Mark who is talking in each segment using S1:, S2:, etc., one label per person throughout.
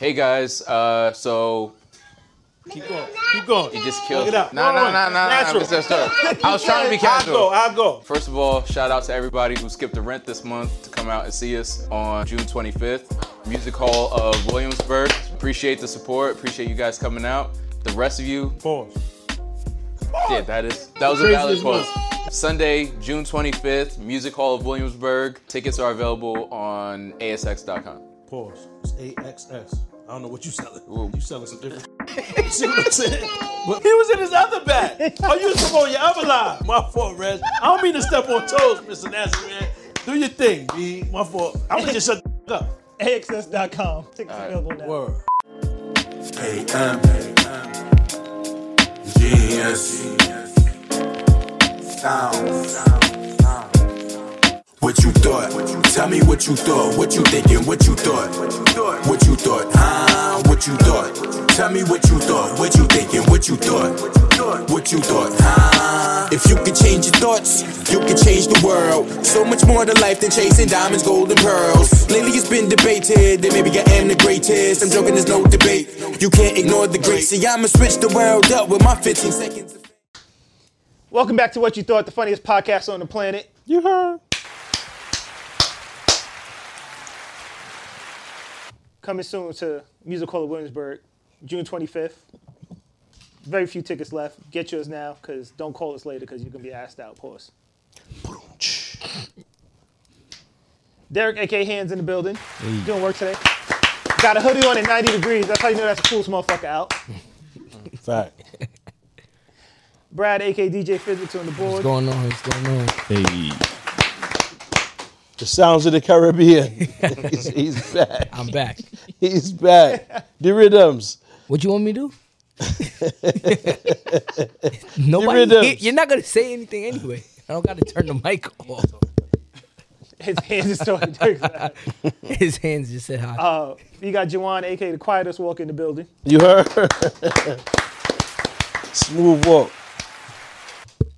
S1: Hey guys, uh, so
S2: Keep going. Keep going.
S1: he just killed.
S2: Look it up.
S1: No, no,
S2: Roll
S1: no, no,
S2: it.
S1: no.
S2: Natural.
S1: it's just her. I was trying to be
S2: I'll go.
S1: casual.
S2: I'll go.
S1: First of all, shout out to everybody who skipped the rent this month to come out and see us on June 25th, Music Hall of Williamsburg. Appreciate the support. Appreciate you guys coming out. The rest of you,
S2: Pause.
S1: yeah, that is that was a
S2: Crazy
S1: valid
S2: as
S1: post. Sunday, June 25th, Music Hall of Williamsburg. Tickets are available on asx.com.
S2: Pause. It's AXS. I don't know what you selling.
S1: Ooh.
S2: You selling some different. you see what I'm saying? But he was in his other bag. Oh, you was on your other line. My fault, Rez. I don't mean to step on toes, Mr. Nasty man. Do your thing, B. My fault. I was just shut the up.
S3: AXS.com. Tickets available now.
S2: Word.
S4: AM GS Sound What you thought? Tell me what you thought. What you thinking? What you thought? What you thought? Huh? What you thought? Tell me what you thought. What you thinking? What you thought? What you thought? Huh? If you could change your thoughts, you could change the world. So much more to life than chasing diamonds, gold, and pearls. Lately it's been debated that maybe I am the greatest. I'm joking, there's no debate. You can't ignore the great. See, I'ma switch the world up with my 15 seconds. of-
S3: Welcome back to What You Thought, the funniest podcast on the planet.
S2: You heard.
S3: Coming soon to Music Hall of Williamsburg, June 25th. Very few tickets left. Get yours now, because don't call us later, because you can be asked out. Pause. Derek, aka Hands, in the building. Doing work today. Got a hoodie on at 90 degrees. That's how you know that's a coolest motherfucker out.
S2: Fact.
S3: Brad, aka DJ Physics on the board.
S5: going on? What's going on?
S6: Hey,
S2: The sounds of the Caribbean. he's, he's back.
S5: I'm back.
S2: He's back. The rhythms.
S5: What you want me to do?
S2: rid of-
S5: Nobody. You're not gonna say anything anyway. I don't gotta turn the mic off.
S3: His hands is so Derek.
S5: His hands just said hi.
S2: Uh,
S3: Uh, You got Juwan, aka the quietest walk in the building.
S2: You heard. Smooth walk.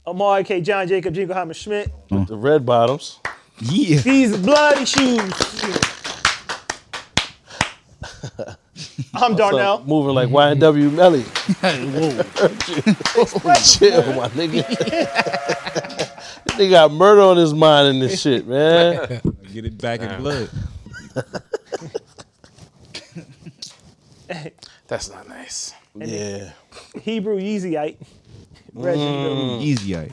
S3: Amar, aka John Jacob Jingleheimer Schmidt.
S2: The red bottoms.
S6: yeah.
S3: These bloody shoes. I'm
S2: So,
S3: Darnell.
S2: moving like YNW Melly.
S6: Whoa.
S2: Chill, my nigga. nigga got murder on his mind and this shit, man.
S6: Get it back in blood.
S1: That's not nice.
S2: Yeah.
S3: Hebrew Yeezyite. Reg in
S2: Mm.
S3: the building.
S6: Easy, I.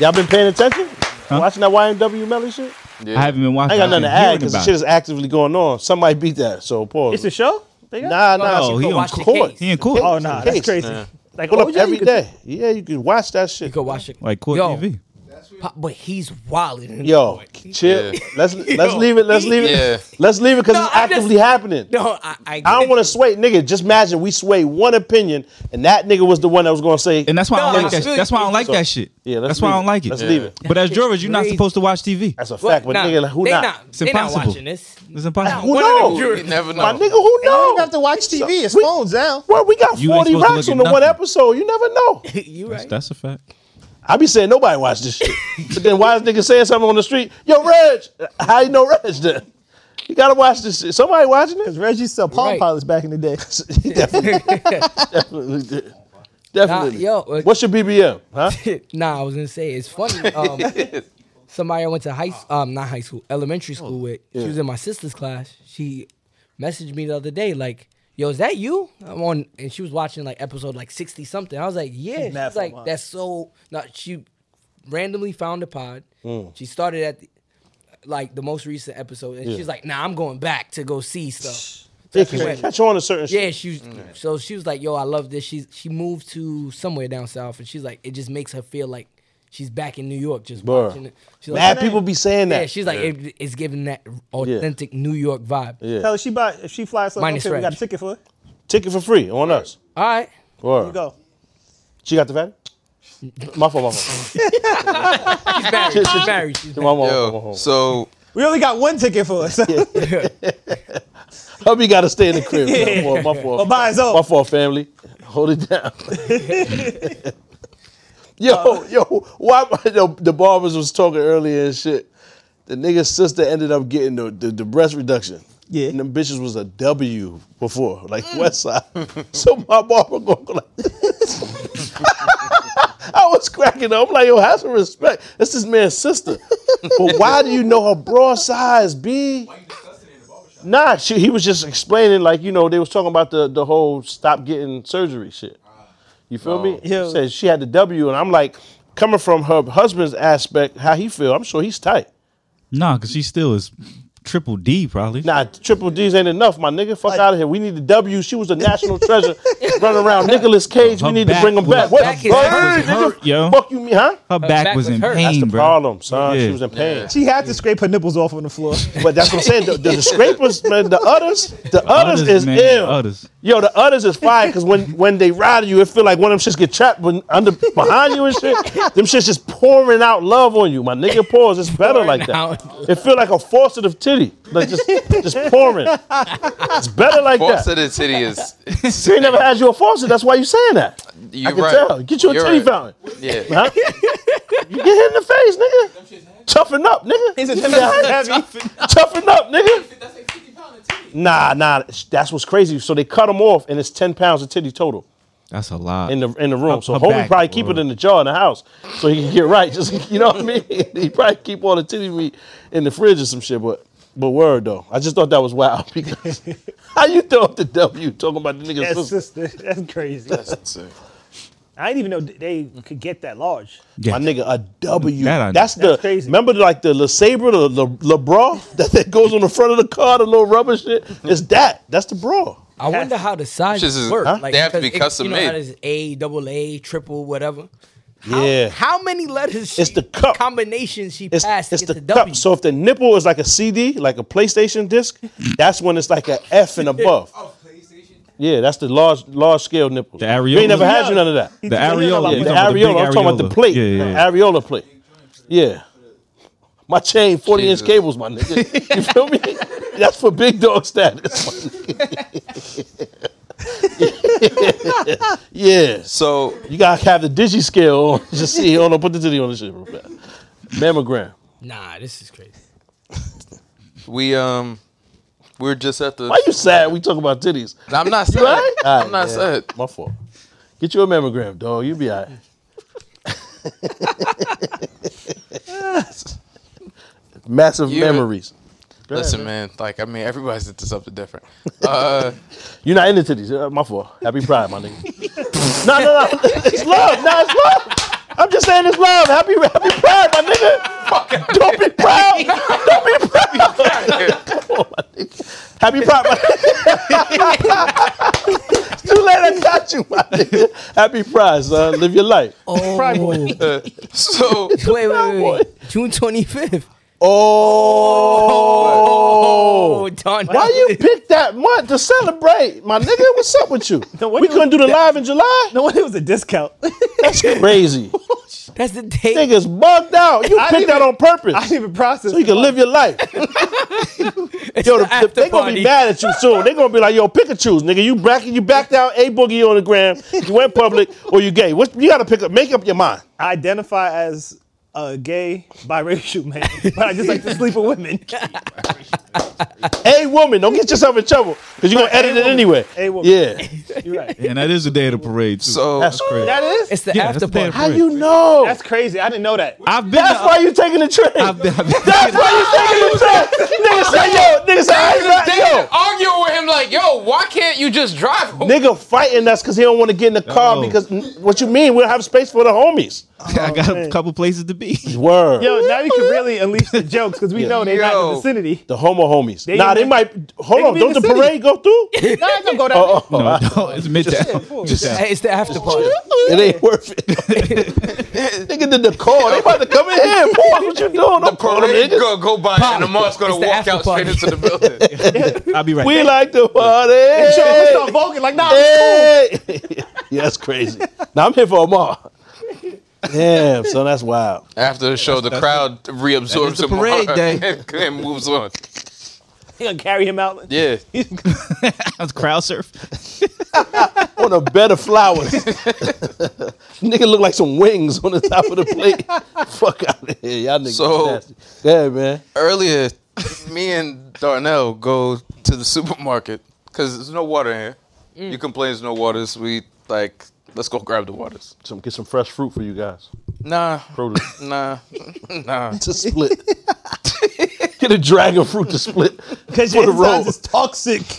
S2: Y'all been paying attention? Watching that YNW Melly shit?
S1: Yeah.
S6: I haven't been
S2: I
S6: watching.
S2: ain't got nothing to
S6: I've been hearing
S2: add because the
S6: about
S2: shit
S6: it.
S2: is actively going on. Somebody beat that, so pause.
S3: It's a show? They got-
S2: nah, nah,
S6: Oh,
S2: it's
S6: he
S2: a
S6: on
S5: watch the
S6: court.
S5: case.
S6: He in court.
S3: Oh, nah, that's
S2: Case.
S3: crazy. Like,
S2: pull
S3: oh,
S2: up
S3: yeah,
S2: every
S3: you could-
S2: day. Yeah, you can watch that shit.
S5: you go watch it.
S6: Like court
S5: Yo,
S6: TV.
S5: Pop, but he's wilding.
S2: Yo, chill.
S1: Yeah.
S2: Let's let's leave it. Let's leave it.
S1: Yeah.
S2: Let's leave it because
S5: No,
S2: it's
S5: I'm just-
S2: actively happening.
S5: No, I. I,
S2: I don't want to sway, nigga. Just imagine we sway one opinion, and that nigga was the one that was gonna say,
S6: And that's why I
S5: No,
S6: don't
S5: I
S6: like that.
S5: feel
S6: Shit. That's why I don't like
S2: So-
S6: that shit.
S2: Yeah, let's
S6: that's why
S2: leave
S6: I
S2: it.
S6: don't like it.
S2: Let's leave it.
S6: But as jurors, you're not
S5: Crazy.
S6: supposed to watch TV.
S2: "That's a fact." But
S5: Nah,
S2: nigga, who
S5: they
S2: not?
S5: not?
S6: It's
S5: They not
S6: impossible.
S5: watching this.
S6: It's impossible.
S2: Who knows?
S1: You never know.
S2: My nigga, who
S7: You don't even
S2: knows?
S7: have to watch TV. it's
S2: we-
S7: phones now.
S2: Well, we got
S6: You ain't
S2: forty
S6: supposed to
S2: rocks on
S6: look
S2: the
S6: at
S2: one
S6: nothing.
S2: episode. You never know.
S5: you right?
S6: That's a fact.
S2: I be saying nobody watch this shit, but then why is nigga saying something on the street? Yo, Reg, how you know Reg? Then you gotta watch this. shit. Somebody watching this?
S7: Reggie used to sell Palm
S5: Right.
S7: Pilots back in the day.
S2: Definitely. did. Definitely.
S5: yo, uh,
S2: What's your BBM? Huh?
S5: nah, I was gonna say it's funny. Um, somebody I went to high, s- um, not high school, elementary school
S7: Oh,
S5: with. She was in my sister's class. She messaged me the other day, like, "Yo, is that you?" I'm on, and she was watching like episode like sixty something. I was like, "Yeah." She's
S7: mad for
S5: like,
S7: a while.
S5: "That's so." No, she randomly found a pod.
S7: Mm.
S5: She started at the, like the most recent episode, and she's like, "Nah, I'm going back to go see stuff."
S2: Yeah, 'cause you catch on to certain shit.
S5: Yeah, she was, so she was like, "Yo, I love this." She's she moved to somewhere down south, and she's like, it just makes her feel like she's back in New York, just
S2: Bruh.
S5: watching it. She's
S2: Mad
S5: like,
S2: people be saying
S5: yeah,
S2: that.
S5: she's like, it, it's giving that authentic New York vibe.
S2: Yeah.
S7: Tell her she buy if she flies something,
S5: Minus
S7: okay, we got a
S5: Reg.
S7: ticket for her.
S2: Ticket for free on us.
S5: All right,
S2: Word.
S7: You go.
S2: She got the van? My fault, my fault.
S5: she's married. she's married. She's
S2: My fault, my fault, my
S1: Yo,
S2: fault.
S1: so
S7: We only got one ticket for us.
S2: Hubby got to stay in the crib. My fault, my fault.
S7: Or buy his own.
S2: My fault, family. Hold it down. yo,
S7: Uh,
S2: yo, why the, the barbers was talking earlier and shit. The nigga's sister ended up getting the, the, the breast reduction.
S3: Yeah.
S2: And them bitches was a W before, like
S7: Mm.
S2: West Side. so my barber going like this. I was cracking up. I'm like, yo, have some respect. That's this man's sister. but why do you know her broad size, B? Nah, she, he was just explaining, like, you know, they was talking about the, the whole stop getting surgery shit. You feel me?
S3: Yeah.
S2: She said she had the W, and I'm like, coming from her husband's aspect, how he feel, I'm sure he's tight.
S6: Nah, cause she still is triple D probably.
S2: Nah, triple D's ain't enough, my nigga. Fuck out of here. We need the W. She was a national treasure. Running around Nicolas Cage.
S6: Her
S2: we need to
S6: back
S2: bring him
S6: was-
S2: back. What
S5: back
S2: the
S5: is
S2: fuck?
S5: hurt,
S2: Nigga,
S6: hurt, yo.
S2: Fuck you, mean, huh?
S6: Her back, was, in
S5: hurt.
S6: pain,
S5: That's
S2: That's the
S6: bro.
S2: problem, son.
S6: Yeah.
S2: She was in pain.
S3: She had to scrape her nipples off on the floor.
S2: But that's what I'm saying. The, the, the scrapers, man, the udders, the udders,
S6: Others,
S2: is
S6: man,
S2: ill.
S6: others.
S2: Yo, the udders is fire because when, when they ride you, it feel like one of them shits get trapped when, under behind you and shit. Them shits just pouring out love on you. My nigga pause. It's better like that.
S5: Pouring
S2: It feel like a faucet of titty. Like just just pouring. It's better like
S1: Boss
S2: that.
S1: of the city is.
S2: They never had you a faucet. That's why you saying that.
S1: You
S2: I can
S1: right.
S2: tell. Get you a
S1: You're
S2: titty
S1: right.
S2: fountain.
S1: Yeah.
S2: Huh? you get hit in the face, nigga. Toughen up, nigga.
S3: He's a
S2: You got Toughen up, nigga. Nah, nah, that's what's crazy. So they cut him off, and it's ten pounds of titty total
S6: That's a lot.
S2: in the in the room. So
S6: Her
S2: Homie
S6: back,
S2: probably keep
S6: Lord.
S2: it in the jar in the house so he can get right. Just you know what I mean. he probably keep all the titty meat in the fridge or some shit. But but word though, I just thought that was wild because how you throw up the W talking about the niggas?
S8: That's
S2: sister?
S8: just that's crazy. I didn't even know they could get that large.
S6: yeah.
S2: My nigga, a W.
S6: That I know.
S2: that's the
S8: That's crazy.
S2: remember like the Le Sabre, the Le, Le Bra that, that goes on the front of the car, the little rubber shit. It's that. That's the bra.
S5: I wonder how the
S1: Just
S5: sizes
S1: is-
S5: work.
S1: huh? They have to
S5: because
S1: be
S5: it-
S1: custom
S5: you know,
S1: made.
S5: How does A, double A, triple, whatever.
S2: Yeah.
S5: How many letters?
S2: It's
S5: she-
S2: the cup.
S5: combinations she
S2: It's,
S5: passed. to
S2: it's
S5: get
S2: the,
S5: to W.
S2: cup. So if the nipple is like a CD, like a PlayStation disc, that's when it's like a F and above. Yeah, that's the large large scale nipple.
S6: The
S2: You ain't never
S6: areola?
S2: had you none of that.
S6: the areola.
S2: Yeah,
S6: You
S2: the
S6: talking about big
S2: areola. I'm talking about the
S6: areola.
S2: plate.
S6: Yeah, yeah,
S2: the
S6: yeah.
S2: areola plate. Yeah. My chain, 40 inch
S1: Jesus.
S2: cables, my nigga. You feel me? That's for big dog status. my nigga. yeah.
S1: So
S2: You gotta have the digi scale on. Just see, hold on, put the titty on this shit real fast. Mammogram.
S5: Nah, this is crazy.
S1: we um we were just at the.
S2: Why you sad we talk about titties?
S1: I'm not sad.
S2: right?
S1: I'm not sad.
S2: My fault. Get you a mammogram, dog. You'll be all right. Massive
S1: You-
S2: memories.
S1: Listen, man. Like I mean, everybody's into something different. Uh,
S2: You're not into these. Uh, my fault. Happy Pride, my nigga. no, no, no. It's love. No, it's love. I'm just saying it's love. Happy, happy Pride, my nigga. Don't be proud. Don't be proud. Come on, my nigga. Happy Pride, my nigga. It's Too late, I got you, my nigga. Happy Pride, son. Live your life.
S5: Oh, wait,
S1: so
S5: wait, wait,
S2: boy.
S5: wait. June 25th.
S2: Oh.
S5: Oh, Don.
S2: Why you pick that month to celebrate, my nigga? What's up with you?
S3: wonder
S2: we couldn't do the live in July?
S3: No wonder it was a discount. I
S2: That's crazy.
S5: That's the date.
S2: Niggas bugged out. You
S3: I
S2: picked that
S3: didn't-
S2: on purpose.
S3: didn't even process.
S2: so you can live your life. yo, the,
S5: after
S2: they're gonna
S5: party.
S2: be mad at you soon. They're gonna be like, yo, pick a choose, nigga. You back you backed out a boogie on the gram, you went public, or you gay. What you gotta pick up, make up your mind.
S3: I identify as a gay biracial man, but I just like to sleep with women.
S2: A woman, don't get yourself in trouble. Cause you're gonna edit it
S3: woman.
S2: anyway.
S3: A woman.
S2: Yeah.
S3: You're right.
S6: and that is the day of the parade too.
S1: so
S2: That's
S6: crazy.
S3: That is.
S5: It's the
S6: Yeah, that's
S5: after
S6: the day of
S5: party.
S6: the
S2: How
S6: parade.
S2: you know?
S3: That's crazy. I didn't know that.
S6: I've been.
S2: That's
S6: to-
S2: why you taking the trip.
S6: I've been. I've been-
S2: That's why you taking the trip. nigga say, yo, nigga say, I ain't riding, yo.
S1: Damn, arguing with him like, yo, why can't you just drive home?
S2: Nigga fighting us because he don't want to get in the car
S6: Oh.
S2: because what you mean? We don't have space for the homies.
S6: I got
S2: Oh,
S6: a couple places to be.
S2: Word.
S3: Yo, now you can really unleash the jokes because we know they're not in
S1: Yo.
S3: the vicinity.
S2: The homo homies. nah, they
S3: in-
S2: might. Hold
S3: can
S2: on.
S3: be
S2: Don't
S3: in
S2: the,
S3: the city.
S2: parade go through?
S3: Nah, don't go down.
S2: oh, oh,
S6: No, no, it's midtown. Just
S5: Hey, it's the after party.
S2: it ain't worth it. Nigga did the call. They about to come in here. Boy, what you doing? Don't call them
S1: Parade
S2: niggas.
S1: go, go by and Amar's gonna
S5: It's the
S1: walk
S5: after
S1: out
S5: party.
S1: straight into the building.
S6: I'll be right.
S2: We
S6: back.
S2: like the party.
S3: Hey. Start voguing like, nah,
S2: Hey. yeah, that's crazy. Now I'm here for Omar. Damn, son, that's wild.
S1: After the show, the crowd reabsorbs
S6: the
S1: Amar
S6: parade day.
S1: and, and moves on.
S3: you gonna carry him out.
S1: Yeah.
S6: That's crowd surf.
S2: on a bed of flowers. nigga look like some wings on the top of the plate. Fuck out of here, y'all niggas.
S1: So-
S2: nasty. yeah, man.
S1: Earlier, me and Darnell go to the supermarket because there's no water in here.
S2: Mm.
S1: You complain there's no water. so We like, let's go grab the waters.
S2: Some get some fresh fruit for you guys.
S1: Nah,
S2: Produce
S1: nah, nah.
S2: to split. get a dragon fruit to split.
S3: Because your
S2: the road. Oh,
S3: insides is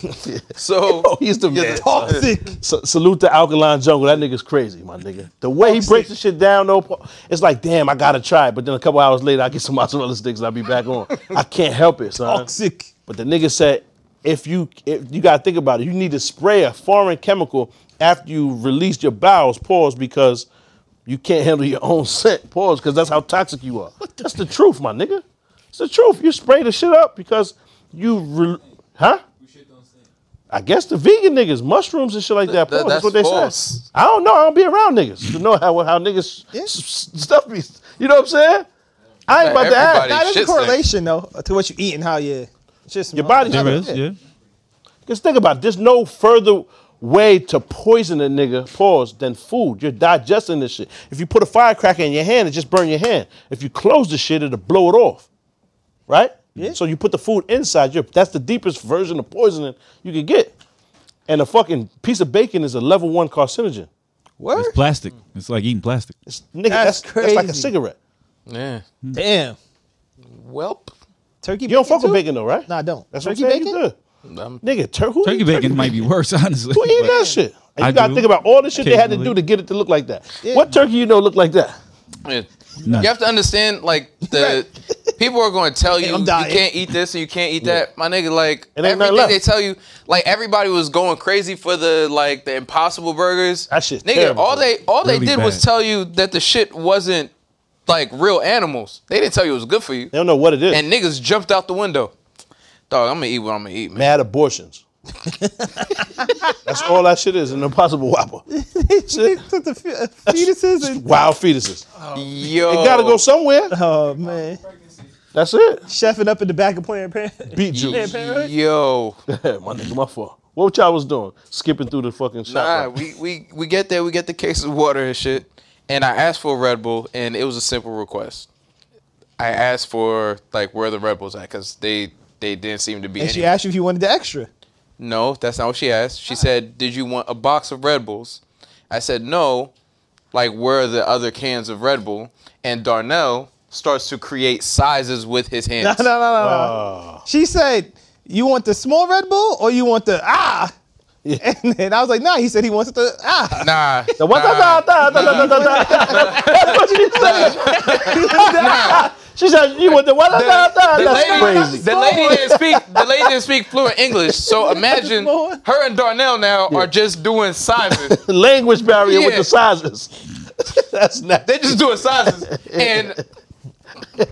S3: toxic.
S1: So
S2: He's the
S1: You're
S2: man.
S3: toxic.
S2: Sa- salute the alkaline jungle. That nigga's crazy, my nigga. The way he breaks the shit down, though, Paul, it's like, damn, I gotta try it. But then a couple hours later, I get some mozzarella sticks and I'll be back on. I can't help it, son.
S3: toxic.
S2: But the nigga said, if you if you gotta think about it, you need to spray a foreign chemical after you release your bowels, pause, because you can't handle your own scent, pause, because that's how toxic you are. That's the truth, my nigga. It's the truth. You spray the shit up because you, re- huh? I guess the vegan niggas, mushrooms and shit like that.
S1: Th-
S2: pause.
S1: that's
S2: that's what they say.
S1: false.
S2: I don't know. I don't be around niggas. You know how how niggas s- s- stuff be. You know what I'm saying? I ain't
S1: Like
S2: about to ask.
S1: everybody-
S2: Nah,
S3: Nah, there's a
S1: shit
S3: correlation though to what you eat and how you. Just
S2: Your body-
S6: There is, yeah.
S2: Because think about it, there's no further way to poison a nigga, pause, than food. You're digesting this shit. If you put a firecracker in your hand, it just burn your hand. If you close the shit, it'll blow it off. Right? Yeah. So you put the food inside you. That's the deepest version of poisoning you can get. And a fucking piece of bacon is a level one carcinogen.
S3: What?
S6: It's plastic. It's like eating plastic.
S2: It's, nigga, that's,
S3: That's
S2: that's like a
S3: crazy.
S2: cigarette.
S1: yeah.
S3: Damn.
S1: Welp.
S3: Turkey.
S2: You don't fuck with bacon though, right?
S3: Nah, I don't.
S2: That's
S3: turkey
S2: what I'm saying.
S3: bacon.
S2: You good.
S1: I'm-
S2: Nigga, tur- who
S6: Turkey
S2: eat
S6: bacon might be worse, honestly.
S2: Who eat
S6: but-
S2: that shit? And you
S6: I
S2: gotta
S6: do.
S2: think about all the shit they had to do
S6: Occasionally.
S2: to get it to look like that. What turkey you know look like that?
S1: Yeah.
S6: No.
S1: You have to understand, like the people are going to tell you
S3: I'm
S1: you
S3: dying.
S1: can't eat this and you can't eat that. My nigga, like
S2: It ain't nothing
S1: everything
S2: left.
S1: they tell you, like everybody was going crazy for the like the Impossible Burgers.
S2: That shit's
S1: nigga.
S2: terrible,
S1: all
S2: bro.
S1: they all
S6: Really
S1: they did was
S6: bad.
S1: tell you that the shit wasn't like real animals. They didn't tell you it was good for you,
S2: They don't know what it is.
S1: and niggas jumped out the window. Dog, I'm gonna eat what I'm gonna eat, man.
S2: mad abortions. That's all that shit is, an impossible whopper. Shit.
S3: Took the fe- uh, fetuses and.
S2: Wild fetuses.
S1: Yo,
S2: It gotta go somewhere.
S3: Oh man,
S2: That's it.
S3: chefing up in the back of Planned Parenthood.
S2: Beet juice.
S3: Parenthood.
S1: Yo,
S2: my nigga, my fault. What y'all was doing? Skipping through the fucking shop.
S1: Nah,
S2: right?
S1: we, we we get there, we get the case of water and shit. And I asked for a Red Bull, and it was a simple request. I asked for like where the Red Bulls at, cause they they didn't seem to be.
S3: And
S1: Any.
S3: she asked you if you wanted the extra.
S1: no, that's not what she asked. She said, "Did you want a box of Red Bulls?" I said, "No." Like where are the other cans of Red Bull? And Darnell starts to create sizes with his
S3: No,
S1: hands.
S3: no, no, no. no.
S2: Oh.
S3: She said, "You want the small Red Bull or you want the ah?" And then I was like, "Nah." He said he wants the ah.
S1: Nah,
S2: The what- da- da- da- da- da- da- da- da. That's what she said. She said, you want the what? da- da- da-
S1: the
S2: da."
S1: lady,
S2: That's crazy.
S1: the lady didn't speak. The lady didn't speak fluent English. So imagine
S3: Small one.
S1: her and Darnell now are just doing sizes.
S2: The language barrier with
S1: Yeah.
S2: the sizes. That's not.
S1: They're just doing sizes, and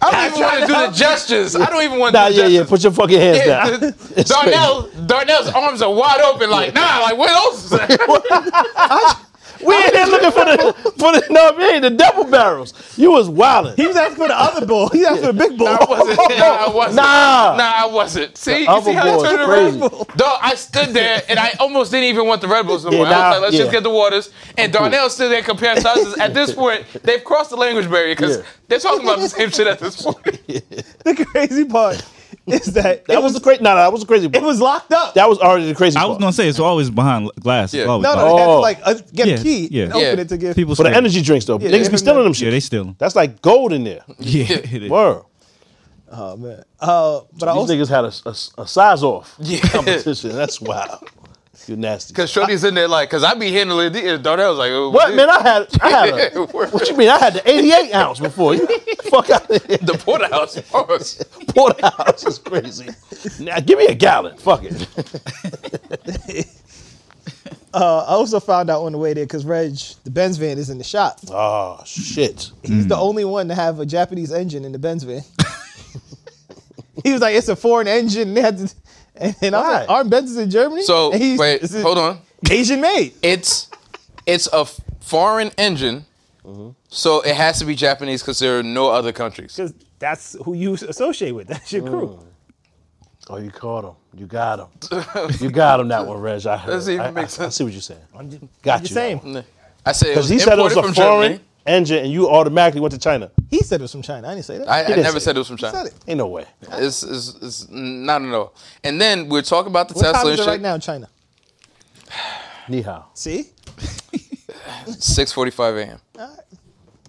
S1: I don't even want to do the gestures. I don't even want to
S2: Nah,
S1: do
S2: yeah, yeah.
S1: gestures.
S2: Put your fucking hands
S1: Yeah,
S2: down.
S1: the- Darnell, Darnell's arms are wide open, like nah, like what else? Is that?
S2: We ain't there looking for the for the no, we ain't the double barrels. You was wildin'.
S3: He was asking for the other bull. He asked for the big bull.
S1: I wasn't. Nah, I wasn't.
S2: Nah.
S1: Nah, I wasn't. See, you
S2: other
S1: see how
S2: boy
S1: I
S2: is
S1: turned around?
S2: crazy.
S1: Dog, I stood there and I almost didn't even want the Red Bulls no more.
S2: nah,
S1: I was like, let's
S2: yeah.
S1: just get the waters. And Darnell's still there comparing sizes. At this point, they've crossed the language barrier because
S2: Yeah.
S1: they're talking about the same shit at this point.
S3: the crazy part is that,
S2: That
S3: it
S2: was
S3: was
S2: the crazy. No, no, that was the crazy.
S3: it was locked up.
S2: that was already the crazy.
S6: I was
S2: part.
S6: gonna say it's always behind glass.
S1: Yeah.
S6: It's always
S3: no, no,
S6: behind-
S3: they had to
S2: Oh.
S3: like uh, get
S6: Yeah,
S3: a key
S6: yeah.
S3: and open
S1: Yeah.
S3: it to give.
S6: people
S2: for the
S6: steal.
S2: energy drinks though.
S3: they
S2: Niggas be
S3: have
S2: stealing them
S6: Yeah,
S2: shit.
S6: they steal them.
S2: That's like gold in there.
S6: Yeah, it is.
S2: Word.
S3: Oh man. Uh, but I
S2: These
S3: also
S2: niggas had a, a, a size off competition. That's wild. You nasty.
S1: Because Shorty's in there like, because I be handling the Darnell's like, oh,
S2: What man? I had I had a,
S1: Word.
S2: what you mean? I had the 88 ounce before you. Fuck out of here.
S1: the porterhouse bars.
S2: Porterhouse is crazy. Now give me a gallon. Fuck it.
S3: uh, I also found out on the way there because Reg, the Benz van is in the shop.
S2: Oh shit.
S3: He's the only one to have a Japanese engine in the Benz van. he was like, it's a foreign engine. And they had to, and, and I was like,
S2: Why?
S3: aren't Benzes in Germany?
S1: So,
S3: and he's,
S1: wait,
S3: this is
S1: hold on.
S3: Asian made.
S1: It's, it's a f- foreign engine. So it has to be Japanese because there are no other countries.
S9: Because that's who you associate with. That's your crew.
S3: Mm.
S2: Oh, you caught him. You got him. you got him that one, Reg. I heard.
S1: Doesn't even
S2: I,
S1: make
S2: I- I
S1: sense.
S2: see what you're saying. Got you.
S3: Same.
S1: I said it
S2: Because
S1: was
S2: he said it was
S1: imported from
S2: a foreign
S1: Germany.
S2: engine, and you automatically went to China.
S3: He said it was from China. I didn't say that.
S1: I,
S3: He
S1: I
S3: didn't
S1: never
S3: say
S1: said it was from China.
S3: said it.
S2: Ain't no way.
S1: It's, it's, it's not at all. And then we're talking about the
S3: What time
S1: Tesla
S3: is
S1: and
S3: it
S1: shit.
S3: right now in China?
S2: Ni hao.
S3: See?
S1: 6:45 a.m.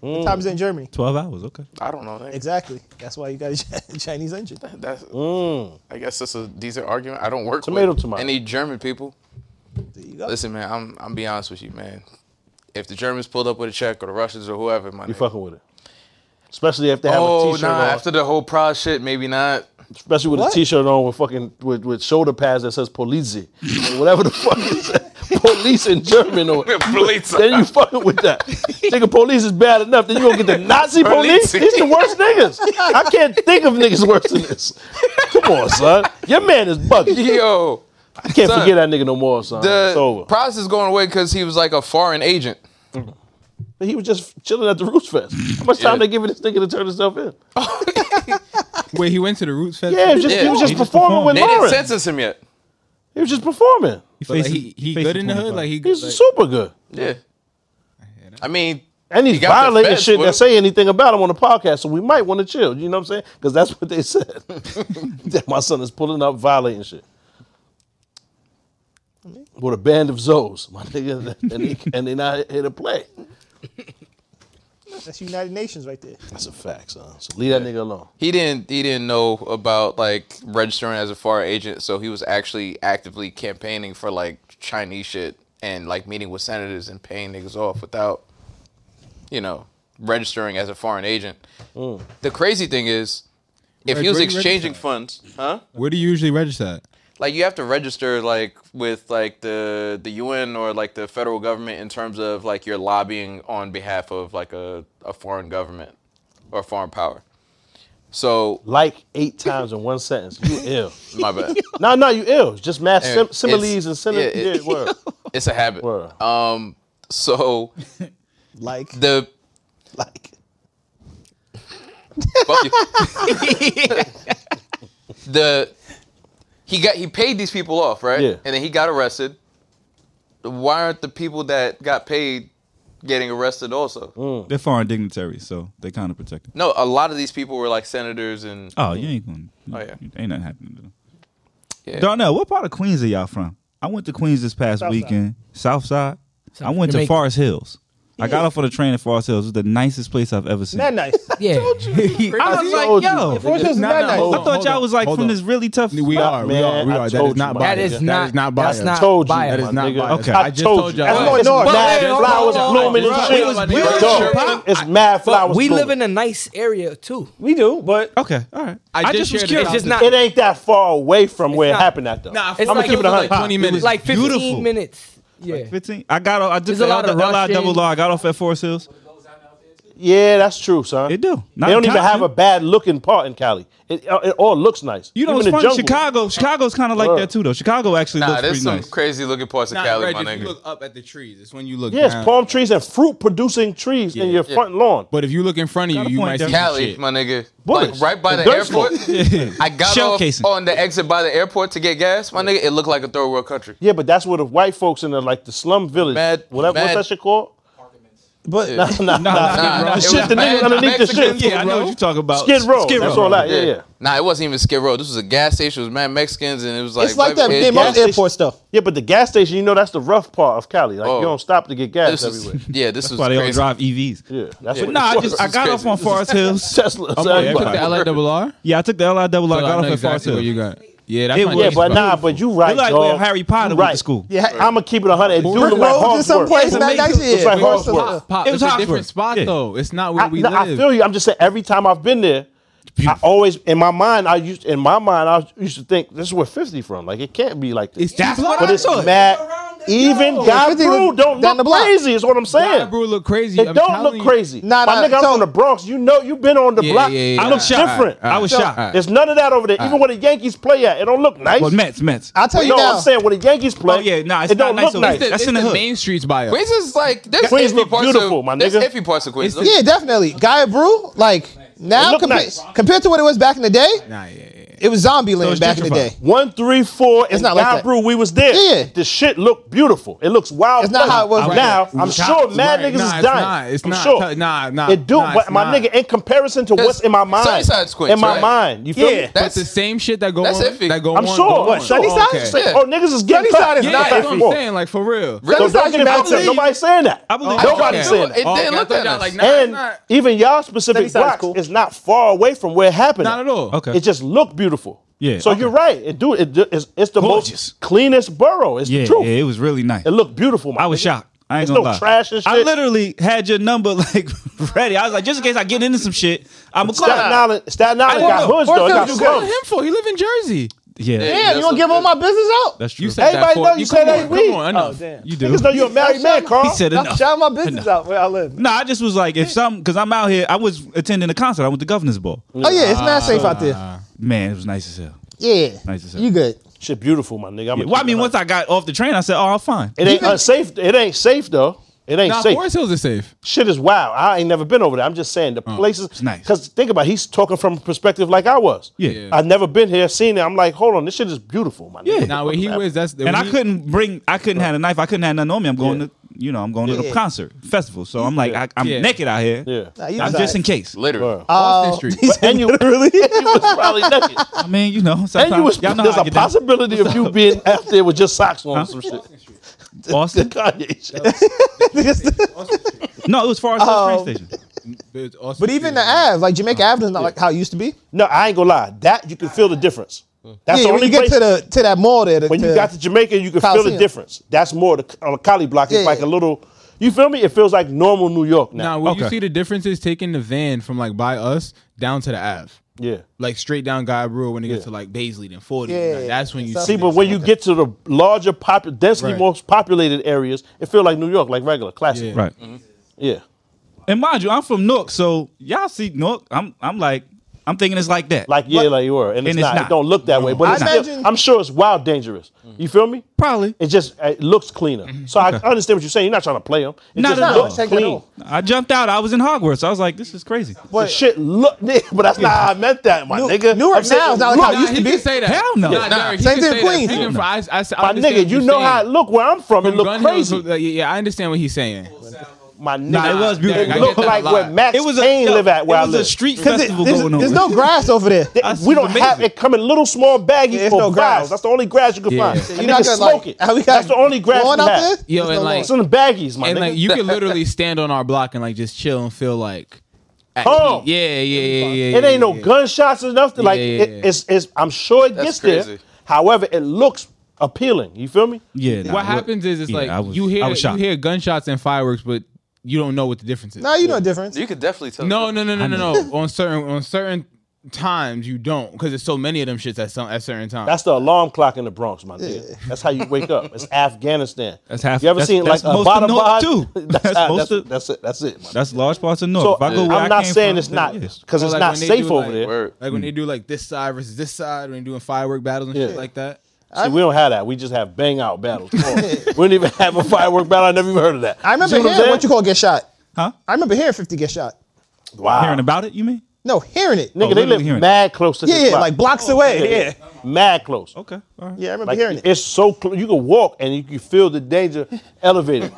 S3: What time is it in Germany?
S6: Twelve hours. Okay.
S1: I don't know. nigga.
S3: Exactly. That's why you got a Chinese engine.
S1: That's, I guess that's a decent argument. I don't work
S2: Mm. Tomato,
S1: with
S2: tomato.
S1: any German people.
S3: There you go.
S1: Listen, man, I'm I'm be honest with you, man. If the Germans pulled up with a check or the Russians or whoever, my
S2: You
S1: nigga.
S2: fucking with it. Especially if they have a
S1: oh
S2: t-shirt
S1: nah,
S2: on.
S1: after the whole Pride shit, maybe not.
S2: especially with
S3: What?
S2: a t-shirt on with fucking with, with shoulder pads that says police. or whatever the fuck it says. police in German or
S1: Police.
S2: then you fucking with that. Nigga, police is bad enough. Then you gonna get the Nazi police?
S1: Police.
S2: These the worst niggas. I can't think of niggas worse than this. Come on, son. Your man is bugging.
S1: Yo,
S2: I can't
S1: Son,
S2: forget that nigga no more, son. it's
S1: the
S2: over.
S1: prize is going away because he was like a foreign agent.
S2: But he was just chilling at the Roots Fest. How much time
S1: Yeah.
S2: they giving this nigga to turn himself in?
S10: Wait, he went to the Roots Fest.
S2: Yeah, he was just,
S1: Yeah.
S2: He was just
S6: He just
S2: performing with
S1: They didn't
S2: Lauren.
S1: sentence him yet.
S2: He was just performing.
S10: But like, he he good in the hood. Like he
S2: He was
S10: like,
S2: super good.
S1: Yeah. I mean,
S2: And he's
S1: He got the
S2: violating
S1: feds
S2: shit
S1: for
S2: that
S1: it.
S2: say anything about him on the podcast, so we might want to chill. You know what I'm saying? Because that's what they said. that my son is pulling up violating shit. With a band of Zoes, my nigga, and they, and they not here to play.
S3: That's United Nations right there.
S2: That's a fact, son. So leave that nigga alone.
S1: he didn't he didn't know about like registering as a foreign agent, so he was actually actively campaigning for like Chinese shit and like meeting with senators and paying niggas off without, you know, registering as a foreign agent. The crazy thing is, if
S10: Reg-
S1: he was
S10: where you
S1: exchanging
S10: register?
S1: funds, huh?
S10: where do you usually register at?
S1: like you have to register like with like the the UN or like the federal government in terms of like you're lobbying on behalf of like a, a foreign government or a foreign power. So
S2: Like eight times in one sentence. You ill.
S1: my bad.
S2: No, no, you ill. It's just mass
S1: Hey,
S2: sim-
S1: it's-
S2: similes and sentences.
S1: yeah, it-
S2: yeah, word.
S1: It's a habit.
S2: Word.
S1: Um so
S3: Like,
S1: the
S3: like.
S1: fuck you. the he got he paid these people off, right?
S2: Yeah.
S1: And then he got arrested. Why aren't the people that got paid getting arrested also?
S6: They're foreign dignitaries, so they kind of protected.
S1: No, a lot of these people were like senators and
S6: Oh, you ain't going. to
S1: Oh, yeah.
S6: ain't nothing happening. To them.
S1: Yeah.
S6: Darnell, what part of Queens are y'all from? I went to Queens this past
S9: South side.
S6: weekend, South Side. I
S5: South-
S6: went to
S5: Jamaica.
S6: Forest Hills. I got off on the train in Forest Hills. It was the nicest place I've ever seen.
S3: That nice.
S5: Yeah.
S6: I was like,
S2: told you.
S6: yo,
S3: Forest Hills is
S10: Nah,
S3: that
S10: nah,
S3: nice.
S10: hold
S6: I
S10: on,
S6: thought y'all
S10: on,
S6: was like
S10: hold
S6: from
S10: on.
S6: this really tough.
S10: We are, we
S2: man,
S10: are, we
S2: I
S10: are. That
S2: told
S10: is
S2: you,
S10: not
S2: my
S5: That
S10: biased.
S5: is not.
S10: that is not biased.
S5: That's not
S2: Told you.
S10: That
S5: biased.
S2: my
S10: is not
S2: nigga.
S10: biased.
S6: Okay.
S10: I just
S2: Told
S10: told
S2: you.
S10: y'all.
S2: That's
S10: that.
S2: North, North.
S5: But
S2: Mad
S5: wait, hold on,
S2: flowers
S5: hold on,
S2: blooming
S5: hold
S2: and
S5: on.
S2: shit.
S5: It was
S2: It's
S5: beautiful.
S2: dope. It's mad flowers
S5: we
S2: blooming.
S5: live in a nice area too.
S3: We do, but
S6: Okay, all right.
S10: I just
S6: was
S10: shared it.
S6: curious.
S5: It's just not.
S2: It ain't that far away from where
S5: not.
S2: it happened at though.
S10: Nah,
S5: It's
S10: I'm
S5: like-
S10: gonna keep
S5: it
S10: it
S5: was like
S10: 100.
S6: 20 minutes.
S5: like 15
S6: Beautiful.
S5: minutes. Yeah.
S6: 15. I got off. I did
S5: There's a
S6: the
S5: lot of
S6: LI double
S5: Russians.
S6: R. I got off at Forest Hills.
S2: Yeah, that's true, son.
S6: It do. Not
S2: they don't
S6: in
S2: even
S6: Cali.
S2: have a bad looking part in Cali. It, uh, it all looks nice.
S6: You know,
S2: even
S6: it's
S2: the
S6: funny.
S2: jungle.
S6: Chicago. Chicago's kind of like
S2: Word.
S6: that too, though. Chicago actually
S1: Nah,
S6: looks
S1: Ah, there's
S6: pretty
S1: some
S6: nice.
S1: crazy looking parts of
S10: Nah,
S1: Cali,
S10: Reg,
S1: my
S10: if you
S1: nigga.
S10: look up at the trees, it's when you look.
S2: Yes,
S10: down.
S2: palm trees and fruit producing trees in
S10: Yeah.
S2: your front lawn.
S10: But if you look in front of
S6: Got
S10: you,
S6: a
S10: you
S6: point
S10: might
S6: there.
S10: see some
S1: Cali,
S10: shit.
S1: my nigga.
S2: Bullets.
S1: Like right by
S2: The
S1: the,
S2: dirt
S1: airport. I got
S6: Shell
S1: off
S6: casing.
S1: on the exit by the airport to get gas, my nigga. It looked like a third world country.
S2: Yeah, but that's where the white folks in the like the slum village.
S1: Mad-
S2: whatever what's
S1: mad-
S2: that shit called?
S3: but
S2: Nah, nah, nah.
S1: Nah, nah,
S2: The
S1: it
S2: shit
S1: was
S2: the niggas
S1: mad
S2: underneath the shit.
S1: Mexicans.
S6: Yeah, I know what you're talking about.
S2: Skid Row.
S6: Skid
S2: that's
S6: Row.
S2: all that. Yeah, yeah.
S1: Nah, it wasn't even Skid Row. This was a gas station. It was mad Mexicans, and it was like
S3: it's like that
S1: it-
S3: damn
S1: gas
S3: other airport stuff.
S2: Yeah, but the gas station, you know, that's the rough part of Cali. Like
S1: Oh.
S2: you don't stop to get gas
S1: This was,
S2: everywhere.
S1: yeah, this was
S6: That's why they all
S1: crazy.
S6: drive EVs.
S2: Yeah, that's
S1: Yeah.
S2: what.
S6: But nah, I just I
S1: This is
S6: got off
S1: crazy.
S6: on Forest Hills.
S2: Tesla.
S6: I'm
S2: so
S6: all right.
S10: Took
S2: everybody-
S10: the LA double R.
S6: Yeah, I took the LI double.
S10: So
S6: I got off
S10: know
S6: at Forest
S10: exactly what you
S6: Hills.
S10: got. Yeah, that's
S6: It
S10: my
S6: was-
S2: Yeah,
S10: nigga's
S2: but nah,
S10: beautiful.
S2: but you right,
S6: It like
S2: dog.
S6: where Harry Potter
S2: You
S6: went to
S2: right.
S6: school.
S2: Yeah, I'm gonna keep it hundred. It do
S10: Brick
S2: look like
S3: Roads in
S2: hard
S3: some
S2: work.
S3: place, not nice
S2: Looks
S3: here.
S2: like hard
S10: Pop,
S2: work.
S10: pop.
S6: It
S10: It's
S6: was
S10: a
S6: Hopsburg.
S10: different spot
S6: Yeah.
S10: though. It's not where
S2: I,
S10: we
S2: no, I
S10: live.
S2: feel you. I'm just saying. Every time I've been there, I always in my mind. I used in my mind. I used to think this is where 50 from. Like it can't be like this.
S10: It's that's what
S2: but
S10: I
S2: it's
S10: thought.
S2: mad. Even God
S3: 50
S2: Brew don't
S3: down
S2: look
S3: the block.
S2: crazy. Is what I'm saying.
S10: God, bro, look crazy.
S2: It
S10: I'm
S2: don't
S10: telling
S2: look
S10: you.
S2: crazy.
S3: Nah,
S2: my
S3: nah,
S2: nigga, I'm
S3: so-
S2: from the Bronx. You know, you've been on the
S10: Yeah,
S2: block.
S10: yeah, yeah,
S2: I look
S10: yeah. All right,
S2: different.
S10: all right,
S6: I was
S10: all
S6: shocked.
S10: right.
S2: There's none of that over there. Even when the Yankees play at, it don't look nice.
S6: Well, Mets, Mets.
S3: I'll tell you
S2: no,
S3: now.
S2: I'm saying when the Yankees play,
S6: Oh, yeah, nah, it's
S2: it don't
S6: not nice
S2: look
S6: over there.
S2: nice.
S6: That's
S10: It's
S6: in the hood.
S10: Main streets bio.
S1: Queens is like there's
S2: Queens
S1: iffy
S2: look
S1: parts
S2: beautiful,
S1: of,
S2: my
S1: There's
S2: nigga.
S1: iffy parts of Queens. though.
S3: Yeah, definitely. Guy Brew, like now
S2: look
S3: compa-
S2: nice.
S3: compared to what it was back in the day,
S10: Nah, yeah, yeah, yeah.
S3: It was Zombie Land
S2: it's
S3: back in the
S2: gentrified.
S3: day.
S2: One, three, four. It's
S3: not
S2: not
S3: like
S2: like
S3: that.
S2: Brew. We was there. Yeah, the shit looked beautiful. It looks wild.
S3: It's not how it was back
S2: now.
S3: then.
S2: I'm
S3: Right.
S2: sure mad
S3: Right.
S2: niggas
S3: Nah,
S2: is
S3: it's
S2: dying.
S3: not. It's
S2: I'm
S3: not.
S2: sure.
S10: Nah, nah,
S2: It do,
S10: nah,
S2: but
S10: it's
S2: my
S10: not.
S2: nigga, in comparison to what's in my mind,
S10: Sunnyside squints,
S2: in my
S10: right?
S2: mind, you feel
S10: yeah,
S2: me?
S10: that's the same shit that go
S2: that's
S10: on.
S2: iffy.
S10: That go
S2: I'm
S10: on,
S2: sure.
S10: Go
S2: What,
S10: on.
S2: Sunnyside?
S10: Okay.
S2: Sunnyside- Yeah. oh, niggas is getting Sunnyside cut. is
S10: yeah,
S2: not
S10: that's what
S2: iffy.
S10: I'm saying. Like for real.
S2: So don't get mad at nobody saying that.
S10: I believe-
S2: nobody
S10: Okay.
S2: saying that.
S10: It didn't Okay, I look thought that y'all nice. like, nah, it's
S2: and
S10: not-
S2: even y'all specific
S10: Sunnyside's
S2: blocks is not far away from where it happened.
S10: Not at all. Okay.
S2: It just looked beautiful.
S6: Yeah,
S2: So
S6: okay.
S2: you're right. It do. It, do- it's, it's the most cleanest borough. It's
S6: yeah,
S2: the truth.
S6: yeah, it was really nice. It
S2: looked beautiful.
S6: I was shocked. I ain't
S2: It's
S6: gonna
S2: no
S6: lie.
S2: trash and
S6: I
S2: shit.
S6: literally had your number like ready. I was like, just in case I get into some shit, I'm gonna call.
S2: Staten Island- Staten Island
S6: I-
S2: got hoods, though. It got
S6: you
S2: slums.
S6: calling
S10: him for? He live in Jersey.
S6: Yeah,
S3: Damn, you gonna give all my business out?
S6: That's true.
S10: You said
S3: Everybody
S10: that for,
S3: know you
S10: you
S3: said
S10: come
S3: that
S10: on,
S3: week.
S10: Come on,
S3: Oh,
S10: enough.
S3: damn.
S6: You do.
S3: Niggas know you a married man, Carl.
S6: He said
S3: Stop
S6: enough.
S3: shouting my business out where I live.
S6: No, I just was like, if some, because I'm out here, I was attending a concert. I went to Governor's Ball.
S3: Oh yeah, it's mad safe out there.
S6: Man, it was nice as hell.
S3: Yeah,
S6: Nice as hell.
S3: you good?
S2: Shit, beautiful, my nigga. I'm
S6: Yeah,
S2: a-
S6: Well, I mean, once I got off the train, I said, oh, I'm fine.
S2: It ain't unsafe. It ain't safe though. It ain't
S10: Nah,
S2: safe.
S10: Forest Hills is safe.
S2: Shit is wild. I ain't never been over there. I'm just saying
S3: Oh,
S2: the places. It's nice. Cause think about, it, he's talking from a perspective like I was.
S6: Yeah. Yeah.
S2: I've never been here, seen it. I'm like, hold on, this shit is beautiful, my nigga.
S10: Now where he was, that's
S6: and I
S10: he-
S6: couldn't bring, I couldn't have a knife. I couldn't have nothing on me. I'm going to, you know, I'm going to
S3: Yeah.
S6: the concert festival. So I'm like, I, I'm
S10: Yeah.
S6: naked out here.
S2: Yeah.
S3: Nah, you
S6: I'm
S3: was
S6: just in
S3: alright.
S6: case.
S1: Literally.
S3: Uh,
S10: Street.
S2: and you
S3: really?
S2: you was probably naked.
S6: I mean, you know,
S2: And you was,
S6: sometimes y'all know
S2: there's
S6: how I
S2: a
S6: get down.
S2: possibility of you being out there with just socks on or some shit.
S6: Austin?
S2: The Kanye shit.
S6: No, it was Forest Hills
S2: Oh.
S6: train station.
S10: It's also
S3: But even the Ave, like Jamaica Avenue, is not like how it used to be.
S2: No, I ain't gonna lie. That you can feel the difference. That's the
S3: yeah, when
S2: only
S3: you get
S2: place
S3: to the to that mall there. to-
S2: when you
S3: to-
S2: got to Jamaica, you can feel
S3: Coliseum.
S2: the difference. That's more the on the Cali block. It's
S3: Yeah.
S2: like a little. You feel me? It feels like normal New York now.
S10: Now, will you
S6: Okay.
S10: see the differences taking the van from like by us down to the Ave?
S2: Yeah.
S10: Like straight down Guy Brewer when it gets to like Baisley and 40.
S3: Yeah.
S10: Like, that's when you
S2: See,
S10: see.
S2: but when you get to the larger, popu- densely
S10: Right.
S2: most populated areas, it feels like New York, like regular classic. Yeah.
S6: Right. And mind you, I'm from Newark, so y'all see Newark. I'm, I'm like, I'm thinking it's like that.
S2: Like yeah, like you were, and, it's, not, It don't look that way, but
S3: I
S2: it's still,
S3: imagine-
S2: I'm sure it's wild dangerous. You feel me?
S6: Probably.
S2: It just it looks cleaner. So I understand what you're saying. You're not trying to play them. It
S6: Not
S2: just
S6: at all.
S2: looks
S3: Check it
S2: clean.
S3: out.
S6: I jumped out. I was in Hogwarts. I was like, this is crazy.
S2: The shit look, but that's not how I meant that, my
S3: New-
S2: nigga.
S3: Newark
S2: I'm saying
S3: now is not like
S2: look.
S3: how it
S10: Nah,
S3: used
S10: he
S3: to be.
S10: can say that.
S6: Hell no. Nah,
S10: Nah, Derek, he
S3: same
S10: can
S3: thing
S10: say
S3: with Queens.
S10: That. Speaking
S3: Hell
S10: for, I, I, I
S2: My
S10: understand
S2: nigga,
S10: what
S2: you
S10: you're
S2: know
S10: saying.
S2: how it look where I'm from.
S10: From
S2: it look
S10: Gun Hills,
S2: crazy.
S10: from- yeah, yeah, I understand what he's saying.
S2: my nigga,
S6: it was
S10: beautiful.
S2: It
S10: I
S2: looked
S10: get that
S2: like
S10: a lot.
S2: where Max
S6: It was a
S2: Payne
S6: yo,
S2: live at. Where I
S6: it was a
S2: live.
S6: street
S3: 'Cause it-
S6: festival
S3: there's,
S6: going on.
S3: there's no grass over there.
S6: I see
S2: we don't
S6: it's
S2: have
S6: amazing.
S2: it come in little small baggies
S3: There's
S2: for
S3: no
S2: vials.
S3: grass.
S2: That's the only grass you can
S10: Yeah.
S2: find.
S10: So
S2: That
S3: you're not
S2: nigga
S3: gonna,
S2: smoke
S3: like-
S2: it.
S3: how we got
S2: That's the only grass
S3: lawn
S2: we
S3: out
S2: have.
S3: there?
S10: Yo,
S3: There's
S10: and
S3: no
S10: like,
S2: It's in the baggies, my
S10: and
S2: nigga.
S10: like, you can literally stand on our block and like just chill and feel like. at
S2: Home.
S10: ease. Yeah, yeah, yeah, yeah.
S2: Oh. it
S10: yeah,
S2: ain't no
S10: yeah.
S2: gunshots or nothing. Like
S10: Yeah, yeah,
S2: it,
S10: yeah.
S2: it's, it's. I'm sure it
S1: That's
S2: gets there.
S1: crazy.
S2: However, it looks appealing. You feel me?
S6: Yeah. nah,
S10: What happens is it's
S6: yeah, I
S10: like
S6: was-
S10: you hear
S6: I was
S10: you
S6: shocked.
S10: hear gunshots and fireworks, but you don't know what the difference is.
S3: Nah, you know the difference.
S1: You could definitely tell.
S10: No, no, no, no, no, no. on certain on certain times you don't because there's so many of them shits at some at certain times.
S2: That's the alarm clock in the Bronx, my nigga. That's how you wake up. It's Afghanistan.
S6: That's half-
S2: You ever
S6: that's-
S2: seen
S6: that's
S2: like a
S6: most
S2: bottom
S6: of North,
S2: bar?
S6: too.
S2: that's,
S6: That's
S2: how-
S6: most
S2: that's,
S6: of-
S2: that's it. That's it. my nigga.
S6: That's large parts of North.
S2: So
S6: if I go where I
S2: I'm not
S6: came
S2: saying
S6: from,
S2: it's
S6: then
S2: not
S6: yeah.
S2: because
S10: Or
S2: it's
S10: like
S2: not
S10: when they
S2: safe
S10: do,
S2: over
S10: like-
S2: there.
S1: Word.
S10: Like when they do like this side versus this side, when they doing firework battles and
S2: Yeah.
S10: shit like that.
S2: See, we don't have that. We just have bang out battles. Come on. we don't even have a firework battle. I never even heard of that.
S3: I remember
S2: See I'm
S3: hearing what you
S2: saying?
S3: call get shot.
S6: Huh?
S3: I remember hearing 50 get shot.
S2: Wow.
S6: Hearing about it, you mean?
S3: No, hearing it.
S2: Nigga, they
S6: literally
S2: live
S6: hearing it. Oh,
S2: mad close to
S3: yeah,
S2: this
S3: yeah,
S2: block.
S3: like blocks away. Yeah,
S2: mad close.
S6: Okay. All right.
S3: yeah, I remember
S2: Like,
S3: hearing it.
S2: It's so close. You can walk and you can feel the danger elevated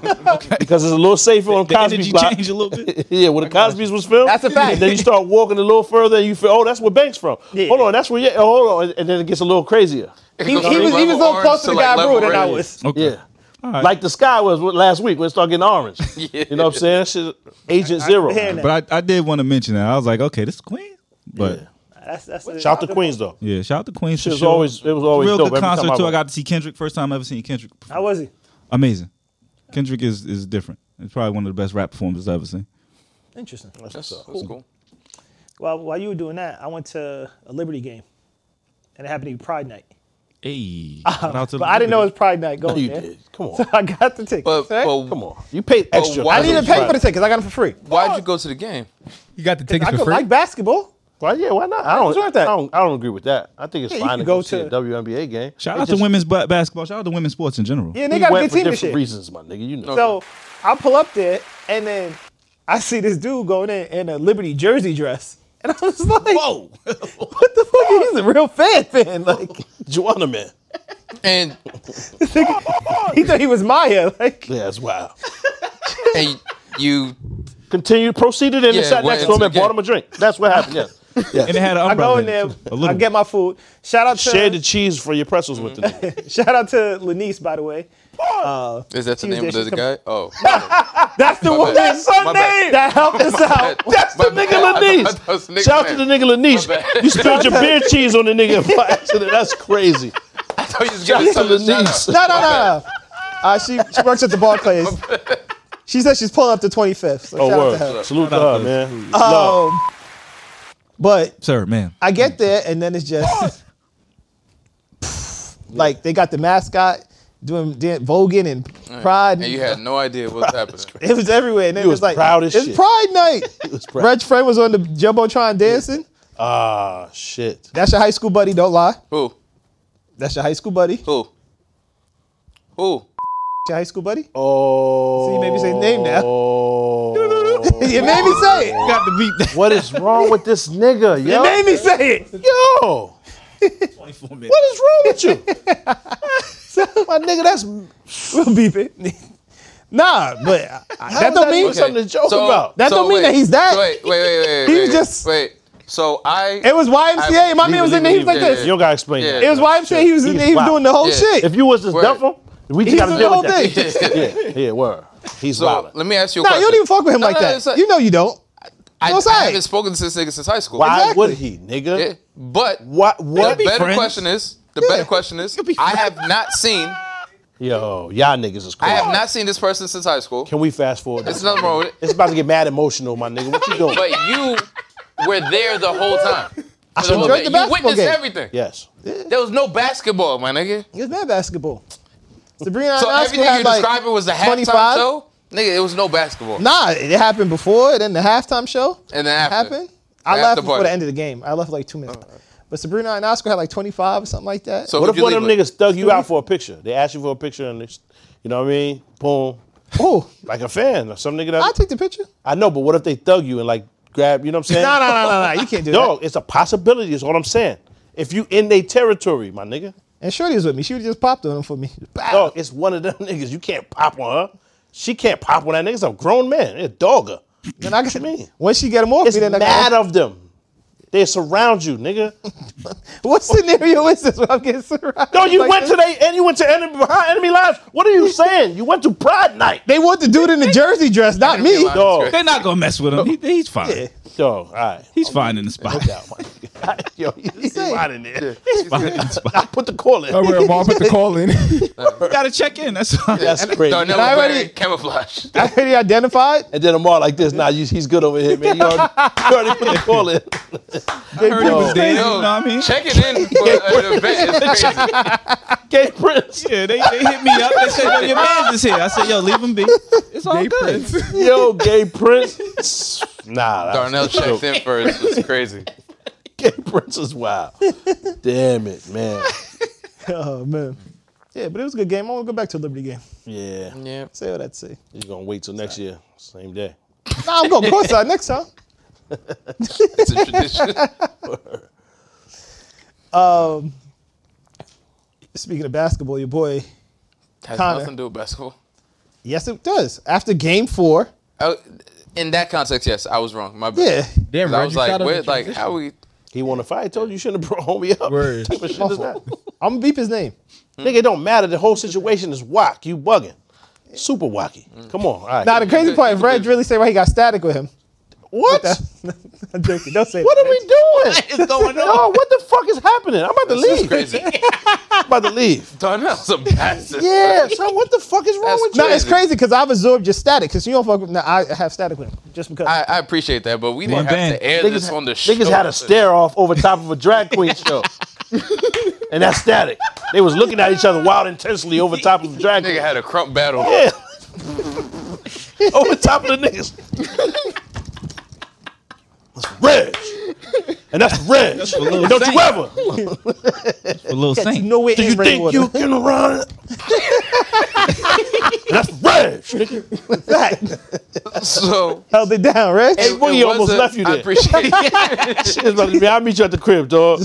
S2: because it's a little safer on
S6: The
S2: Cosby
S6: energy
S2: block.
S6: changed a little bit.
S2: yeah, where the Cosby's was filmed.
S3: That's a fact.
S2: And then you start walking a little further and you feel, oh, that's where Banks from.
S3: Yeah.
S2: Hold on, that's where, yeah, hold on. And then it gets a little crazier.
S1: It
S3: He,
S1: goes
S3: he
S1: from
S3: was he was
S1: level
S3: a little
S1: orange
S3: closer to Guy
S1: like
S3: Brewer
S1: level
S3: than I
S1: red.
S3: was.
S6: Okay.
S2: Yeah.
S6: right.
S2: Like the sky was last week when it started getting orange. You know what I'm saying? That shit, Agent Zero.
S3: Hearing that.
S6: But I, I did want to mention that. I was like, okay, this is Queen. But
S3: That's, that's a-
S2: Shout out to Queens though.
S6: yeah, shout out to Queen.
S2: Shit was always it was always
S6: real
S2: dope.
S6: good
S2: every time
S6: concert too. I
S2: went.
S6: got to see Kendrick. First time I ever seen Kendrick.
S9: How was he?
S6: Amazing. Kendrick is is different. It's probably one of the best rap performances I've ever seen.
S9: Interesting.
S1: That's cool.
S9: Well, while you were doing that, I went to a Liberty game, and it happened to be Pride Night.
S6: Hey,
S9: But I didn't know it was Pride Night going
S2: No, you
S9: there.
S2: did. Come on.
S9: So I got the ticket.
S1: But, but
S2: Come on. You paid extra.
S1: why
S3: I
S1: did
S3: didn't
S1: That's
S3: pay for the tickets. I got them for free.
S1: why'd you go to the game?
S10: You got the
S3: I
S10: tickets for
S3: could
S10: free.
S3: like basketball.
S2: Why? Yeah, why not? I don't,
S3: wrong with that?
S2: I don't. I don't agree with that. I think it's
S3: Yeah, you
S2: fine
S3: can
S2: to go,
S3: go
S2: see
S3: to-
S2: a WNBA game.
S6: Shout
S2: It
S6: out to
S2: just-
S6: women's ba- basketball. Shout out to women's sports in general.
S3: Yeah, and
S2: we
S3: they got a
S2: went
S3: good
S2: for
S3: team
S2: different
S3: this year.
S2: reasons, my nigga. You know.
S3: So I pull up there, and then I see this dude going in in a Liberty jersey dress. And I was like, whoa, what the fuck? He's a real fan fan. Like, Joanna man.
S1: And
S3: he thought he was Maya. Like,
S2: yeah, that's wild.
S1: and you
S2: continued, proceeded, and
S1: Yeah,
S2: they sat
S1: well,
S2: next to him and
S1: yeah.
S2: bought him a drink. That's what happened. Yes. yes.
S6: And it had an
S3: I
S6: umbrella.
S3: go in there, I get my food. Shout out to
S2: Share the cheese for your pretzels with them.
S3: shout out to Lanice, by the way.
S1: is that the name of
S3: Tuesday,
S1: the guy? Oh,
S3: That's the
S1: My
S3: one.
S1: bad. That's her My bad. name.
S3: That helped us out.
S1: that's
S2: The nigga Lanise. Shout out to the nigga Lanise. You spilled your beer cheese on the nigga by accident. That's crazy.
S1: Oh, you just
S2: Shout
S1: gave us
S2: out to
S1: another shout out.
S2: Lanise.
S3: No, no, no. no. Uh, she she works at the bar place. She said she's pulling up the 25th. So
S2: Oh,
S3: shout out to her.
S2: word. Salute to her, man. Oh. Love.
S3: Um, but
S6: Sir, man.
S3: I
S2: Mm.
S3: get there and then it's just like they got the mascot doing Dan Vogan and Pride.
S1: And you had no idea what was happening.
S3: it was everywhere. And then
S2: You
S3: it
S2: was
S3: was like
S2: proud as
S3: it's
S2: shit.
S3: Pride night.
S2: was proud.
S3: Reg Friend was on the jumbotron dancing.
S2: Ah, shit.
S3: That's your high school buddy. Don't lie.
S1: Who?
S3: That's your high school buddy.
S1: Who? Who?
S3: Your high school buddy.
S2: Oh.
S3: See, you made me say his name now.
S2: Oh.
S3: you made me say it.
S6: Got the beat.
S2: what is wrong with this nigga,
S3: You
S2: yo?
S3: made me say it.
S2: Yo.
S6: 24 minutes.
S2: What is wrong with you? My nigga, that's
S3: We'll beep it. nah, but I- I-
S2: how does
S3: that don't mean
S2: even something to joke
S1: so-
S2: about.
S3: That don't mean that he's that.
S1: so Wait, wait, wait, wait.
S3: He
S1: wait,
S3: just-
S1: wait. So I.
S3: it was YMCA. My man was in there. He was like
S1: leave it.
S3: this.
S2: You don't gotta explain
S1: Yeah.
S2: that.
S3: It was YMCA. He was in there. He was
S2: Wow.
S3: doing the whole
S1: Yeah.
S3: shit.
S2: If you was this
S1: Word.
S2: duffel, we just
S3: He's
S2: gotta
S3: doing
S2: deal
S3: the
S2: with
S3: whole
S2: that. yeah, yeah, word. He's
S1: so
S2: wildin'.
S1: let me ask you a
S3: nah, you
S1: question.
S3: don't even fuck with him
S1: No,
S3: like
S1: no,
S3: that.
S1: it's like-
S3: you know you don't.
S1: I,
S3: what's
S1: I
S3: that?
S1: haven't spoken to this nigga since high school.
S2: Why
S3: Exactly.
S2: would he, nigga?
S1: Yeah, But
S2: What? What?
S1: the better
S6: friends.
S1: question is, the better question is, I have not seen,
S2: Yo, y'all niggas is
S1: I
S2: crazy.
S1: have not seen this person since high school.
S2: Can we fast forward?
S1: There's nothing wrong with it.
S2: It's about to get mad emotional, my nigga. What you doing?
S1: But you were there the whole time. For the whole thing.
S3: enjoyed the
S1: you
S3: basketball
S1: witnessed
S3: game.
S1: everything.
S2: yes.
S1: There was no basketball, my nigga.
S3: It's not basketball. Sabrina
S1: So
S3: Ionescu
S1: everything
S3: had
S1: you
S3: like
S1: describing was a halftime
S3: 25?
S1: show. Nigga, it was no basketball.
S3: Nah, it happened before, then the halftime show
S1: and then after.
S3: happened. I
S1: After
S3: left
S1: party.
S3: before the end of the game. I left like two minutes. But Sabrina and Oscar had like 25 or something like that.
S1: So
S2: What
S1: who'd
S2: if
S1: you
S2: one of
S1: leave
S2: them
S1: with?
S2: niggas thug you out for a picture? They ask you for a picture and they, s- you know what I mean? Boom.
S3: oh,
S2: Like a fan or some nigga that
S3: I'll take the picture.
S2: I know, but what if they thug you and like grab, you know what I'm saying?
S3: No, no, no, no, no. You can't do that.
S2: Dog, it's a possibility, is all I'm saying. If you in their territory, my nigga.
S3: And Shorty was with me. She would have just popped on him for me.
S2: Dog, it's one of them niggas. You can't pop on her. She can't pop on that nigga. It's a grown man. It's a dogger.
S3: Then I
S2: What you
S3: got,
S2: mean?
S3: once she get him off
S2: It's
S3: me, then I
S2: mad
S3: got,
S2: of them. They surround you, nigga.
S3: What scenario is this when I'm getting surrounded?
S2: No, you
S3: like
S2: went
S3: this?
S2: to they and you went to enemy behind enemy lines. What are you saying? You went to Pride Night.
S3: They want the dude in the jersey dress, not me.
S1: Line is
S2: Dog.
S1: great.
S6: They're not gonna mess with him.
S3: Oh,
S6: He, he's fine.
S2: Yo, all right.
S6: He's fine in the spot.
S2: Yo, he's
S3: saying?
S2: out in there.
S6: Fine in the spot.
S2: I put the call in.
S10: I wear a ball, put the call in.
S6: Gotta check in. That's all.
S2: That's crazy.
S1: Darnell
S3: I
S1: was
S3: already-
S1: wearing camouflage.
S3: I already identified.
S2: And then I'm all like this. Nah, you- he's good over here, man. You already, you already put the call in.
S6: I heard he was
S2: Yo.
S6: dating. You
S1: Yo,
S6: know what I mean?
S1: Checking in for an event is crazy.
S2: Gay Prince.
S6: Yeah, they, they hit me up. They said, yo, your man's is here. I said, yo, leave him be. It's all good.
S2: Yo, Gay Prince. Nah, that's
S1: Darnell checked in first. It's crazy.
S2: Gay Prince is wild. Damn it, man.
S3: Oh man. Yeah, but it was a good game. I want to go back to the Liberty game.
S2: Yeah.
S1: Yeah.
S3: Say what I'd say.
S2: You're gonna wait till next year. Same day.
S3: Nah, I'm going courtside next time.
S1: It's a tradition.
S3: Um, Speaking of basketball, your boy.
S1: Has
S3: Connor.
S1: nothing to do with basketball.
S3: Yes, it does. After game four.
S1: I, Oh, in that context, yes, I was wrong. My bad.
S3: Yeah.
S1: 'Cause
S10: Damn,
S1: I
S10: Reg,
S1: was
S10: you
S1: like,
S10: shot up
S1: where,
S10: the
S1: like,
S10: transition.
S1: how we?
S2: He won a fight. I told you you shouldn't have brought homie up.
S10: Word.
S2: Type of shit is that?
S3: I'm beep his name.
S2: Nigga, it don't matter. The whole situation is whack. You bugging. Super wacky.
S1: Mm.
S2: Come on. All right.
S3: Now the crazy part, if Reg really say why he got static with him.
S2: what?
S3: I'm joking. Don't say
S2: What
S3: that.
S2: are we doing?
S1: What is going on?
S2: Yo, what the fuck is happening? I'm about to
S1: This is
S2: leave.
S1: crazy.
S2: I'm about to leave.
S1: Darnell's a bastard.
S2: Yeah, son, what the fuck is wrong
S1: That's
S2: with you?
S3: No, it's crazy because I've absorbed your static because you don't fuck with. No, I have static with him just because.
S1: I, I appreciate that, but we
S6: One
S1: didn't have
S6: band.
S1: to air this on the show.
S2: Niggas had a stare off over top of a drag queen show. and that's static. They was looking at each other wild intensely over top of the drag
S1: Nigga
S2: queen.
S1: had a crump battle.
S2: Yeah. over top of the niggas. That's Reg. And that's Reg. And don't you ever.
S6: A little saint.
S3: no way
S2: Do you
S3: in
S2: think
S3: rainwater.
S2: you can run? and that's Reg. nigga.
S3: Fact.
S1: So
S3: held it down, right?
S2: Hey, Boogie
S1: it
S2: almost
S1: wasn't-
S2: left you
S1: I
S2: there.
S1: appreciate it.
S2: Shit, about to be, I'll meet you at the crib, dog.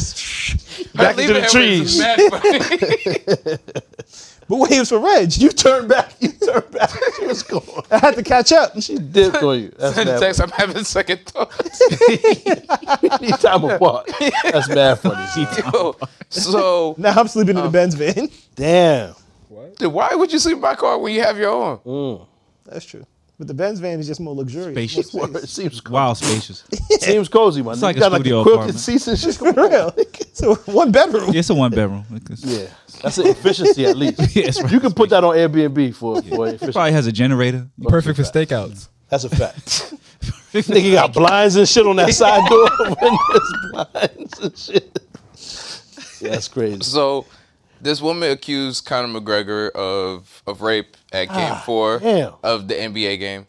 S2: Back into the trees.
S3: But wait, it was for Reg.
S2: You turn back. You turn back. She was gone.
S3: I had to catch up.
S2: She dipped on you. That's
S1: Send a
S2: mad.
S1: text. I'm having second thoughts.
S2: funny. Need time apart. That's mad funny.
S1: Yo, so,
S3: Now I'm sleeping in the Benz van.
S2: Damn.
S1: dude, why would you sleep in my car when you have your own?
S3: That's true. But the Benz van is just more luxurious.
S6: Spacious.
S3: More space.
S2: It seems cozy.
S6: Wow, spacious.
S2: Seems cozy, man. It's
S6: like a
S2: got
S6: studio
S2: like the quilted
S6: apartment.
S2: seats and shit.
S3: For real. So one bedroom.
S6: It's a one bedroom.
S2: Yeah, that's an efficiency at least.
S6: Yes, right.
S2: You can put that on Airbnb for for efficiency.
S6: Probably has a generator.
S5: Perfect for stakeouts.
S2: That's a fact. Nigga got blinds and shit on that side door. Windows, blinds and shit. Yeah, that's crazy.
S1: So, this woman accused Conor McGregor of of rape at Game Four
S2: damn.
S1: of the NBA game.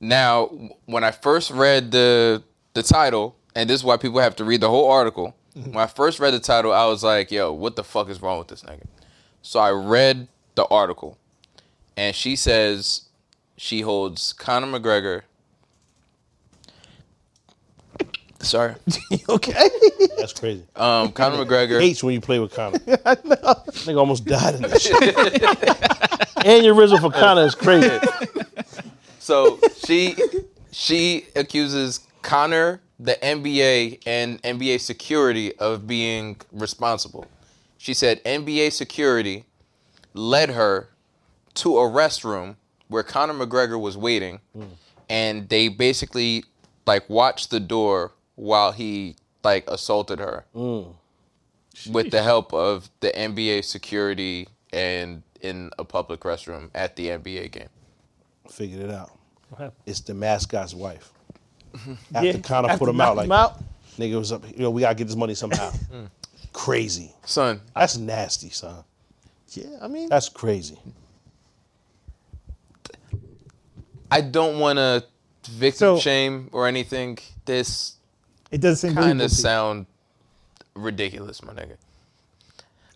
S1: Now, w- when I first read the the title, and this is why people have to read the whole article. When I first read the title, I was like, "Yo, what the fuck is wrong with this nigga?" So I read the article, and she says she holds Conor McGregor. Sorry,
S3: okay.
S2: That's crazy.
S1: um, Conor McGregor.
S2: Hates when you play with Connor. Nigga almost died in this shit. Aneurysm for Connor is crazy.
S1: So she she accuses Connor, the NBA, and NBA security of being responsible. She said NBA security led her to a restroom where Conor McGregor was waiting, and they basically like watched the door while he like assaulted her with the help of the NBA security and in a public restroom at the NBA game.
S2: Figured it out.
S9: Okay.
S2: It's the mascot's wife. Mm-hmm. After
S9: Yeah,
S2: Connor put him out, Mm. like
S3: Knock him out.
S2: nigga was up. You know, we gotta get this money somehow. crazy.
S1: Son,
S2: That's nasty, son.
S3: Yeah, I mean,
S2: That's crazy.
S1: I don't want to victim
S3: So-
S1: shame or anything. This
S3: it doesn't seem
S1: kind
S3: believable.
S1: of
S3: to you.
S1: sound ridiculous, my nigga.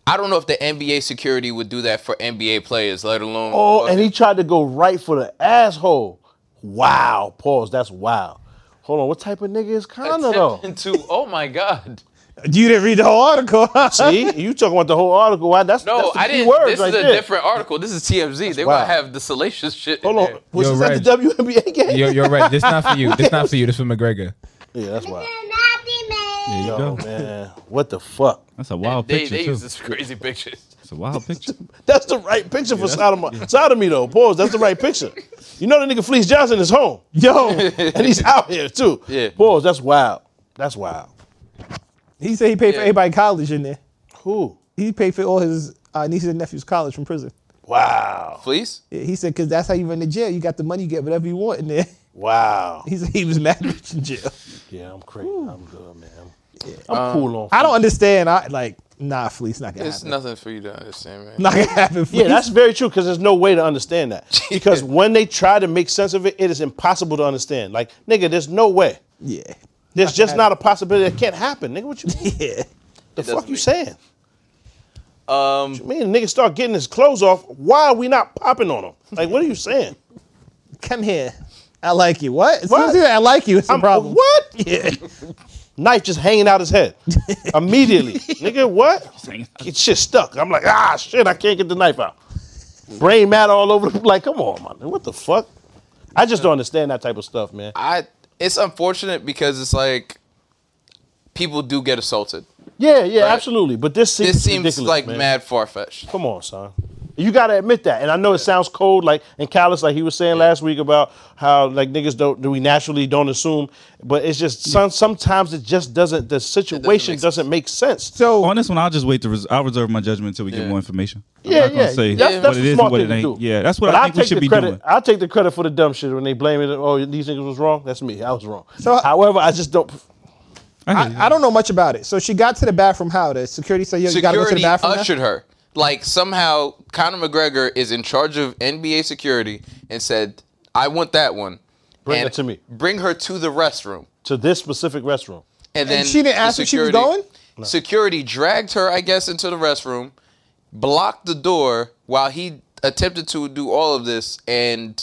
S1: I don't know if the NBA security would do that for NBA players, let alone.
S2: Oh, and he tried to go right for the asshole. Wow. Pause. That's wild. Hold on. What type of nigga is Connor though?
S1: attempting to. Oh my god!
S3: You didn't read the whole article.
S2: See, you talking about the whole article? Why? That's
S1: No,
S2: that's the
S1: I
S2: key
S1: didn't.
S2: words
S1: This
S2: right
S1: is a
S2: there.
S1: different article. This is TMZ. They
S2: wild.
S1: might have the salacious shit. in
S2: Hold on.
S1: there.
S2: Was
S10: Yo,
S2: this
S10: Reg.
S2: at the WNBA game?
S10: Yo, you're right. This not for you. This not for you. This for McGregor.
S2: Yeah, that's wild.
S6: There you
S2: Yo,
S6: go.
S2: man, what the fuck?
S6: That's a wild
S1: They,
S6: picture
S1: they
S6: too.
S1: use this crazy pictures.
S6: It's a wild picture.
S2: That's the right picture for sodomy. Sodomy though. Pause. That's the right picture. You know the nigga Fleece Johnson is home. Yo, and he's out here too.
S1: Yeah.
S2: Pause. That's wild. That's wild.
S3: He said he paid for
S1: Yeah.
S3: everybody college in there.
S2: Who?
S3: He paid for all his uh, nieces and nephews' college from prison.
S2: Wow.
S1: Please.
S3: Yeah, he said because that's how you run the jail. You got the money, you get whatever you want in there.
S2: Wow.
S3: He said he was mad rich in jail.
S2: Yeah, I'm crazy. I'm good, man. I'm cool on.
S3: I don't understand. I like nah, Fleece not gonna
S1: It's
S3: happen.
S1: nothing for you to understand, man.
S3: not gonna happen. Fleece.
S2: Yeah, that's very true because there's no way to understand that. Because when they try to make sense of it, it is impossible to understand. Like, nigga, there's no way.
S3: yeah,
S2: There's just not a possibility. It can't happen, nigga. What you mean?
S3: yeah.
S2: The
S1: doesn't
S2: fuck you
S1: mean-
S2: saying? Um, what you mean, nigga, start getting his clothes off. Why are we not popping on him? Like, what are you saying?
S3: Come here. I like you. What? As soon as
S2: What?
S3: you say, I like you. It's a
S2: I'm-
S3: problem.
S2: What?
S3: Yeah.
S2: Knife just hanging out his head immediately, nigga. What? Get shit stuck. I'm like, ah, shit. I can't get the knife out. Brain matter all over. The, like, come on, man. What the fuck? I just don't understand that type of stuff, man.
S1: I. It's unfortunate because it's like people do get assaulted.
S2: Yeah, yeah,
S1: Right.
S2: absolutely. But this seems
S1: This seems
S2: ridiculous,
S1: like
S2: man.
S1: mad far fetched.
S2: Come on, son. You gotta admit that. And I know it sounds cold, like and callous, like he was saying last week about how like niggas don't do we naturally don't assume, but it's just some, sometimes it just doesn't the situation
S1: make sense.
S2: doesn't make sense.
S3: So
S6: On this one, I'll just wait to. Res- I'll reserve my judgment until we get
S1: Yeah.
S6: more information. I'm
S2: Yeah,
S6: not gonna
S2: yeah.
S6: say
S2: That's, that's
S6: what
S2: the
S6: it is and
S2: smart
S6: what
S2: thing
S6: it
S2: to
S6: ain't.
S2: do.
S6: Yeah, that's what
S2: But
S6: I
S2: I'll
S6: think we
S2: take
S6: should
S2: the
S6: be
S2: credit.
S6: doing.
S2: I'll take the credit for the dumb shit when they blame it. Oh, these niggas was wrong. That's me. I was wrong.
S3: So-
S2: However, I just don't.
S3: I, I don't know much about it. So she got to the bathroom. How the security said, "Yo, you gotta go to the
S1: security
S3: bathroom." now?
S1: ushered her. Like somehow Conor McGregor is in charge of NBA security and said, "I want that one."
S2: Bring
S1: and
S2: it to me.
S1: Bring her to the restroom.
S2: To this specific restroom.
S1: And then
S3: she didn't
S1: the
S3: ask if she was going?
S1: Security dragged her, I guess, into the restroom, blocked the door while he attempted to do all of this and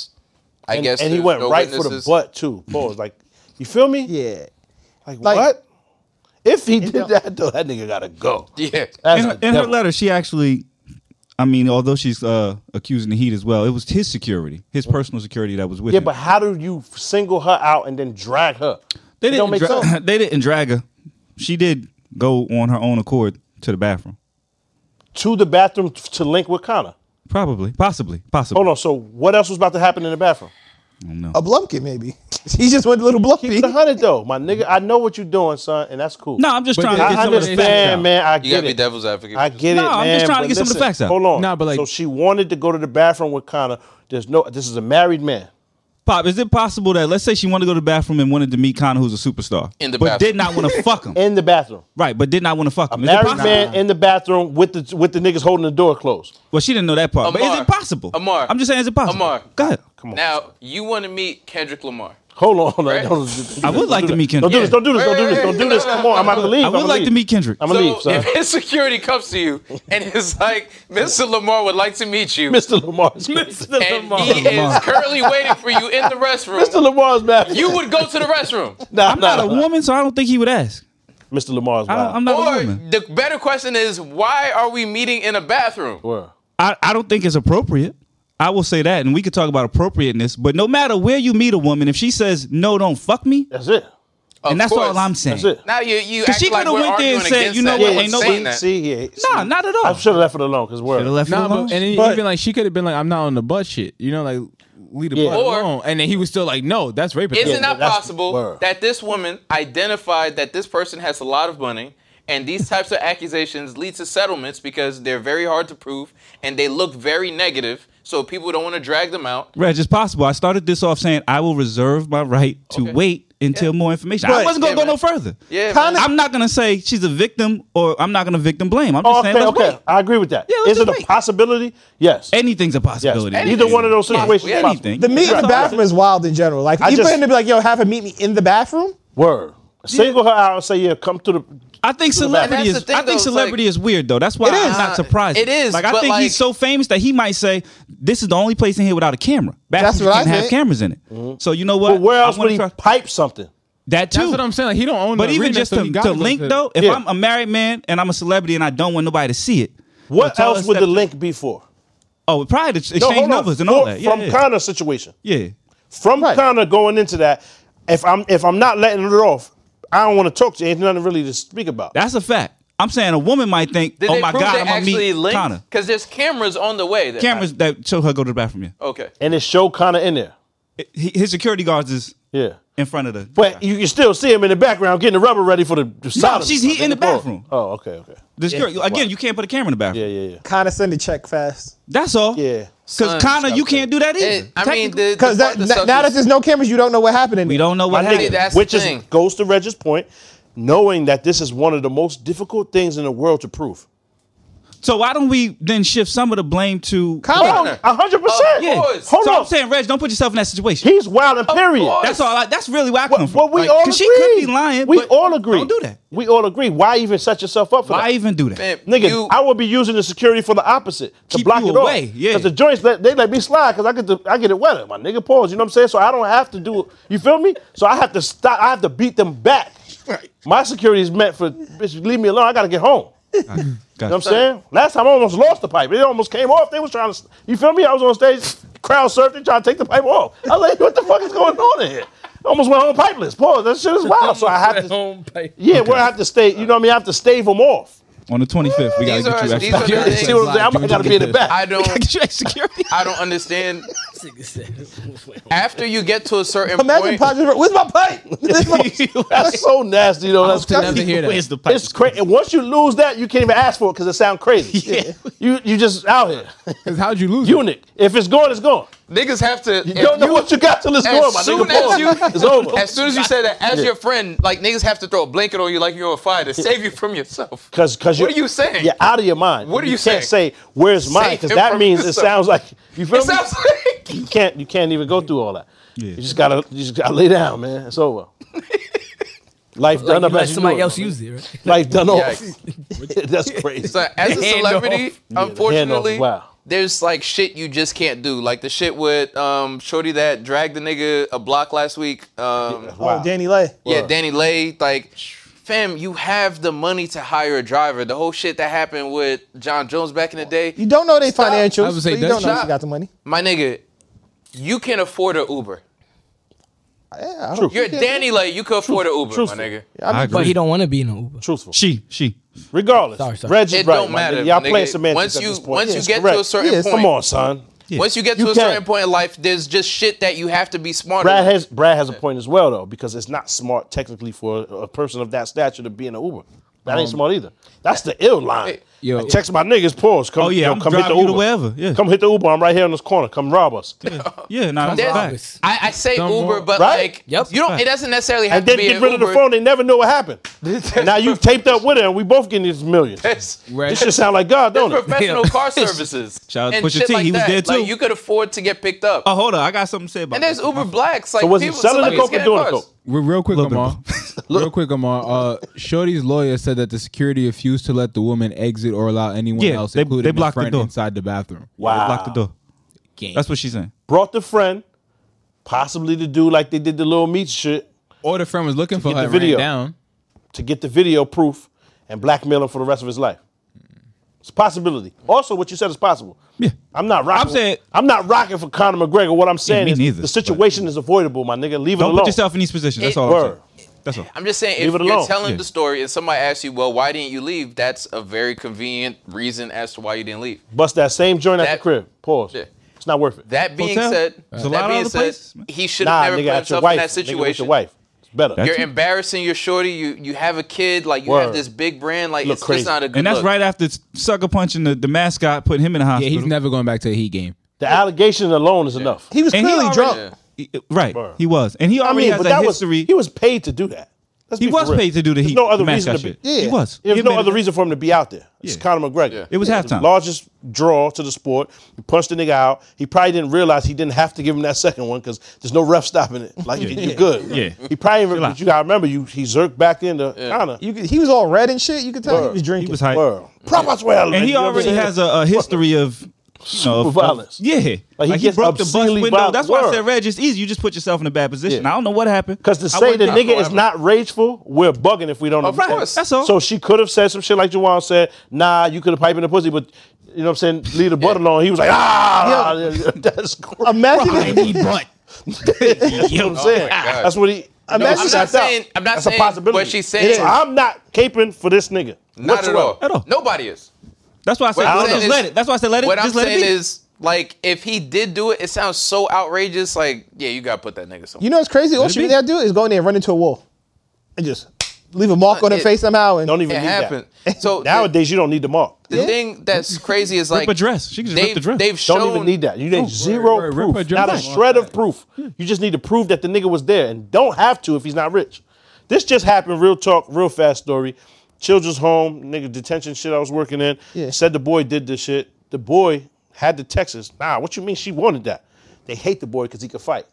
S1: I
S2: and,
S1: guess
S2: and he
S1: there's
S2: went
S1: no
S2: right
S1: witnesses. Mm-hmm.
S2: for the butt too. Pause. Like, you feel me? Yeah. Like,
S1: Like-
S2: what? If he did that though, that nigga gotta go.
S1: Yeah.
S2: That's
S6: in,
S2: a
S6: her, in her
S2: devil.
S6: letter, she actually, I mean, although she's uh, accusing the Heat as well, it was his security, his personal security that was with
S2: Yeah,
S6: him.
S2: but how do you single her out and then drag her?
S6: they
S2: It
S6: didn't.
S2: don't make
S6: dra-
S2: sense.
S6: they didn't drag her. She did go on her own accord to the bathroom.
S2: To the bathroom t- to link with Connor.
S6: Probably, possibly, possibly.
S2: Hold on. So what else was about to happen in the bathroom?
S3: A blumpkin, maybe. He just went a little blumpy.
S2: The hundred though, my nigga. I know what you're doing, son, and that's cool.
S6: No, I'm just
S10: But
S6: trying to
S10: then-
S6: get
S2: I
S6: some of the facts out.
S2: understand, man. I
S1: You
S2: get
S1: gotta be
S2: it.
S1: devil's advocate.
S2: I get it.
S6: No, I'm just
S2: man,
S6: trying to
S2: but
S6: get some of the
S2: listen,
S6: facts out.
S2: Hold on.
S10: Nah, but like-
S2: so she wanted to go to the bathroom with Connor. There's no. This is a married man.
S6: Pop, is it possible that let's say she wanted to go to the bathroom and wanted to meet Connor, who's a superstar,
S1: In the
S6: but
S1: bathroom.
S6: did not want to fuck him,
S2: in the bathroom.
S6: right? But did not want to fuck him. Is it
S2: Married
S6: possible?
S2: man in the bathroom with the with the niggas holding the door closed.
S6: Well, she didn't know that part. but is
S1: Amar.
S6: it possible?
S1: Amar.
S6: I'm just saying, is it possible?
S1: Amar.
S6: Go ahead.
S1: Now you want to meet Kendrick Lamar.
S2: Hold on, hold on.
S1: Right.
S2: Don't do-
S6: I would like to meet
S2: Don't do
S6: Kendrick.
S2: this. Don't do this. Don't do this.
S1: Wait,
S2: Don't do
S1: wait,
S2: this.
S1: wait,
S2: Come on, I'm about to leave.
S6: I would
S2: I'ma
S6: like to
S2: leave.
S6: meet Kendrick.
S2: I'm
S1: So
S2: gonna leave, son.
S1: if his security comes to you and is like, Mr. Lamar would like to meet you,
S2: Mr. Lamar's Mr.
S1: and he is currently waiting for you in the restroom,
S2: Lamar's mad.
S1: you would go to the restroom.
S2: Nah,
S6: I'm not
S2: nah,
S6: a
S2: nah.
S6: woman, so I don't think he would ask.
S2: Mr. Lamar's
S6: I
S2: mad.
S6: don't, I'm not a
S1: Or
S6: woman.
S1: the better question is, why are we meeting in a bathroom?
S2: Word.
S6: I, I don't think it's appropriate. I will say that, and we could talk about appropriateness. But no matter where you meet a woman, if she says no, don't fuck me,
S2: That's it.
S1: Of
S6: and that's
S1: course.
S6: all I'm saying.
S2: That's it.
S1: Now you you
S6: 'Cause
S1: act
S6: she
S1: like
S6: coulda
S1: we're
S6: went there and
S1: arguing
S6: said,
S1: against
S6: you know
S1: that.
S6: what,
S1: We're
S6: ain't no-
S1: saying that.
S2: See, yeah.
S6: Nah, not at
S2: I
S6: all.
S2: should have left it alone because word.
S6: Should've left it
S10: Nah,
S6: alone.
S10: but and then
S2: But-
S10: even like she could have been like, "I'm not on the butt shit," you know, like leave the
S2: Yeah.
S10: butt
S1: Or-
S10: alone, and then he was still like, "No, that's rape."
S1: Is
S2: Yeah,
S1: it not
S2: that's-
S1: possible
S2: word.
S1: that this woman identified that this person has a lot of money and these types of accusations lead to settlements because they're very hard to prove and they look very negative, so people don't want to drag them out?
S6: Reg, it's possible. I started this off saying I will reserve my right to
S1: Okay.
S6: wait until more information. I
S3: Right.
S6: wasn't gonna
S1: Yeah,
S6: go
S1: man.
S6: no further.
S1: Yeah,
S3: Kinda-
S1: man.
S6: I'm not gonna say she's a victim or I'm not gonna victim blame. I'm just
S2: Oh,
S6: saying
S2: okay,
S6: let's
S2: okay.
S6: wait.
S2: I agree with that.
S6: Yeah, let's
S2: Is it
S6: just
S2: a
S6: wait.
S2: possibility? Yes.
S6: Anything's a
S2: Yes.
S6: possibility.
S2: Either one of those situations. is
S1: Anything.
S2: possible.
S6: Anything.
S3: The meet in the bathroom is wild in general. Like,
S2: I
S3: you
S2: just-
S3: put in to be like, yo, have her meet me in the bathroom?
S2: Word. Single her out and say, yeah, come to the.
S6: I think
S2: the bathroom.
S6: celebrity
S1: And
S6: is.
S1: that's the thing,
S6: I think
S1: though, it's
S6: celebrity
S1: like-
S6: is weird though. That's why
S3: It
S6: I'm
S3: is.
S6: not surprised.
S1: It is,
S6: Like I
S1: but,
S6: think
S1: like-
S6: he's so famous that he might say, "This is the only place in here without a camera. Bathrooms
S3: That's
S6: you
S3: what I
S6: can't have
S3: think.
S6: cameras in it." So you know what?
S2: Mm-hmm. But where
S6: I
S2: else
S6: wanna
S2: would he
S6: try-
S2: pipe something?
S6: That too.
S10: That's what I'm saying. Like he don't own.
S6: But
S10: the
S6: even
S10: arena,
S6: just
S10: so
S6: to,
S10: he got
S6: to
S10: go
S6: link
S10: the-
S6: though, if
S2: Yeah.
S6: I'm a married man and I'm a celebrity and I don't want nobody to see it,
S2: What
S6: the
S2: else
S6: tallest
S2: would the
S6: step-
S2: link be for?
S6: Oh, probably to
S2: No,
S6: exchange
S2: hold on.
S6: numbers and
S2: For-
S6: all that. Yeah,
S2: From
S6: yeah.
S2: Connor situation.
S6: yeah.
S2: From
S3: Right.
S2: Connor going into that, if I'm if I'm not letting it off, I don't want to talk to you. Ain't nothing really to speak about.
S6: That's a fact. I'm saying a woman might think,
S1: Did
S6: "Oh
S1: they
S6: my
S1: prove
S6: God,
S1: they
S6: I'm gonna
S1: actually
S6: meet Connor."
S1: linked? Because there's cameras on the way. That
S6: Cameras that show her go to the bathroom. Yeah,
S1: Okay.
S2: and it showed Connor in there.
S6: It- he- his security guards is
S2: Yeah.
S6: in front of the.
S2: But you can still see him in the background getting the rubber ready for the, the sodomy.
S6: she's- he in the bathroom.
S2: Oh, okay, okay.
S6: the security- again, you can't put a camera in the bathroom.
S2: Yeah, yeah, yeah.
S3: Kind of send a check fast.
S6: That's all.
S2: Yeah.
S6: Because Connor, you can't do that either.
S1: It- I mean,
S6: Technically,
S1: the, the part
S3: Because that,
S1: that
S3: now
S1: sucks
S3: that
S1: is-
S3: there's no cameras, you don't know what happened in
S6: we
S3: there.
S6: don't know
S2: My
S6: what
S2: nigga,
S6: happened.
S1: that's the
S2: which is
S1: thing.
S2: goes to Reg's point, knowing that this is one of the most difficult things in the world to prove.
S6: so why don't we then shift some of the blame to?
S1: Connor.
S2: A hundred percent.
S1: Of course.
S2: Hold
S6: so
S2: on.
S6: I'm saying, Reg, don't put yourself in that situation.
S2: He's wild and period.
S1: course.
S6: that's all. I, that's really where I come
S2: What,
S6: from.
S2: what we
S6: Like,
S2: all
S6: 'cause
S2: agree.
S6: she could be lying.
S2: We
S6: but
S2: all agree.
S6: Don't do that.
S2: We all agree. Why even set yourself up for
S6: Why
S2: that?
S6: even do that?
S1: Man,
S2: Nigga,
S1: you-
S2: I would be using the security for the opposite to
S6: Keep
S2: block
S6: you
S2: it
S6: away,
S2: off.
S6: yeah.
S2: Cause the joints let, they let me slide because I get the, I get it wetter. My nigga pause. You know what I'm saying? So I don't have to do it. You feel me? So I have to stop. I have to beat them back. Right. My security is meant for bitch. Leave me alone. I gotta get home. You know what I'm saying? Last time I almost lost the pipe. It almost came off. They was trying to, you feel me? I was on stage, crowd surfing, trying to take the pipe off. I was like, what the fuck is going on in here? I almost went home pipeless. Pause. That shit is wild. So I have to, yeah, where I have to stay, you know what I mean? I have to stave them off.
S6: On the 25th, we gotta
S1: These are-
S6: get
S1: these
S6: you
S1: are the
S6: extra.
S1: things-
S2: See what I'm saying? I might gotta be in the back.
S1: I don't.
S6: Get you extra security.
S1: I don't understand. After you get to a certain
S3: Imagine
S1: point,
S3: Padre, where's my pipe? Where's my-
S2: That's so nasty, though. That's
S10: never
S2: crazy.
S10: hear that.
S6: Where's the pipe?
S2: It's crazy. And once you lose that, you can't even ask for it because it sounds crazy.
S6: Yeah.
S2: You you just out here.
S10: 'Cause how'd you lose? it?
S2: Eunuch. If it's gone, it's gone.
S1: niggas have to.
S2: You don't know what you got till it's gone, my
S1: As soon
S2: nigga.
S1: as
S2: Pause.
S1: you,
S2: it's over.
S1: as soon as you say that, as your friend, like niggas have to throw a blanket on you like you're on fire to save you from yourself.
S2: Cause, cause
S1: What
S2: you're-
S1: are you saying?
S2: You're out of your mind.
S1: What are you
S2: can't
S1: saying?
S2: say where's mine
S1: Save
S2: because
S1: him
S2: that
S1: from
S2: means it
S1: yourself.
S2: sounds like you feel
S1: It
S2: me?
S1: sounds like
S2: you can't you can't even go through all that. You just gotta you just gotta lay down, man. It's over. Life done
S5: You
S2: up
S5: let
S2: as you
S5: somebody
S2: do it,
S5: else
S2: man.
S5: use it, right?
S2: Life done off.
S1: Yikes.
S2: That's crazy.
S1: So as a
S5: Hand
S1: celebrity,
S2: Yeah, the hand off is
S1: unfortunately,
S2: wild.
S1: there's like shit you just can't do. Like the shit with um Shorty that dragged the nigga a block last week. Um,
S3: Oh, Danny Lay.
S1: yeah, Danny Lay, like, fam, you have the money to hire a driver. The whole shit that happened with John Jones back in the day,
S3: You don't know their
S1: Stop.
S3: financials.
S10: I would
S3: so
S10: say
S3: you
S10: that-
S3: don't know if
S1: Stop.
S3: you got the money.
S1: my nigga, you can afford an Uber.
S3: Yeah, I
S2: True.
S3: don't-
S1: You're Danny Lay, you can afford an Uber,
S2: Truthful.
S1: my nigga.
S6: I
S5: But
S6: agree.
S5: he don't want to be in an Uber.
S2: Truthful.
S6: She, she.
S2: Regardless,
S5: Sorry, sorry.
S2: Reg is
S1: It
S2: right.
S1: don't
S2: my
S1: matter.
S2: nigga. Y'all
S1: nigga.
S2: playing semantics
S1: Once
S2: at
S1: you
S2: this point.
S1: once
S2: Yeah,
S1: you
S2: it's
S1: get
S2: correct.
S1: to a certain
S3: Yes.
S1: point,
S2: Come on, son.
S1: once you get to
S2: You
S1: a certain
S2: can't.
S1: point in life, there's just shit that you have to be smarter.
S2: Brad
S1: than.
S2: has Brad has a point as well though, because it's not smart technically for a a person of that stature to be in an Uber. That ain't smart either. That's the ill line.
S10: yo.
S2: I text my niggas, pause. Come,
S6: Oh, yeah,
S2: yo,
S6: I'm
S2: come hit the
S6: driving you
S2: Uber.
S6: to wherever, yeah.
S2: Come hit the Uber. I'm right here on this corner. Come rob us.
S6: Yeah, nah, that's
S1: There's-
S6: facts.
S1: I, I say
S10: Some
S1: Uber,
S10: more.
S1: but
S2: Right?
S1: like
S5: Yep.
S1: you don't. It doesn't necessarily have
S2: And then
S1: to be
S2: get
S1: an
S2: rid of the
S1: Uber.
S2: phone. They never know what happened. And now you've taped up with her, and we both getting these millions.
S1: That's-
S2: This should sound like God, don't it?
S1: professional car services.
S6: Shout out to
S1: and
S6: Pusha
S1: shit
S6: T,
S1: Like
S6: he was
S1: that.
S6: there, too.
S1: Like, you could afford to get picked up.
S6: Oh, hold on. I got something to say about
S1: and there's
S6: that.
S1: Uber Blacks. Like
S2: So was he
S1: people,
S2: selling the
S1: somebody's
S2: coke or
S1: getting
S2: doing the
S1: cars.
S2: coke?
S10: Well, real quick,
S6: Little bit.
S10: Amar. real quick, Amar. Uh, Shorty's lawyer said that the security refused to let the woman exit or allow anyone
S6: Yeah,
S10: else,
S6: they-
S10: including
S6: they
S10: the
S6: blocked the
S10: friend,
S6: door.
S10: inside the bathroom.
S2: Wow.
S6: Lock the door. That's what she's saying.
S2: Brought the friend, possibly to do like they did the little meat shit
S10: Or the friend was looking for
S2: get
S10: her,
S2: the
S10: and ran
S2: video.
S10: down.
S2: to get the video proof and blackmail him for the rest of his life. It's a possibility. Also, what you said is possible.
S6: Yeah.
S2: I'm not rocking.
S6: I'm saying-
S2: I'm not rocking for Conor McGregor. What I'm saying
S6: me
S2: is
S6: neither,
S2: the situation is avoidable, my nigga. Leave it
S6: Don't
S2: alone.
S6: put yourself in these positions. That's
S1: It-
S6: all I'm
S2: Word.
S6: saying. That's all.
S1: I'm just saying,
S2: Leave
S1: if
S2: it
S1: you're
S2: alone.
S1: telling
S6: Yeah.
S1: the story and somebody asks you, "Well, why didn't you leave?" That's a very convenient reason as to why you didn't leave.
S2: Bust that same joint at
S1: That-
S2: the crib. Pause.
S1: Yeah.
S2: It's not worth it.
S1: That being
S6: Hotel?
S1: said,
S6: There's a lot
S1: that
S6: of
S1: being
S6: other
S1: said,
S6: places, man.
S1: he should
S2: nah,
S1: have never
S2: nigga,
S1: put
S2: at your
S1: himself
S2: wife.
S1: in that
S2: Nigga, with
S1: situation.
S2: your wife. It's better.
S6: That's-
S1: You're
S6: Too.
S1: embarrassing your shorty. You you have a kid. Like you have
S2: Word.
S1: this big brand. Like
S2: Look
S1: it's
S2: crazy.
S1: just not a good
S6: And that's
S1: look.
S6: right after sucker punching the, the mascot, putting him in the
S10: Yeah,
S6: hospital.
S10: he's never going back to a heat game.
S2: The allegation alone is enough.
S3: He was
S6: And he
S3: clearly
S6: already-
S3: drunk.
S1: Yeah.
S6: He- right.
S2: Bruh.
S6: He was, and he
S2: I
S6: already
S2: mean,
S6: has
S2: but
S6: a
S2: that
S6: history.
S2: was he was paid to do that. Let's
S6: He
S2: be
S6: was
S2: for real.
S6: paid to do the
S2: There's
S6: heat.
S2: no other
S6: the mascot
S2: reason to be.
S6: shit.
S2: Yeah.
S6: He was.
S2: There's
S6: He
S2: no
S6: admitted
S2: other
S6: it.
S2: reason for him to be out there. It's
S6: Yeah.
S2: Conor McGregor.
S6: It was halftime.
S2: Largest draw to the sport. He punched the nigga out. He probably didn't realize he didn't have to give him that second one because there's no ref stopping it. Like you- you're good.
S6: Yeah.
S2: He probably. Even,
S6: out.
S2: but you gotta remember, you he zerked back into Conor.
S3: You could, he was all red and shit. You could tell he
S2: Word.
S3: was
S6: He
S3: drinking.
S6: was hype.
S2: Well, prop us well.
S6: And he already has a, a history of. You know, of- of-
S2: violence.
S6: Yeah, like he,
S2: gets
S6: broke the bus
S2: obscenely
S6: window.
S2: violent.
S6: That's why I
S2: Word.
S6: said, Reg, it's easy. You just put yourself in a bad position.
S2: Yeah.
S6: I don't know what happened.
S2: Because to
S6: I
S2: say
S6: wouldn't
S2: the
S6: think-
S2: nigga is not rageful, we're bugging if we don't
S1: Of
S2: understand.
S1: course. That's
S6: all.
S2: So she could have said some shit like Juwan said, nah, you could have piped in the pussy, but you know what I'm saying? Leave the butt alone. He was like, ah, that's crazy.
S3: Imagine if,
S2: you know what I'm saying?
S1: God.
S2: that's what he.
S3: No,
S2: that's
S3: I'm
S2: what
S3: not
S2: he said.
S1: saying- I'm not
S2: that's
S1: saying
S2: a possibility.
S1: what she's saying.
S2: So I'm not caping for this nigga.
S1: Not at all.
S6: At all.
S1: Nobody is.
S6: That's why I said,
S1: What I'm
S6: just
S1: saying is-
S6: let it. That's why I said, let it.
S1: What
S6: just
S1: I'm
S6: let
S1: saying
S6: it be.
S1: is, like, if he did do it, it sounds so outrageous. Like, yeah, you gotta put that nigga somewhere.
S3: you know what's crazy? All
S6: Let it
S3: she
S6: be.
S3: really gotta do is go in there and run into a wall, and just leave a mark on her
S1: It-
S3: face somehow. And
S2: Don't even
S1: it
S2: need
S1: happened.
S2: that.
S1: So the,
S2: Nowadays, you don't need the mark.
S1: the thing that's crazy is like
S6: a dress. She can just rip
S1: they've,
S6: the dress.
S1: They've shown
S2: Don't even need that. You need zero
S10: right, right. Rip her
S2: proof. Not a
S10: dress off.
S2: shred of proof.
S10: Hmm.
S2: You just need to prove that the nigga was there and don't have to if he's not rich. This just happened, real talk, real fast story. Children's home, nigga detention shit I was working in.
S3: Yeah.
S2: Said the boy did this shit. The boy had the Texas. Nah, what you mean she wanted that? They hate the boy because he could fight.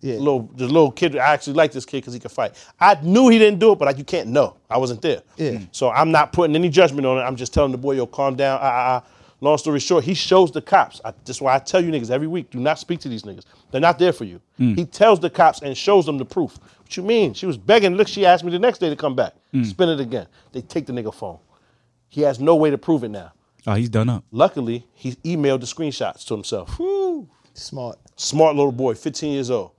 S3: Yeah.
S2: The little, the little kid, I actually like this kid because he could fight. I knew he didn't do it, but like you can't know. I wasn't there.
S3: Yeah.
S2: So I'm not putting any judgment on it. I'm just telling the boy, yo, calm down. Ah, ah, ah. Long story short, he shows the cops. I, that's why I tell you niggas every week, do not speak to these niggas. They're not there for you. He tells the cops and shows them the proof. What you mean? She was begging. Look, she asked me the next day to come back. Spin it again. They take the nigga phone. He has no way to prove it now.
S6: Oh, he's done up.
S2: Luckily, he emailed the screenshots to himself
S3: smart.
S2: smart little boy, 15 years old.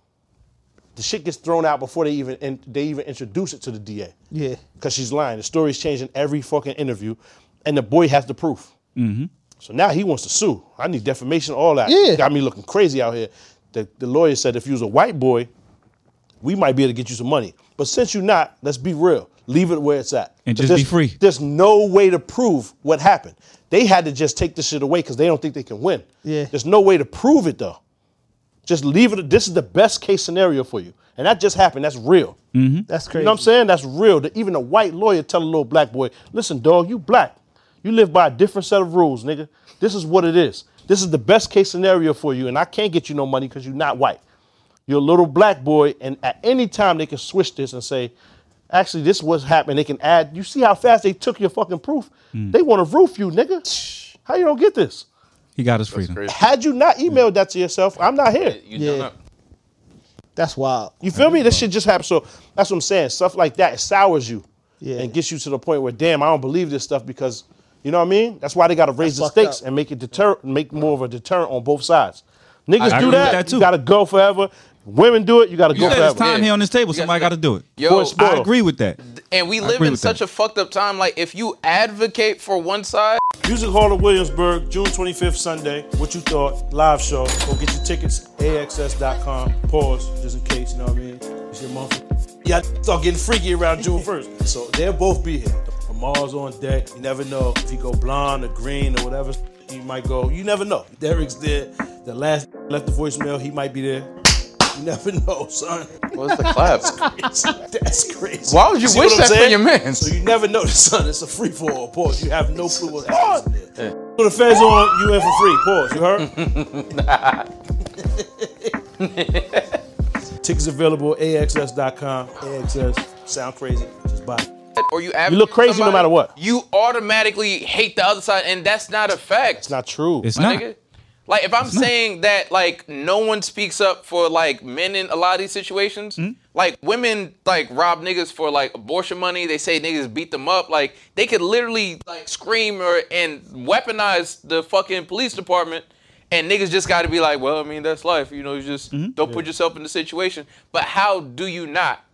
S2: The shit gets thrown out before they even in, they even introduce it to the DA.
S3: Yeah.
S2: Because she's lying. The story's changing every fucking interview, and the boy has the proof.
S6: Mm-hmm.
S2: So now he wants to sue. I need defamation, all that.
S3: Yeah.
S2: Got me looking crazy out here. The, the lawyer said if you was a white boy, we might be able to get you some money. But since you're not, let's be real. Leave it where it's at.
S6: And
S2: 'Cause
S6: just be
S2: there's-
S6: free.
S2: There's no way to prove what happened. They had to just take this shit away because they don't think they can win.
S3: Yeah.
S2: There's no way to prove it though. Just leave it. This is the best case scenario for you. And that just happened. That's real.
S6: Mm-hmm.
S3: That's crazy.
S2: You know what I'm saying? That's real. That even a white lawyer tell a little black boy, listen, dog, you black. You live by a different set of rules, nigga. This is what it is. This is the best case scenario for you, and I can't get you no money because you're not white. You're a little black boy, and at any time they can switch this and say, actually, this was happening. They can add, you see how fast they took your fucking proof? They want to roof you, nigga. How you don't get this?
S6: He got his freedom.
S2: Had you not emailed that to yourself, I'm not here.
S3: Yeah. done up. That's wild.
S2: You feel me? This shit just happened. So that's what I'm saying. Stuff like that it sours you
S3: Yeah.
S2: and gets you to the point where, damn, I don't believe this stuff because, you know what I mean? That's why they got to raise
S3: That's
S2: the
S3: fucked
S2: stakes and make it deter, make more of a deterrent on both sides. Niggas
S6: I agree
S2: do
S6: with
S2: that.
S6: that too.
S2: You got to go forever. Women do it. You got to
S6: You
S2: go
S6: said it's
S2: forever.
S6: time
S1: Yeah.
S6: here on this table.
S1: You guys
S6: Somebody got to do it.
S1: Yo,
S2: Force
S6: I
S2: Bro.
S6: agree with that.
S1: and we live
S6: agree
S1: in
S6: with
S1: such
S6: that.
S1: a fucked up time. Like, if you advocate for one side,
S2: Music Hall of Williamsburg, June 25th, Sunday. What you thought? Live show. Go get your tickets. AXS.com. Pause, just in case. You know what I mean? It's your month. Yeah, start getting freaky around June 1st. So they'll both be here. Amar's on deck. You never know if he go blonde or green or whatever. He might go. You never know. Derek's there. The last left the voicemail. He might be there. You never know, son.
S1: what's the clap?
S2: That's crazy.
S1: Why would you
S2: See
S1: wish
S2: what
S1: that
S2: I'm
S1: for
S2: saying?
S1: your mans?
S2: So you never know the sun. It's a free fall. Pause. You have no clue what's happening. there. So the feds on, you in for free. Pause. You heard? Tickets available AXS.com. AXS. Sound crazy. Just buy. it.
S1: Or you advocate
S2: look
S1: for
S2: crazy no
S1: somebody,
S2: matter what.
S1: You automatically hate the other side, and that's not a fact.
S2: It's not true.
S6: It's
S1: my
S6: not.
S1: nigga. Like if I'm saying that like no one speaks up for like men in a lot of these situations, like women like rob niggas for like abortion money. They say niggas beat them up. Like they could literally like scream or and weaponize the fucking police department. And niggas just got to be like, well, I mean, that's life. You know, you just don't put yourself in the situation. But how do you not?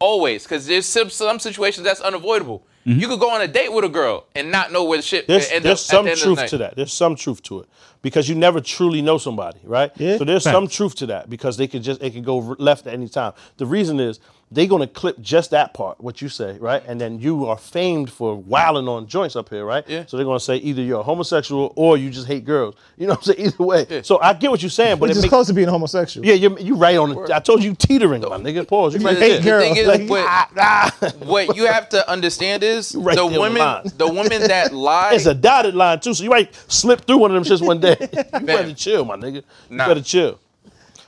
S1: Always, because there's some, some situations that's unavoidable. You could go on a date with a girl and not know where the shit.
S2: There's,
S1: end
S2: there's
S1: up at
S2: some
S1: the end of the
S2: truth
S1: night.
S2: to that. There's some truth to it because you never truly know somebody, right?
S3: Yeah.
S2: So there's some truth to that because they could just it could go r- left at any time. The reason is they're gonna clip just that part, what you say, right? And then you are famed for wilding on joints up here, right?
S1: Yeah.
S2: So they're gonna say either you're a homosexual or you just hate girls. You know what I'm saying? Either way. So I get what you're saying, but
S3: Which
S2: it
S3: is
S2: makes,
S3: close to being homosexual.
S2: yeah, you're, you right on it. I told you teetering, my nigga. Pause. You
S1: The,
S2: right
S1: the
S2: there.
S1: thing is,
S3: Girl, like,
S1: what-
S2: Ah, ah.
S1: what you have to understand is
S2: Right
S1: the
S2: there on
S1: women,
S2: line.
S1: the women that lie.
S2: It's a dotted line too, so you might slip through one of them shits one day. you better chill, my nigga. You
S1: Nah.
S2: better chill.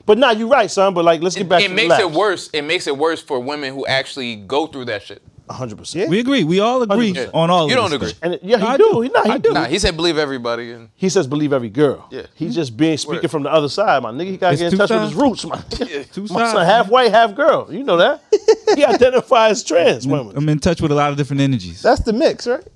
S2: But nah, you right, son. But like, let's get back
S1: it
S2: to
S1: makes
S2: the
S1: it worse. It makes it worse for women who actually go through that shit.
S2: One hundred percent.
S6: We agree. We all agree
S2: 100%.
S6: on all.
S1: You
S6: of
S1: don't
S6: this
S1: agree.
S6: stuff.
S2: And yeah, he
S6: I
S2: do.
S6: do.
S2: He nah, he
S6: I
S2: do.
S1: Nah, he said believe everybody. And
S2: He says believe every girl.
S1: Yeah.
S2: He's just being speaking from the other side, my nigga. He gotta
S6: It's
S2: get
S6: two
S2: in touch with
S6: sides.
S2: his roots, my nigga.
S6: Two
S2: My son
S6: sides.
S2: half white, half girl. You know that. he identifies trans women.
S6: I'm in touch with a lot of different energies.
S3: That's the mix, right?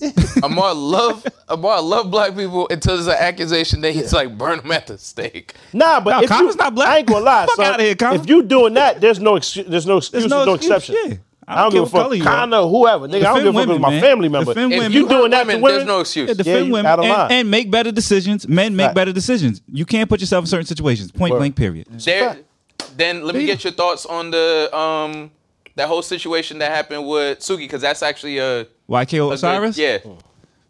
S1: Amar love, Amar love black people until there's an accusation that he's like burn them at the stake.
S2: Nah, but
S6: Nah,
S2: if
S6: Common's
S2: you,
S6: not black.
S2: I ain't gonna lie,
S6: Fuck
S2: son.
S6: outta here, Common.
S2: If you doing that, there's no excuse, there's no excuses,
S6: no
S2: no,
S6: excuse,
S2: exception.
S6: yeah.
S2: I don't, give a fuck.
S6: color you are.
S2: Kinda, whoever, nigga. I don't
S6: Defend
S2: give a fuck if it's
S6: women,
S2: my
S6: man.
S2: family member.
S6: Defend
S2: If
S6: women.
S2: you doing that to
S1: women,
S2: women,
S1: there's no excuse.
S6: Yeah, defend
S2: you
S6: women
S2: outta line.
S6: and, and make better decisions. Men make
S2: Fact.
S6: better decisions. You can't put yourself in certain situations. Point blank. Period.
S1: There, then let me get your thoughts on the um that whole situation that happened with Sugi because that's actually a, a
S6: YK
S1: good-
S6: Osiris.
S1: yeah.
S2: Mm-hmm.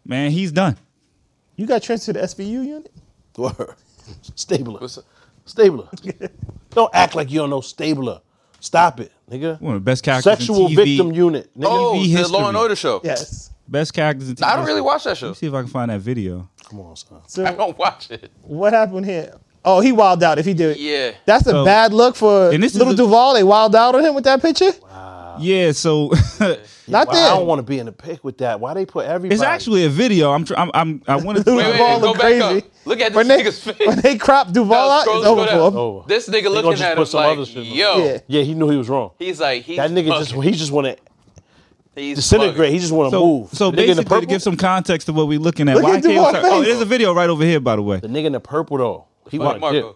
S6: man, he's done.
S3: You got transferred to the SVU unit?
S2: Word. Stabler.
S1: What's up?
S2: Stabler. don't act like you don't know Stabler. Stop it, nigga.
S6: One of the best characters.
S2: Sexual
S6: in TV,
S2: victim unit, nigga.
S1: Oh, the
S6: history.
S1: Law and Order show.
S3: Yes.
S6: Best characters in TV.
S1: I don't really watch that
S6: Let
S1: show.
S6: me see if I can find that video.
S2: Come on, son.
S1: I
S3: So
S1: don't watch it.
S3: what happened here? Oh, he wilded out if he did it.
S1: Yeah.
S3: That's a
S6: So-
S3: bad look for
S6: And this is
S3: little
S6: a-
S3: Duval. They wilded out on him with that picture.
S1: Ah.
S6: Yeah, so
S3: Not
S2: Why-
S3: there.
S2: I don't want to be in the pick with that. Why they put everybody?
S6: it's actually a video. I'm, tr- I'm, I'm I wanted to.
S3: Wait,
S1: Wait, wait,
S3: Duval
S1: go
S3: look
S1: back
S3: crazy.
S1: up. Look at this
S3: When they,
S1: nigga's face.
S3: when they crop Duval
S1: No,
S3: out,
S1: scroll-
S3: it's
S1: scroll
S3: over
S1: down.
S3: for him.
S2: Over.
S1: This nigga
S2: gonna
S1: looking
S2: just
S1: at
S2: put
S1: him
S2: some
S1: like,
S2: other shit on.
S1: yo.
S3: Yeah.
S2: Yeah, he knew he was wrong.
S1: He's like, he's
S2: That nigga just
S1: bugging.
S2: he just want to
S1: He's
S2: disintegrate. He just want to
S6: So,
S2: move.
S6: so
S2: the nigga in the
S6: basically, to
S2: purple.
S6: give some context to what we're looking at,
S3: Look at
S6: YK
S3: Duval's
S6: Osiris. Oh,
S3: face.
S6: there's a video right over here, by the way.
S2: the nigga in the purple though. He
S1: bugging.
S2: want to dip.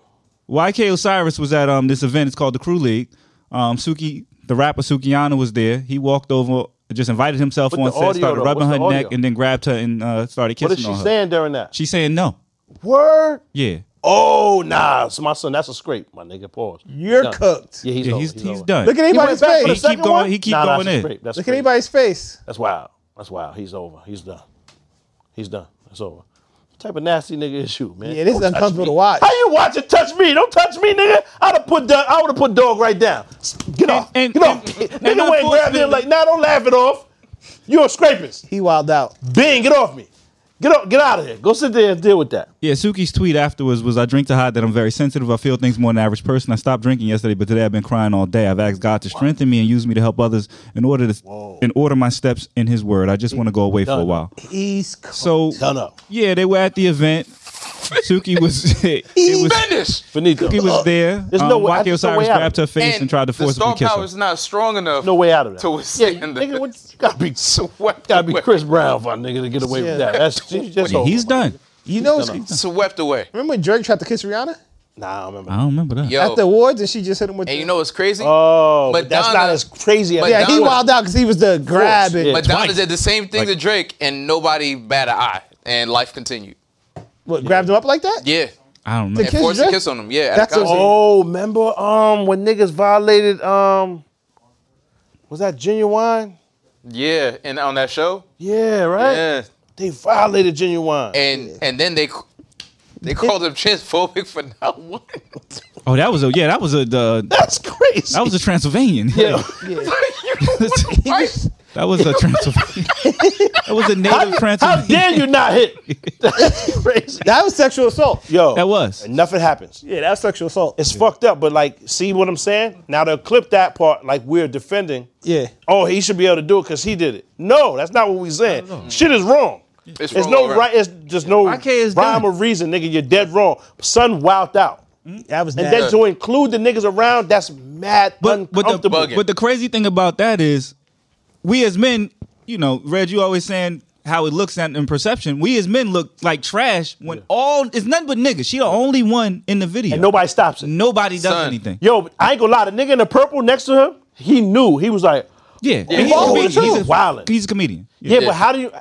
S1: Marco.
S6: YK Osiris was at um this event. It's called the Crew League. Um, Suki, the rapper Sukiana was there. He walked over, just invited himself
S2: What
S6: on
S2: the
S6: set,
S2: audio,
S6: started
S2: though?
S6: rubbing
S2: What's the
S6: her neck,
S2: audio?
S6: and then grabbed her and uh, started kissing
S2: What is she
S6: on her.
S2: saying during that?
S6: She's saying no.
S2: Word.
S6: Yeah,
S2: Oh nah, so my son, that's a scrape, my nigga. Pause.
S3: You're
S2: Done.
S3: cooked.
S2: Yeah, he's
S6: yeah,
S2: over.
S6: he's, he's,
S2: over.
S6: done.
S3: Look at
S2: He went
S3: anybody's
S2: back for the
S6: He
S3: face.
S6: keep
S2: second
S6: going-
S2: one?
S6: he keep
S2: Nah, nah,
S6: going
S2: that's a
S6: in.
S2: scrape. That's
S3: Look at
S2: crazy.
S3: anybody's face.
S2: That's wild. That's wild. He's over. He's done. He's done. It's over. What type of nasty nigga is you, man?
S3: Yeah, this is
S2: Don't touch
S3: uncomfortable
S2: me.
S3: to watch.
S2: How you watch it? Touch me? Don't touch me, nigga. I'd have put dog. I would have put dog right down. Get off.
S6: and-
S2: Get off.
S6: and-
S2: nigga
S6: and
S2: went and grabbed him
S6: unfortunately-
S2: like, nah, don't laugh it off. You're a scrapist.
S3: He wilded out.
S2: Bing, get off me. Get up. Get out of here. Go sit there and deal with that.
S6: Yeah, Suki's tweet afterwards was I drink to hide that I'm very sensitive. I feel things more than the average person. I stopped drinking yesterday, but today I've been crying all day. I've asked God to strengthen me and use me to help others in order to in order my steps in his word. I just want to go away for a
S2: Done.
S6: while.
S3: He's cooked.
S6: So
S2: Done up.
S6: yeah, they were at the event. Suki was it was
S1: Finish.
S2: Finito. Uh,
S6: Suki was there.
S2: There's
S6: um,
S2: no way-
S6: Waki
S2: there's no
S6: Osiris
S2: way out.
S6: grabbed her face and, tried to
S1: the
S6: forcibly
S1: star
S6: kiss
S1: power
S6: her.
S1: is not strong enough.
S2: No way out of that.
S1: To withstand
S2: yeah,
S1: the-
S2: nigga, what, you gotta be,
S1: So what?
S2: gotta be Chris Brown for a nigga to get away
S3: Yeah.
S2: with that. That's she- that's
S6: Yeah,
S2: over.
S6: he's done.
S3: You know,
S1: Swept away.
S3: remember when Drake tried to kiss Rihanna
S2: Nah, I don't remember.
S6: I don't remember that.
S1: Yo.
S3: at the awards, and she just hit him with.
S1: and
S3: the,
S1: you know what's crazy?
S2: Oh, but that's
S1: Madonna-
S2: not as crazy as
S1: Madonna-
S3: yeah, he wild out because he was the grab and
S2: yeah.
S1: but Donna
S2: twice.
S1: did the same thing to Drake, and nobody bat an eye, and life continued.
S3: what, grabbed him up like that.
S1: Yeah,
S6: I don't know.
S3: The
S1: and forced a
S3: Drake?
S1: kiss on him. Yeah, at
S3: That's
S1: a concert.
S3: what-
S2: Oh, remember um when niggas violated um was that genuine?
S1: yeah, and on that show,
S2: Yeah, right?
S1: yeah,
S2: They violated genuine.
S1: and and then they they called him transphobic for not one.
S6: Oh, that was a yeah, that was a the,
S2: That's crazy.
S6: that was a Transylvanian. Yeah. that was a Transylvanian. that was a native
S2: How
S6: Transylvanian.
S2: dare you not hit? That's crazy.
S3: That was sexual assault.
S2: Yo,
S6: That was.
S2: and nothing happens.
S3: Yeah, that was sexual assault.
S2: It's fucked up, but like, see what I'm saying? Now they'll clip that part like we're defending.
S3: yeah,
S2: Oh, he should be able to do it because he did it. No, that's not what we're saying. Shit is wrong.
S1: It's
S2: There's
S1: wrong
S2: no
S1: all around.
S2: right. It's just no rhyme
S6: YK is done. Mm-hmm.
S2: or reason, nigga. You're dead wrong. Son wowed out.
S3: that was.
S2: And
S3: nasty.
S2: then to include the niggas around, that's mad
S6: But but the,
S2: uncomfortable.
S1: Bugging.
S6: but the crazy thing about that is, we as men, you know, Reg, you always saying how it looks at in perception. We as men look like trash when all it's nothing but niggas. She the only one in the video.
S2: and nobody stops it.
S6: Nobody does
S1: Son.
S6: anything.
S2: Yo, I ain't gonna lie. The nigga in the purple next to him, he knew. He was like,
S6: Yeah, And he's,
S2: Follow the
S6: a comedian.
S2: truth.
S6: He's, a,
S2: Wildin'.
S6: he's a comedian.
S2: yeah, but how do you?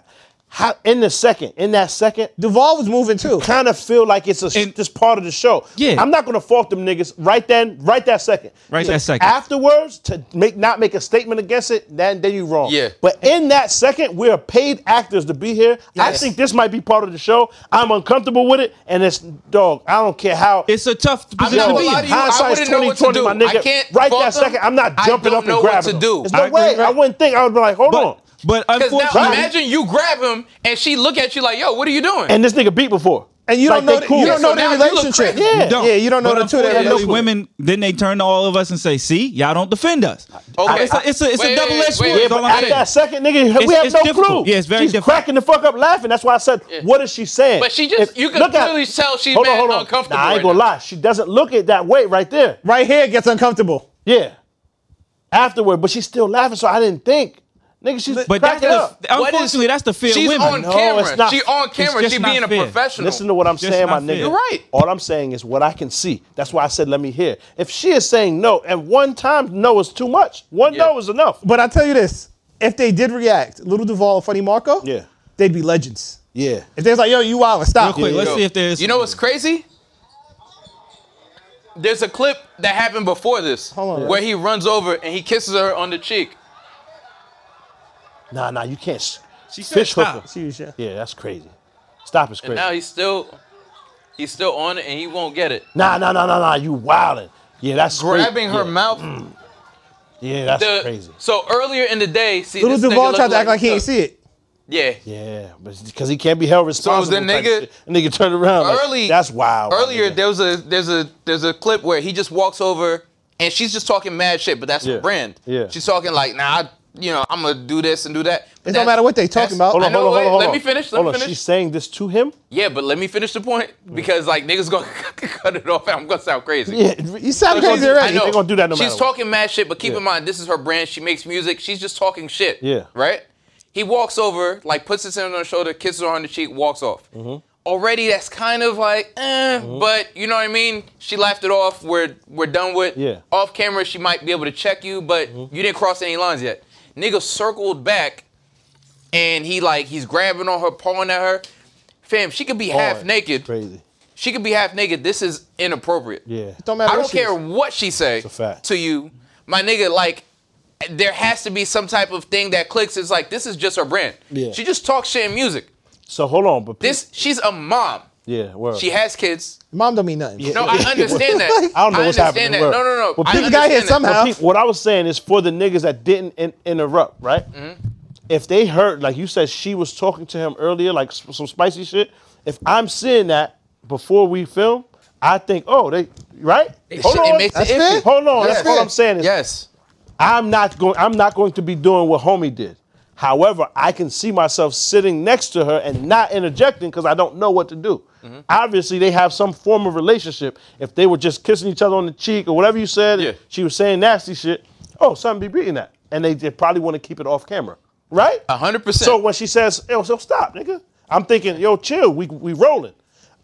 S2: How in the second? In that second,
S3: Duvall was moving too.
S2: kind of feel like it's a, sh-
S6: And-
S2: just part of the show.
S6: Yeah.
S2: I'm not gonna fault them niggas right then, right that second.
S6: Right
S2: So
S6: that second.
S2: Afterwards, to make not make a statement against it, then then you wrong.
S1: Yeah.
S2: But in that second, we're paid actors to be here. I
S1: Yes.
S2: think this might be part of the show. I'm uncomfortable with it, and it's dog. I don't care how.
S6: It's a tough
S1: I'm not
S6: position to
S1: gonna
S6: be
S1: lie
S6: in.
S1: to you. I
S2: Hindsight's
S1: wouldn't know what
S2: 2020,
S1: to do.
S2: my nigga.
S1: I can't
S2: right
S1: fault
S2: that
S1: them.
S2: second, I'm not
S1: I
S2: jumping
S1: don't
S2: up and
S1: know what to
S2: grabbing.
S1: do.
S2: There's no
S6: I agree,
S2: way.
S6: right?
S2: I wouldn't think. I would be like, hold on.
S6: But, but
S1: Because now
S6: unfortunately,
S1: imagine you grab him and she look at you like, yo, what are you doing?
S2: And this nigga beat before.
S3: And you
S2: Like,
S3: don't know.
S2: they
S3: The,
S2: cool.
S3: You
S2: Yeah,
S3: don't
S1: so
S3: know
S1: now
S3: their
S1: you look
S3: relationship.
S1: crazy.
S2: Yeah.
S3: yeah, you don't know
S6: But
S3: the two. of their
S6: unfortunately,
S3: relationship.
S6: women then they turn to all of us and say, "See, y'all don't defend us."
S1: Okay.
S6: it's a it's a, it's a
S1: Wait,
S6: double edged
S1: wait,
S6: sword.
S1: wait,
S6: is
S2: Yeah,
S6: all
S2: but
S6: I'm
S2: at
S6: saying.
S2: that second, nigga, we
S6: It's-
S2: have
S6: it's
S2: no
S6: difficult.
S2: clue.
S6: Yeah, it's very
S2: She's
S6: difficult.
S2: cracking the fuck up laughing. That's why I said, what is she saying?
S1: But she just- you can
S2: look at-
S1: clearly tell she's mad and uncomfortable
S2: Nah, I ain't
S1: right
S2: gonna
S1: now.
S2: lie. She doesn't look it that way right there.
S3: right here gets uncomfortable.
S2: Yeah. Afterward, but she's still laughing, so I didn't think. Nigga, she's
S6: But that's
S2: cracking
S6: the,
S2: up.
S1: What is-
S6: unfortunately that's the fear of
S1: She's
S6: women.
S1: on
S2: No,
S1: camera.
S2: it's not-
S1: She on
S2: it's
S1: camera.
S6: just
S1: She
S6: not
S1: being a
S6: fair.
S1: professional.
S2: Listen to what I'm
S6: It's just
S2: saying, my
S6: not
S2: nigga.
S6: fair. You're
S1: right.
S2: All I'm saying is what I can see. That's why I said let me hear. If she is saying no, and one time no is too much. One
S1: Yeah.
S2: no is enough.
S3: But I tell you this: if they did react, Little Duval and Funny Marco,
S2: Yeah.
S3: they'd be legends.
S2: Yeah.
S3: If they was like, "Yo, you wild, stop,"
S6: Real quick, let's see if there's
S1: You know what's crazy? There's a clip that happened before this
S3: Hold on.
S1: where he runs over and he kisses her on the cheek.
S2: Nah, nah, you can't. s-
S6: she said
S2: Fish
S6: stop.
S2: hooker.
S3: Serious, yeah.
S2: Yeah, that's crazy. Stop is
S1: And
S2: crazy.
S1: now he's still he's still on it and he won't get it.
S2: Nah, nah, nah, nah, nah. You wildin'. Yeah, that's
S1: Grabbing
S2: crazy.
S1: her
S2: Yeah.
S3: Mm,
S1: mouth.
S2: Yeah, that's
S1: the-
S2: crazy.
S1: So earlier in the day, see
S3: Little
S1: this nigga
S3: Duval
S1: look
S3: tried to act like he ain't see it.
S1: Yeah.
S2: Yeah, but because he can't be held responsible.
S1: the
S2: type
S1: nigga-
S2: shit. And nigga turned around. like,
S1: Early-
S2: that's wild. my
S1: Earlier
S2: nigga.
S1: there was a there's a there's a clip where he just walks over and she's just talking mad shit, but that's
S2: Yeah.
S1: her brand.
S2: Yeah.
S1: She's talking like, nah, I, you know, I'm gonna do this and do that. But
S3: It
S1: that's-
S3: don't matter what they talking
S1: that's-
S3: about.
S2: Hold
S1: I
S2: on,
S1: know,
S2: hold on,
S1: wait,
S2: hold on.
S1: let
S2: hold
S1: me
S2: on.
S1: finish, let
S2: Hold
S1: me
S2: on.
S1: finish.
S2: She's saying this to him.
S1: Yeah, but let me finish the point because like niggas gonna cut it off and I'm gonna sound crazy.
S2: Yeah,
S3: You sound
S1: Because-
S3: crazy already.
S1: I know.
S2: They gonna do that no
S1: She's
S2: matter what.
S1: talking mad shit, but keep
S2: Yeah.
S1: in mind this is her brand. She makes music. She's just talking shit.
S2: Yeah.
S1: Right. He walks over, like puts his hand on her shoulder, kisses her on the cheek, walks off.
S2: Mm-hmm.
S1: Already, that's kind of like, eh, but you know what I mean. She laughed it off. We're we're done with.
S2: Yeah. Mm-hmm.
S1: Off camera, she might be able to check you, but you didn't cross any lines yet. Nigga circled back, and he like he's grabbing on her, pawing at her. Fam, she could be half
S2: Hard.
S1: naked.
S2: Crazy.
S1: She could be half naked. This is inappropriate.
S2: Yeah.
S3: Don't
S1: I
S3: matter.
S1: don't
S3: what she
S1: care
S3: is.
S1: what she say
S2: a fact.
S1: to you, my nigga. Like, there has to be some type of thing that clicks. It's like this is just her brand.
S2: Yeah.
S1: She just talks shit and music.
S2: So hold on, but
S1: This she's a mom.
S2: Yeah, word.
S1: She has kids.
S3: Mom don't mean nothing.
S1: No, I understand that.
S2: I don't know what's
S1: understand
S2: happening,
S1: That.
S2: word.
S1: No, no, no.
S2: But
S1: I
S3: people got here
S1: understand that.
S3: somehow.
S2: But peep, what I was saying is for the niggas that didn't in- interrupt, right? If they heard, like you said, she was talking to him earlier, like s- some spicy shit. If I'm seeing that before we film, I think, oh, they right? Hold
S1: should- it
S2: on,
S1: makes it iffy.
S2: hold on.
S1: Yes.
S2: That's what I'm saying. Is
S1: Yes.
S2: I'm not going. I'm not going to be doing what homie did. However, I can see myself sitting next to her and not interjecting because I don't know what to do.
S1: Mm-hmm.
S2: Obviously, they have some form of relationship. If they were just kissing each other on the cheek or whatever you said,
S1: Yeah.
S2: she was saying nasty shit. Oh, something be beating that, and they, they probably want to keep it off camera, right?
S1: A hundred percent.
S2: So when she says, "Yo, so stop, nigga," I'm thinking, "Yo, chill, we we rolling."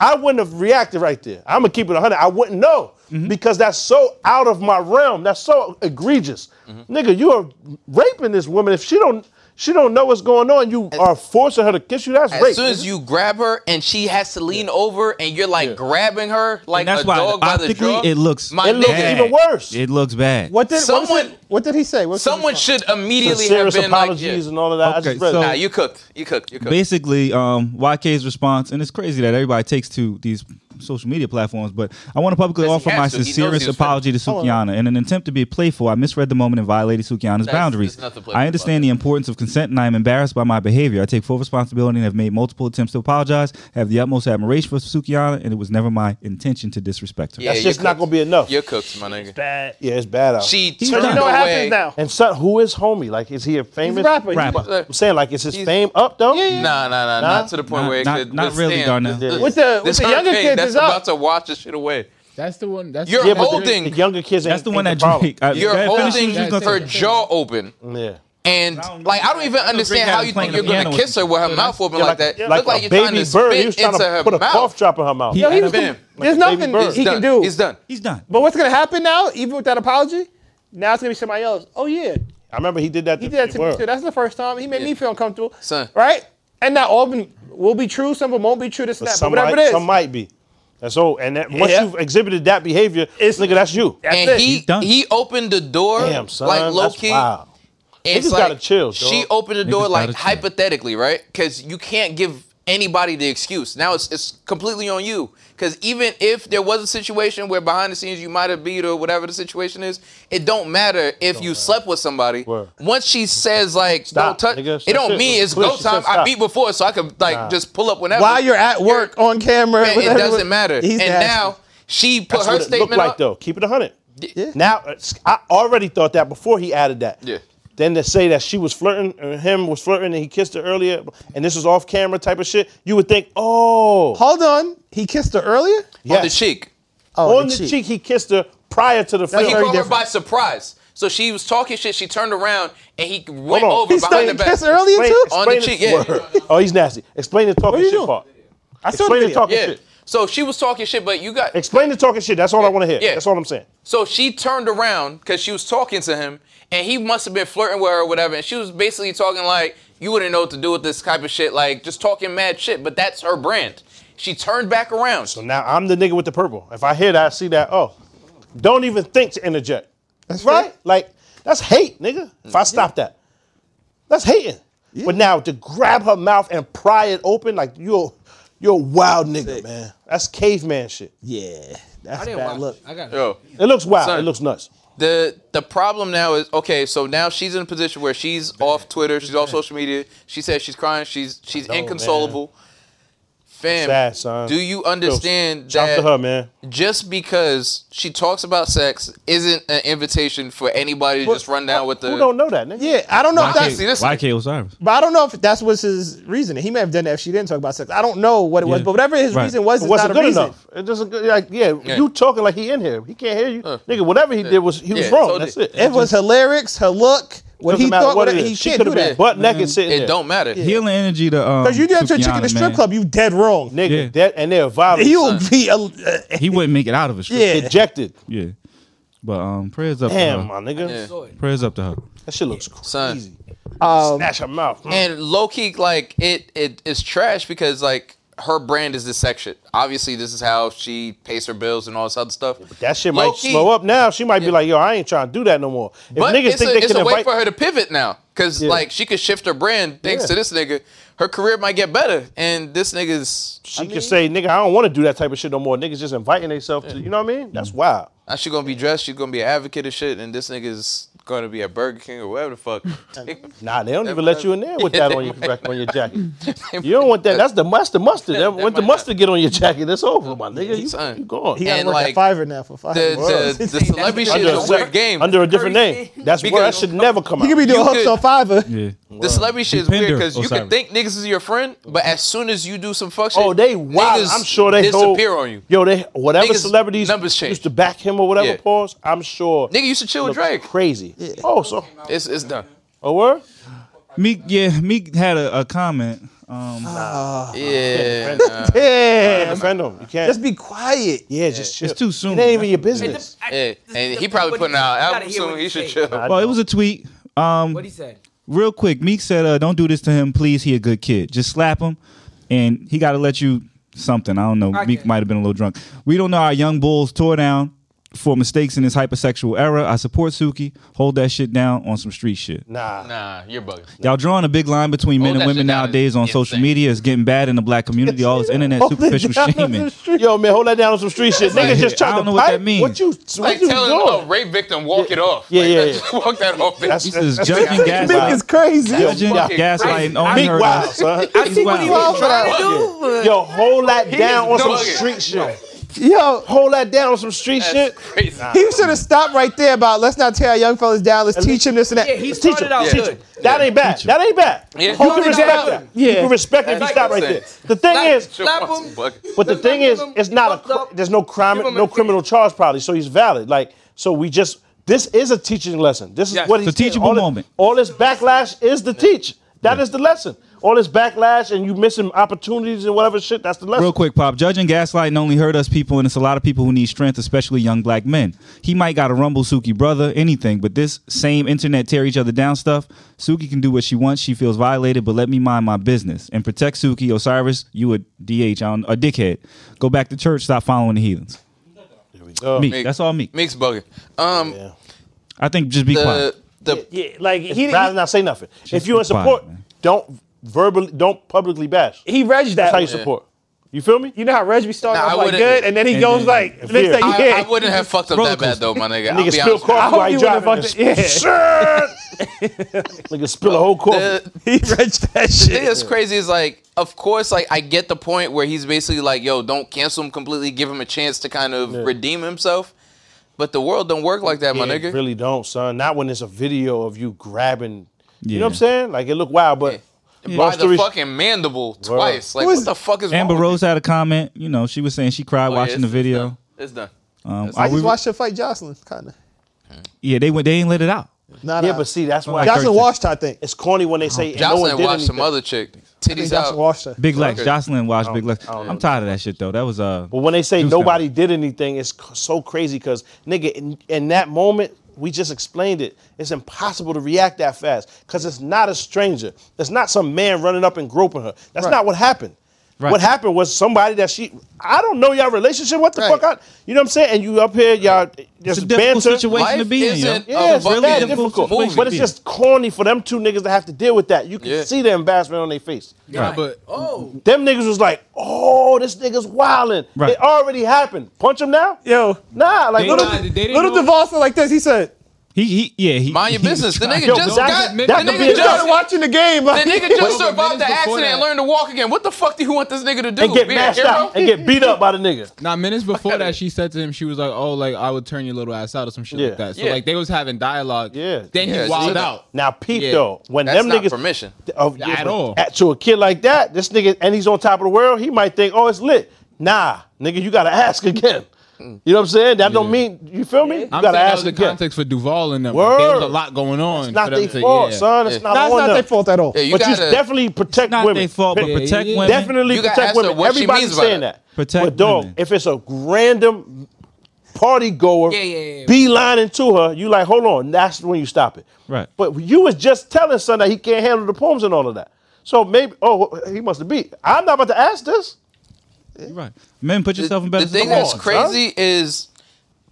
S2: I wouldn't have reacted right there. I'm gonna keep it 100. I wouldn't know
S1: Mm-hmm.
S2: because that's so out of my realm. That's so egregious,
S1: Mm-hmm.
S2: nigga. You are raping this woman if she don't she don't know what's going on. You are forcing her to kiss you. That's
S1: As
S2: rape.
S1: soon as
S2: nigga.
S1: you grab her and she has to lean over and you're like grabbing her like
S6: that's
S1: a
S6: why
S1: dog by the
S6: optically
S1: jaw,
S6: it looks-
S1: my
S2: it looks
S1: nigga,
S2: even worse.
S6: It looks bad.
S3: What did what was
S1: Someone-
S3: it- What did he say? What was his
S1: Someone
S3: response?
S1: should immediately have
S2: Serious
S1: been like,
S2: apologies
S1: yeah.
S2: and all of that. I
S6: Okay,
S2: just read
S6: so-
S1: nah,
S2: that.
S1: you cooked, you cooked, you cooked.
S6: Basically, um, YK's response, and it's crazy that everybody takes to these social media platforms, but I want to publicly
S1: Yes, he
S6: offer
S1: has
S6: my
S1: to. He knows
S6: sincerest
S1: he was
S6: apology to Sukiana. In an attempt to be playful, I misread the moment and violated Sukiana's
S1: That's-
S6: boundaries.
S1: there's nothing playful
S6: I understand the importance of consent, and I am embarrassed by my behavior. I take full responsibility and have made multiple attempts to apologize, have the utmost admiration for Sukiana, and it was never my intention to disrespect her.
S1: Yeah,
S2: That's
S1: you're
S2: just not
S1: cooked.
S2: gonna be enough.
S1: You're cooked, my nigga.
S9: Bad.
S2: yeah, it's bad out.
S1: She
S9: So
S1: turned
S9: you know what
S1: away.
S9: happens now.
S2: and so, who is homie? Like, is he a
S9: He's a
S2: famous
S9: rapper.
S6: Rap.
S9: He's-
S2: I'm saying, like, is his fame up though?
S1: Nah, nah, nah, not to the point
S6: Not-
S1: where it
S6: not-
S1: could
S6: not really,
S1: withstand
S6: Darnell.
S1: this-
S9: With the-
S1: this
S9: with the younger
S1: hurricane
S9: kids,
S1: that's
S9: it's
S1: about
S9: up.
S1: to wash this shit away.
S10: That's the one. That's
S1: You're
S10: the
S2: Yeah,
S10: one
S2: but
S10: that-
S1: holding-
S2: the, the younger kids.
S6: That's
S2: ain't-
S6: the one
S2: ain't
S6: that
S2: the problem.
S6: Drake. I-
S1: You're
S6: go ahead, finish
S1: holding
S6: what you was gonna
S10: That's
S1: her
S10: it.
S6: say.
S1: jaw open.
S2: Yeah.
S1: And
S6: don't know.
S1: like I don't even
S6: I don't
S1: understand
S6: think
S1: how
S6: that
S1: you
S6: was
S1: think you're
S6: playing
S1: gonna
S6: piano
S1: kiss her with her mouth open like that. Look like
S2: a
S1: you're trying
S2: baby
S1: to
S2: bird. He was
S1: spit
S2: trying
S1: into
S2: to
S1: her
S2: put a cough
S1: mouth.
S2: drop in her mouth.
S3: Yo, he was,
S1: Bam.
S3: there's
S2: Like a baby
S3: nothing
S2: bird.
S3: he
S1: Done.
S3: can do.
S1: He's done.
S6: He's done.
S3: But what's gonna happen now? Even with that apology, now it's gonna be somebody else. Oh yeah,
S2: I remember he did that.
S3: he
S2: to
S3: did that to me
S2: World.
S3: too. That's the first time he made me feel uncomfortable.
S1: Son.
S3: right? And now all of them will be true. Some of them won't be true. This and
S2: But
S3: that.
S2: some
S3: But whatever
S2: might,
S3: it is,
S2: some might be. That's all. And that, once
S3: Yeah.
S2: you've exhibited that behavior,
S3: It's-
S2: nigga, that's you.
S3: that's
S1: And
S3: it.
S1: he
S6: done.
S1: he opened the door
S2: Damn, son.
S1: like low key.
S2: Wow.
S1: It's
S2: Niggas
S1: like
S2: gotta chill, dog.
S1: She opened the door
S6: Niggas
S1: like
S6: gotta chill.
S1: hypothetically, right? Because you can't give anybody the excuse. Now it's it's completely on you. Because even if there was a situation where behind the scenes you might have beat or whatever the situation is, it don't matter if you slept with somebody.
S2: Word.
S1: Once she says like don't
S2: Stop,
S1: touch,
S2: nigga.
S1: it
S2: Stop
S1: don't
S2: it.
S1: mean it's
S2: Quick,
S1: go
S2: she said
S1: time. I
S2: stop.
S1: beat before, so I could like just pull up whenever.
S3: While you're at work on camera,
S1: it
S3: whatever-
S1: doesn't matter.
S3: He's
S1: and
S3: nasty.
S1: now she put
S2: That's
S1: her
S2: what it looked
S1: statement
S2: like,
S1: up.
S2: though. Keep it 100.
S1: Yeah.
S2: Now, it's- I already thought that before he added that.
S1: Yeah.
S2: Then to say that she was flirting, or him was flirting, and he kissed her earlier, and this was off camera type of shit, you would think, oh,
S3: hold on, he kissed her earlier.
S1: on the
S2: yes.
S1: cheek.
S3: Oh,
S2: on the cheek. he kissed her prior to the
S3: But
S2: film.
S1: But he
S3: Very
S1: caught her
S3: different.
S1: by surprise. So she was talking shit. She turned around and he went
S2: on.
S1: over
S3: He
S1: behind
S3: started
S1: the
S3: to
S1: back.
S3: kiss earlier too.
S1: On the cheek, yeah.
S2: Word. Oh, he's nasty. Explain the talking
S3: are you
S2: shit
S3: doing?
S2: part.
S3: I saw the
S2: Explain the
S3: video.
S2: talking
S1: Yeah.
S2: shit.
S1: So she was talking shit, but you got.
S2: Explain the talking shit. That's all I want to hear.
S1: Yeah.
S2: That's all I'm saying.
S1: So she turned around because she was talking to him, and he must have been flirting with her or whatever. And she was basically talking like, "You wouldn't know what to do with this type of shit," like just talking mad shit. But that's her brand. She turned back around.
S2: So now I'm the nigga with the purple. If I hear that, I see that. Oh, don't even think to interject. That's Mm. right.
S3: fair.
S2: Like that's hate, nigga. If I stop that, that's hating. But now to grab her mouth and pry it open, like you're you're a wild nigga, man. That's caveman shit.
S3: Yeah,
S5: I
S3: that's
S5: didn't watch.
S3: bad look.
S5: it. I got it.
S1: Yo,
S2: It looks wild.
S1: Son.
S2: It looks nuts.
S1: the the problem now is okay. So now she's in a position where she's off Twitter. She's off social media. She says she's crying. She's she's
S2: know,
S1: inconsolable. Fam,
S2: Sad, son.
S1: do you understand
S2: Shout
S1: that
S2: out to her, man.
S1: just because she talks about sex isn't an invitation for anybody to just run down with the
S2: Who don't know that, nigga?
S3: Yeah, I don't know if
S1: Why
S3: that's
S1: see this?
S6: YK Osiris.
S3: But I don't know if that's was his reasoning. He may have done that if she didn't talk about sex. I don't know what it was,
S6: Yeah.
S3: but whatever his
S6: Right.
S3: reason was,
S2: It
S3: it's
S2: wasn't
S3: not a
S2: good
S3: reason.
S2: enough. It doesn't good. Like, yeah,
S1: Yeah.
S2: you talking like he in here. He can't hear you, nigga. Whatever he did was he was
S1: Yeah,
S2: wrong.
S1: so
S2: That's
S1: the-
S2: it.
S3: It was her lyrics, her look, what
S2: Doesn't
S3: he
S2: matter
S3: thought.
S2: what
S3: What
S2: it
S3: he
S2: is. She
S3: can't
S2: could
S3: do
S2: have been
S3: that.
S2: butt naked sitting
S1: Mm-hmm. It
S2: there.
S1: don't matter.
S6: Healing energy to um.
S3: Because you did that to a chick in
S6: Sukianna,
S3: the strip
S6: man.
S3: club, you dead wrong.
S2: Nigga,
S6: Yeah.
S2: that and they're violent.
S3: You'll be a, uh,
S6: He wouldn't make it out of a strip.
S3: Yeah.
S2: ejected.
S6: Yeah. But um, prayers up
S2: Damn,
S6: to
S2: my
S6: her.
S2: nigga.
S1: Yeah.
S6: Prayers up to her.
S2: That shit looks
S1: Son.
S2: crazy. Snatch her mouth. Mm.
S1: And low key, like it, it is trash because like her brand is this sex shit. Obviously, this is how she pays her bills and all this other stuff.
S2: that shit might
S1: Low-key-
S2: slow up now. She might be
S1: Yeah.
S2: like, yo, I ain't trying to do that no more. If
S1: But
S2: niggas
S1: it's
S2: think
S1: a,
S2: they
S1: it's
S2: can
S1: a way
S2: invite,
S1: for her to pivot now, because
S2: Yeah.
S1: like she could shift her brand thanks
S2: Yeah.
S1: to this nigga. Her career might get better, and this nigga's
S2: she can say, nigga, I don't want to do that type of shit no more. Niggas just inviting themselves to, you know what I mean? That's wild.
S1: now she gonna be dressed. She's gonna be an advocate of shit, and this nigga's gonna be at Burger King or whatever the fuck.
S2: Nah, they don't even let you in there with that on your back, on your jacket. You don't want that. That's the that's the mustard.
S1: They
S2: That, once the
S1: might not.
S2: mustard get on your jacket, that's over, my nigga.
S1: Son.
S2: You, you gone.
S3: he got to
S1: And
S3: work
S1: like,
S3: at Fiverr now for five.
S1: the, the, the celebrity shit
S2: Under
S1: is
S2: a,
S1: a weird
S2: sec-
S1: game.
S2: under a different name. That's where that
S1: Because-
S2: should never come
S3: he
S2: out.
S3: could be doing
S1: you
S3: hooks
S1: could-
S3: on Fiverr.
S6: Yeah.
S1: The celebrity shit is weird
S6: Depender,
S1: because you can
S6: Osiris.
S1: think niggas is your friend, but as soon as you do some fuck shit,
S2: Oh, they wild.
S1: niggas
S2: I'm sure they
S1: disappear
S2: hold-
S1: on you.
S2: Yo, they whatever
S1: Niggas'
S2: celebrities
S1: numbers change.
S2: used to back him or whatever.
S1: Yeah.
S2: Pause. I'm sure.
S1: Nigga used to chill with
S2: look
S1: Drake.
S2: Crazy. Oh, so
S1: It's it's done.
S2: a word.
S6: Meek, yeah, Meek had a, a comment. Um,
S1: Yeah. nah.
S2: Yeah, defend him. You can't.
S3: Just be quiet.
S2: yeah, just chill.
S6: it's too soon.
S2: It ain't even your business.
S1: Yeah, and he probably putting out an album soon. He should chill.
S6: well, it was a tweet. Um,
S5: What he said?
S6: real quick, Meek said, uh, "Don't do this to him, please. He a good kid. Just slap him, and he got to let you something. I don't know. Meek might have been a little drunk. We don't know our young bulls tore down for mistakes in this hypersexual era. I support Suki. Hold that shit down on some street shit.
S2: Nah.
S1: Nah, you're bugging.
S6: Y'all drawing a big line between
S1: Hold
S6: men and
S1: that
S6: women
S1: shit down
S6: nowadays
S1: is
S6: on
S1: insane.
S6: social media. It's getting bad in the black community. All this internet superficial shaming.
S2: Yo, man, hold that down on some street shit. Niggas just
S6: I
S2: trying
S6: don't
S2: to
S6: know what
S2: pipe.
S6: that means.
S2: What you? What
S1: Like
S2: you
S1: telling a
S2: doing?
S1: rape victim walk it off.
S2: Yeah,
S1: Like,
S2: yeah,
S1: just walk that off.
S2: That's-
S6: This is
S2: that's-
S6: judging
S2: that's-
S6: gaslighting.
S3: Nigga's crazy.
S2: Yo,
S6: Judging,
S2: yeah.
S6: gaslighting,
S2: Meek
S6: only
S2: wild,
S6: hurt
S2: son.
S6: He's wild.
S2: Yo, hold that down on some
S1: bugging.
S2: street shit.
S3: Yo,
S2: Hold that down on some street shit.
S1: That's crazy.
S3: he should have stopped right there about let's not tear our young fellas down. Let's teach him this and that.
S5: Yeah, he
S2: Let's teach
S5: started
S2: him.
S5: out
S2: Teach
S5: good.
S2: him. That ain't bad. That ain't bad.
S1: Yeah.
S2: You can respect
S1: Yeah.
S2: that. You can respect it if you
S1: That's
S2: stop right there.
S1: nonsense.
S2: The thing
S5: Like-
S2: is,
S5: Slap
S1: Wants
S5: him.
S1: bugging.
S2: but the
S5: Just
S2: thing
S5: give
S2: is,
S5: him
S2: it's not a
S5: fucked
S2: cr-
S5: up.
S2: there's no
S5: Give
S2: crime,
S5: him
S2: no
S5: a
S2: criminal charge probably, so he's valid. Like so, we just this is a teaching lesson. This is
S1: Yes.
S2: what he's
S1: It's
S6: a
S2: saying.
S6: teachable
S2: all this-
S6: moment.
S2: all this backlash is the teach. That is the lesson. All this backlash and you missing opportunities and whatever shit. That's the lesson.
S6: Real quick, Pop. Judging gaslighting only hurt us people, and it's a lot of people who need strength, especially young black men. He might got a rumble Suki brother, anything, but this same internet tear each other down stuff. Suki can do what she wants. She feels violated, but let me mind my business and protect Suki. Osiris, you a DH, I don't- a dickhead. Go back to church. Stop following the heathens. Meek.
S1: Meek.
S6: That's all Meek.
S1: Meek's bugging. Um, uh,
S6: I think just be
S1: the
S6: quiet.
S1: the
S9: Yeah, like he
S2: Rather
S9: didn't.
S2: not say nothing. if you
S6: be
S2: in support,
S6: quiet, man.
S2: don't verbally, don't publicly bash.
S9: He, he regged that.
S2: That's how you
S9: one.
S2: support. You feel me?
S9: You know how Reg be starting
S1: Nah, I
S9: off like
S1: wouldn't-
S9: good, and then he goes
S6: then-
S9: like, next thing you
S1: I,
S9: hear,
S1: I wouldn't have fucked up
S6: Roller
S1: that bad though, my nigga. I'll
S2: Nigga
S1: be
S2: spill
S1: honest. with you.
S2: coffee while he
S9: you would've
S2: driving.
S9: fucked it. Yeah.
S2: Nigga spill a whole coffee.
S1: The-
S9: he regged that
S1: The
S9: shit.
S1: thing that's crazy is like, of course, like I get the point where he's basically like, yo, don't cancel him completely, give him a chance to kind of redeem himself. But the world don't work like that, my
S2: Yeah,
S1: nigga.
S2: Really don't, son. Not when it's a video of you grabbing. You know
S6: Yeah.
S2: what I'm saying? Like it look wild, but long
S1: By the
S2: story sh-
S1: fucking mandible twice. Like,
S3: Who is-
S1: what the fuck is
S6: Amber
S1: wrong with
S6: Rose had a comment. You know, she was saying she cried
S1: you? Oh, yeah,
S6: watching the
S1: it's- it's
S6: video.
S1: done. It's done.
S6: Um,
S3: I
S6: are we-
S3: just watched her fight Jocelyn, kind of.
S6: yeah, they went. They ain't let it out.
S3: Nah,
S2: yeah,
S3: nah.
S2: but see, that's why
S6: Like-
S3: Jocelyn washed her, I think.
S2: it's corny when they say and no one
S1: Jocelyn
S2: did
S1: watched
S2: anything.
S1: some other chick.
S3: I think
S1: Titties
S3: Jocelyn
S1: out.
S3: washed her.
S6: Big Lex,
S1: Okay.
S6: Jocelyn watched Big Lex. I'm tired of that shit though. That was uh.
S2: But when they say
S6: Juice
S2: nobody did anything, it's c- so crazy because nigga, in, in that moment. We just explained it. It's impossible to react that fast because it's not a stranger. It's not some man running up and groping her. That's not what happened.
S6: Right.
S2: What happened was somebody that she. I don't know y'all relationship. What the
S3: Right.
S2: fuck? I, you know what I'm saying? And you up here, y'all. There's
S6: It's a difficult
S2: banter.
S6: situation to
S1: Life
S6: be in. yo.
S1: isn't a
S2: Yeah, it's
S1: really
S2: that
S1: difficult
S2: difficult.
S1: movie.
S2: But it's just corny for them two niggas to have to deal with that. You can
S1: Yeah.
S2: see the embarrassment on their face.
S10: Nah, but
S5: Oh,
S2: Them niggas was like, oh, this nigga's wildin'.
S6: Right.
S2: It already happened. Punch him now?
S3: Yo,
S2: Nah, like,
S10: They
S2: little,
S10: not- they didn't
S3: little
S10: know-
S3: DeVos said like this. He said,
S6: He, he yeah he.
S1: Mind your
S6: he
S1: business. The
S6: tried-
S1: nigga
S2: Yo,
S1: just
S2: that-
S1: got. The
S10: that could be
S1: nigga
S10: a-
S1: just.
S3: started watching the game.
S1: The
S3: Like,
S1: nigga just
S10: Well,
S1: survived the
S10: minutes before
S1: accident and
S10: that-
S1: learned to walk again. What the fuck do you want this nigga to do?
S2: and get
S1: Be a
S2: mashed
S1: hero?
S2: out and get beat up by the nigga.
S10: Now, minutes before that, she said to him, she was like, "Oh, like I would turn your little ass out or some shit
S2: Yeah.
S10: like that." So
S1: Yeah.
S10: like they was having dialogue.
S2: Yeah.
S10: Then
S1: Yeah,
S10: he
S1: she
S10: wilded
S1: said
S10: out.
S2: Now, peep
S10: Yeah.
S2: though, when
S1: That's
S2: them
S1: not
S2: niggas.
S1: permission.
S2: Oh, yeah,
S10: At
S2: but
S10: all.
S2: at- to a kid like that, this nigga, and he's on top of the world, he might think, oh, it's lit. Nah, nigga, you gotta ask again. You know what I'm saying? That don't mean, you feel me? You
S10: I'm saying
S2: gotta
S10: that
S2: ask
S10: was the
S2: again.
S10: context for Duval and them.
S2: Word.
S10: There was a lot going on.
S2: It's not
S10: for them
S2: their
S10: to-
S2: fault,
S10: yeah.
S2: son. It's not
S3: that's
S2: on
S3: not
S2: them.
S3: their fault at all.
S1: Yeah, you
S2: but
S1: gotta,
S2: you definitely protect
S6: Not
S2: women.
S6: their fault, but
S10: Yeah,
S6: protect
S10: yeah.
S6: women.
S2: definitely
S1: You gotta
S2: protect
S1: ask her
S2: women.
S1: what she
S2: Everybody's
S1: means by
S2: saying
S1: that.
S2: that.
S6: Protect
S2: but dog,
S6: women.
S2: if it's a random party goer,
S5: Yeah, yeah, yeah.
S2: beelining to her, you like, hold on, that's when you stop it.
S6: Right.
S2: But you was just telling son that he can't handle the poems and all of that. So maybe, oh, he must have beat. I'm not about to ask this.
S6: You're right. Men, put yourself in better.
S1: the thing
S2: Come
S1: that's
S2: on,
S1: crazy is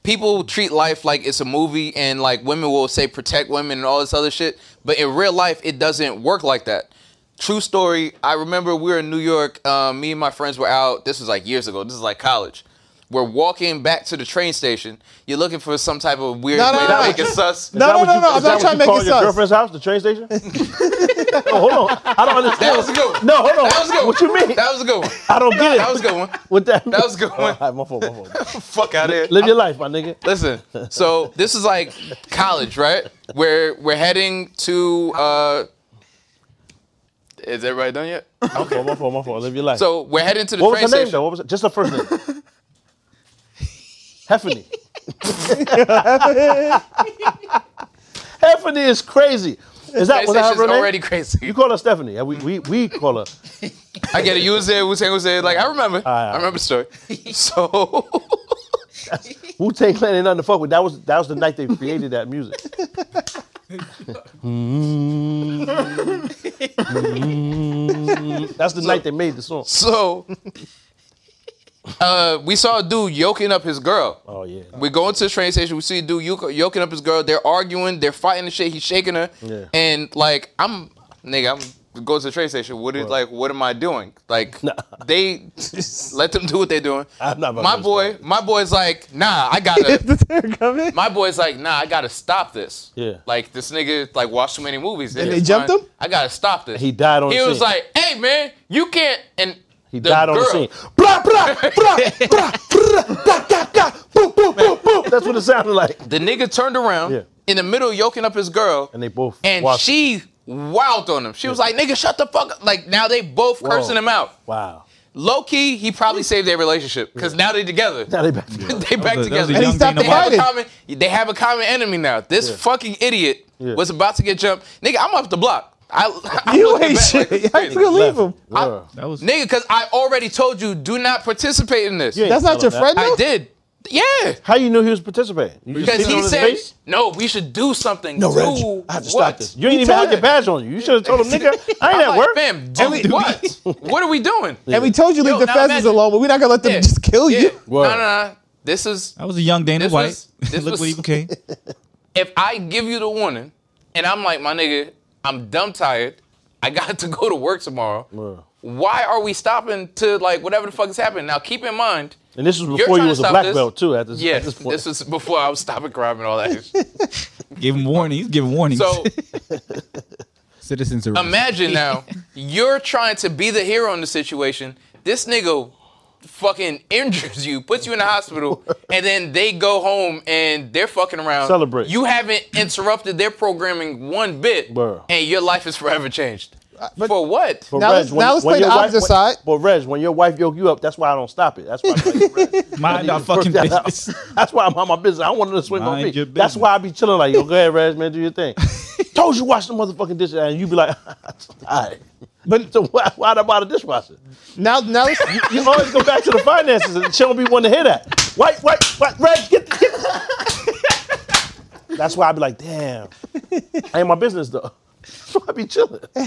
S1: people treat life like it's a movie and like women will say protect women and all this other shit but in real life it doesn't work like that true story i remember we were in new york um, me and my friends were out this was like years ago this is like college we're walking back to the train station you're looking for some type of weird
S3: No, no,
S1: way
S3: no,
S1: to
S3: no.
S1: make it sus
S2: Is that
S3: No, no,
S2: what
S3: no,
S2: you-
S3: no,
S2: is
S3: I'm
S2: that
S3: not
S2: what
S3: trying
S2: you
S3: to make
S2: call
S3: it
S2: your
S3: sus.
S2: girlfriend's house, the train station? no, hold on. I don't understand.
S1: that was a good one
S2: No, hold on.
S1: that was a good one
S2: What you mean?
S1: that was a good one
S2: I don't get it.
S1: that was a good one
S2: What that?
S1: that was a good one.
S2: All right, my fault, my fault.
S1: fuck out of here
S2: Live your life, my nigga.
S1: Listen, so this is like college, right? We're we're heading to uh Is everybody done yet?
S2: My fault, my fault, my fault. Live your life.
S1: So we're heading to the
S2: what was
S1: train
S2: her name
S1: station.
S2: though? What was it? Just the first name. Heffany. Heffany is crazy. Is that
S1: Train
S2: was that
S1: station's
S2: her real name?
S1: already crazy.
S2: You call her Stephanie. Yeah, We, we, we call her.
S1: I get it. You was there. Wu Tang was there. Like I remember. I remember the story. So
S2: Wu Tang Clan ain't nothing to fuck with. That was that was the night they created that music. Mm. That's the night they made the song.
S1: so. Uh, we saw a dude yoking up his girl.
S2: Oh yeah.
S1: We go into the train station. We see a dude yoke- yoking up his girl. They're arguing. They're fighting the shit. He's shaking her.
S2: Yeah.
S1: And like, I'm nigga. I'm go to the train station. What is like? What am I doing? Like, they let them do what they're doing.
S2: I'm not about
S1: my
S2: to
S1: boy. My boy's like, nah. I gotta.
S3: Coming?
S1: my boy's like, nah. I gotta stop this.
S2: Yeah.
S1: Like this nigga like watched too many movies.
S3: And
S1: It's
S3: they jumped
S1: fine.
S3: him?
S1: I gotta stop this.
S2: He died on
S1: He
S2: the
S1: was
S2: scene.
S1: like, hey man, you can't. And
S2: He died on the
S1: girl-
S2: scene. Blah blah blah blah blah blah blah blah. Boom boom boom boom. That's what it sounded like.
S1: The nigga turned around
S2: Yeah.
S1: in the middle, yoking up his girl.
S2: And they both
S1: And
S2: watched.
S1: she wowed on him. She was like, nigga, shut the fuck up. Like, now they both cursing him out.
S2: Wow.
S1: Low key, he probably saved their relationship because now they together.
S2: Now they back together.
S1: they back
S6: was a- that was
S1: together.
S6: a And he young
S3: stopped
S1: they,
S3: Dana
S1: have a
S3: White.
S1: common, they have a common enemy now. This fucking idiot
S2: Yeah.
S1: was about to get jumped. Nigga, I'm up the block. I, I
S3: You
S1: looked
S3: ain't
S1: back
S3: shit.
S1: like,
S3: How you gonna leave him?
S2: Yeah.
S6: That was
S1: Nigga, because I already told you, do not participate in this.
S2: Yeah.
S3: That's not your
S2: Tell
S3: friend,
S1: I
S3: though?
S1: did. Yeah.
S2: How you knew he was participating? You just
S1: Because
S2: seen it
S1: he
S2: on his
S1: said,
S2: face?
S1: no, we should do something.
S3: No,
S1: do
S3: Reg,
S2: I have
S1: what?
S2: to stop this. You ain't even
S3: told
S2: have your
S3: him.
S2: badge on you. You should have told him, nigga, I ain't
S1: I'm
S2: at
S1: like,
S2: work.
S1: fam, do what? what are we doing?
S3: And we told you
S1: Yo,
S3: leave the
S1: now
S3: fences
S1: imagine-
S3: alone, but we're not gonna let them
S1: Yeah.
S3: just kill
S1: Yeah.
S3: you.
S1: No, no, no. This is
S6: that was a young Dana
S1: This
S6: White.
S1: was- this
S6: Look
S1: was-
S6: what he became.
S1: if I give you the warning, and I'm like, my nigga, I'm dumb tired. I got to go to work tomorrow. Why are we stopping to like whatever the fuck is happening? Now keep in mind.
S2: And this was
S1: you're
S2: before you
S1: trying to
S2: was a
S1: stop
S2: black
S1: this.
S2: belt too. At this,
S1: Yeah,
S2: at this
S1: this,
S2: point,
S1: was before I was stopping crime and all that. shit.
S6: Give him warnings. Give him warnings.
S1: So
S10: Citizens arrest.
S1: imagine now, you're trying to be the hero in the situation. This nigga fucking injures you, puts you in the hospital, and then they go home and they're fucking around.
S2: Celebrate.
S1: You haven't interrupted their programming one bit,
S2: Bruh.
S1: and your life is forever changed. For what?
S2: But
S3: Now let's- now let's play
S2: your
S3: the
S2: wife-
S3: opposite
S2: when-
S3: side.
S2: But Reg, when your wife yoke you up, that's why I don't stop it. That's why. I like Reg.
S6: Mind our
S2: Just work
S6: fucking
S2: that out.
S6: business.
S2: That's why I'm on my business. I don't want them to swing
S6: Mind
S2: on me.
S6: your
S2: That's
S6: business.
S2: why I be chilling like, yo, go ahead, Reg, man, do your thing. Told you wash the motherfucking dishes, and you be like, all right. But so why, why'd I buy the dishwasher?
S3: Now, now, let's-
S2: You always go back to the finances, and she don't be wanting to hear that. White, white, white, Reg, get the. Get the- That's why I be like, damn, I ain't my business though. So I be chilling.
S1: But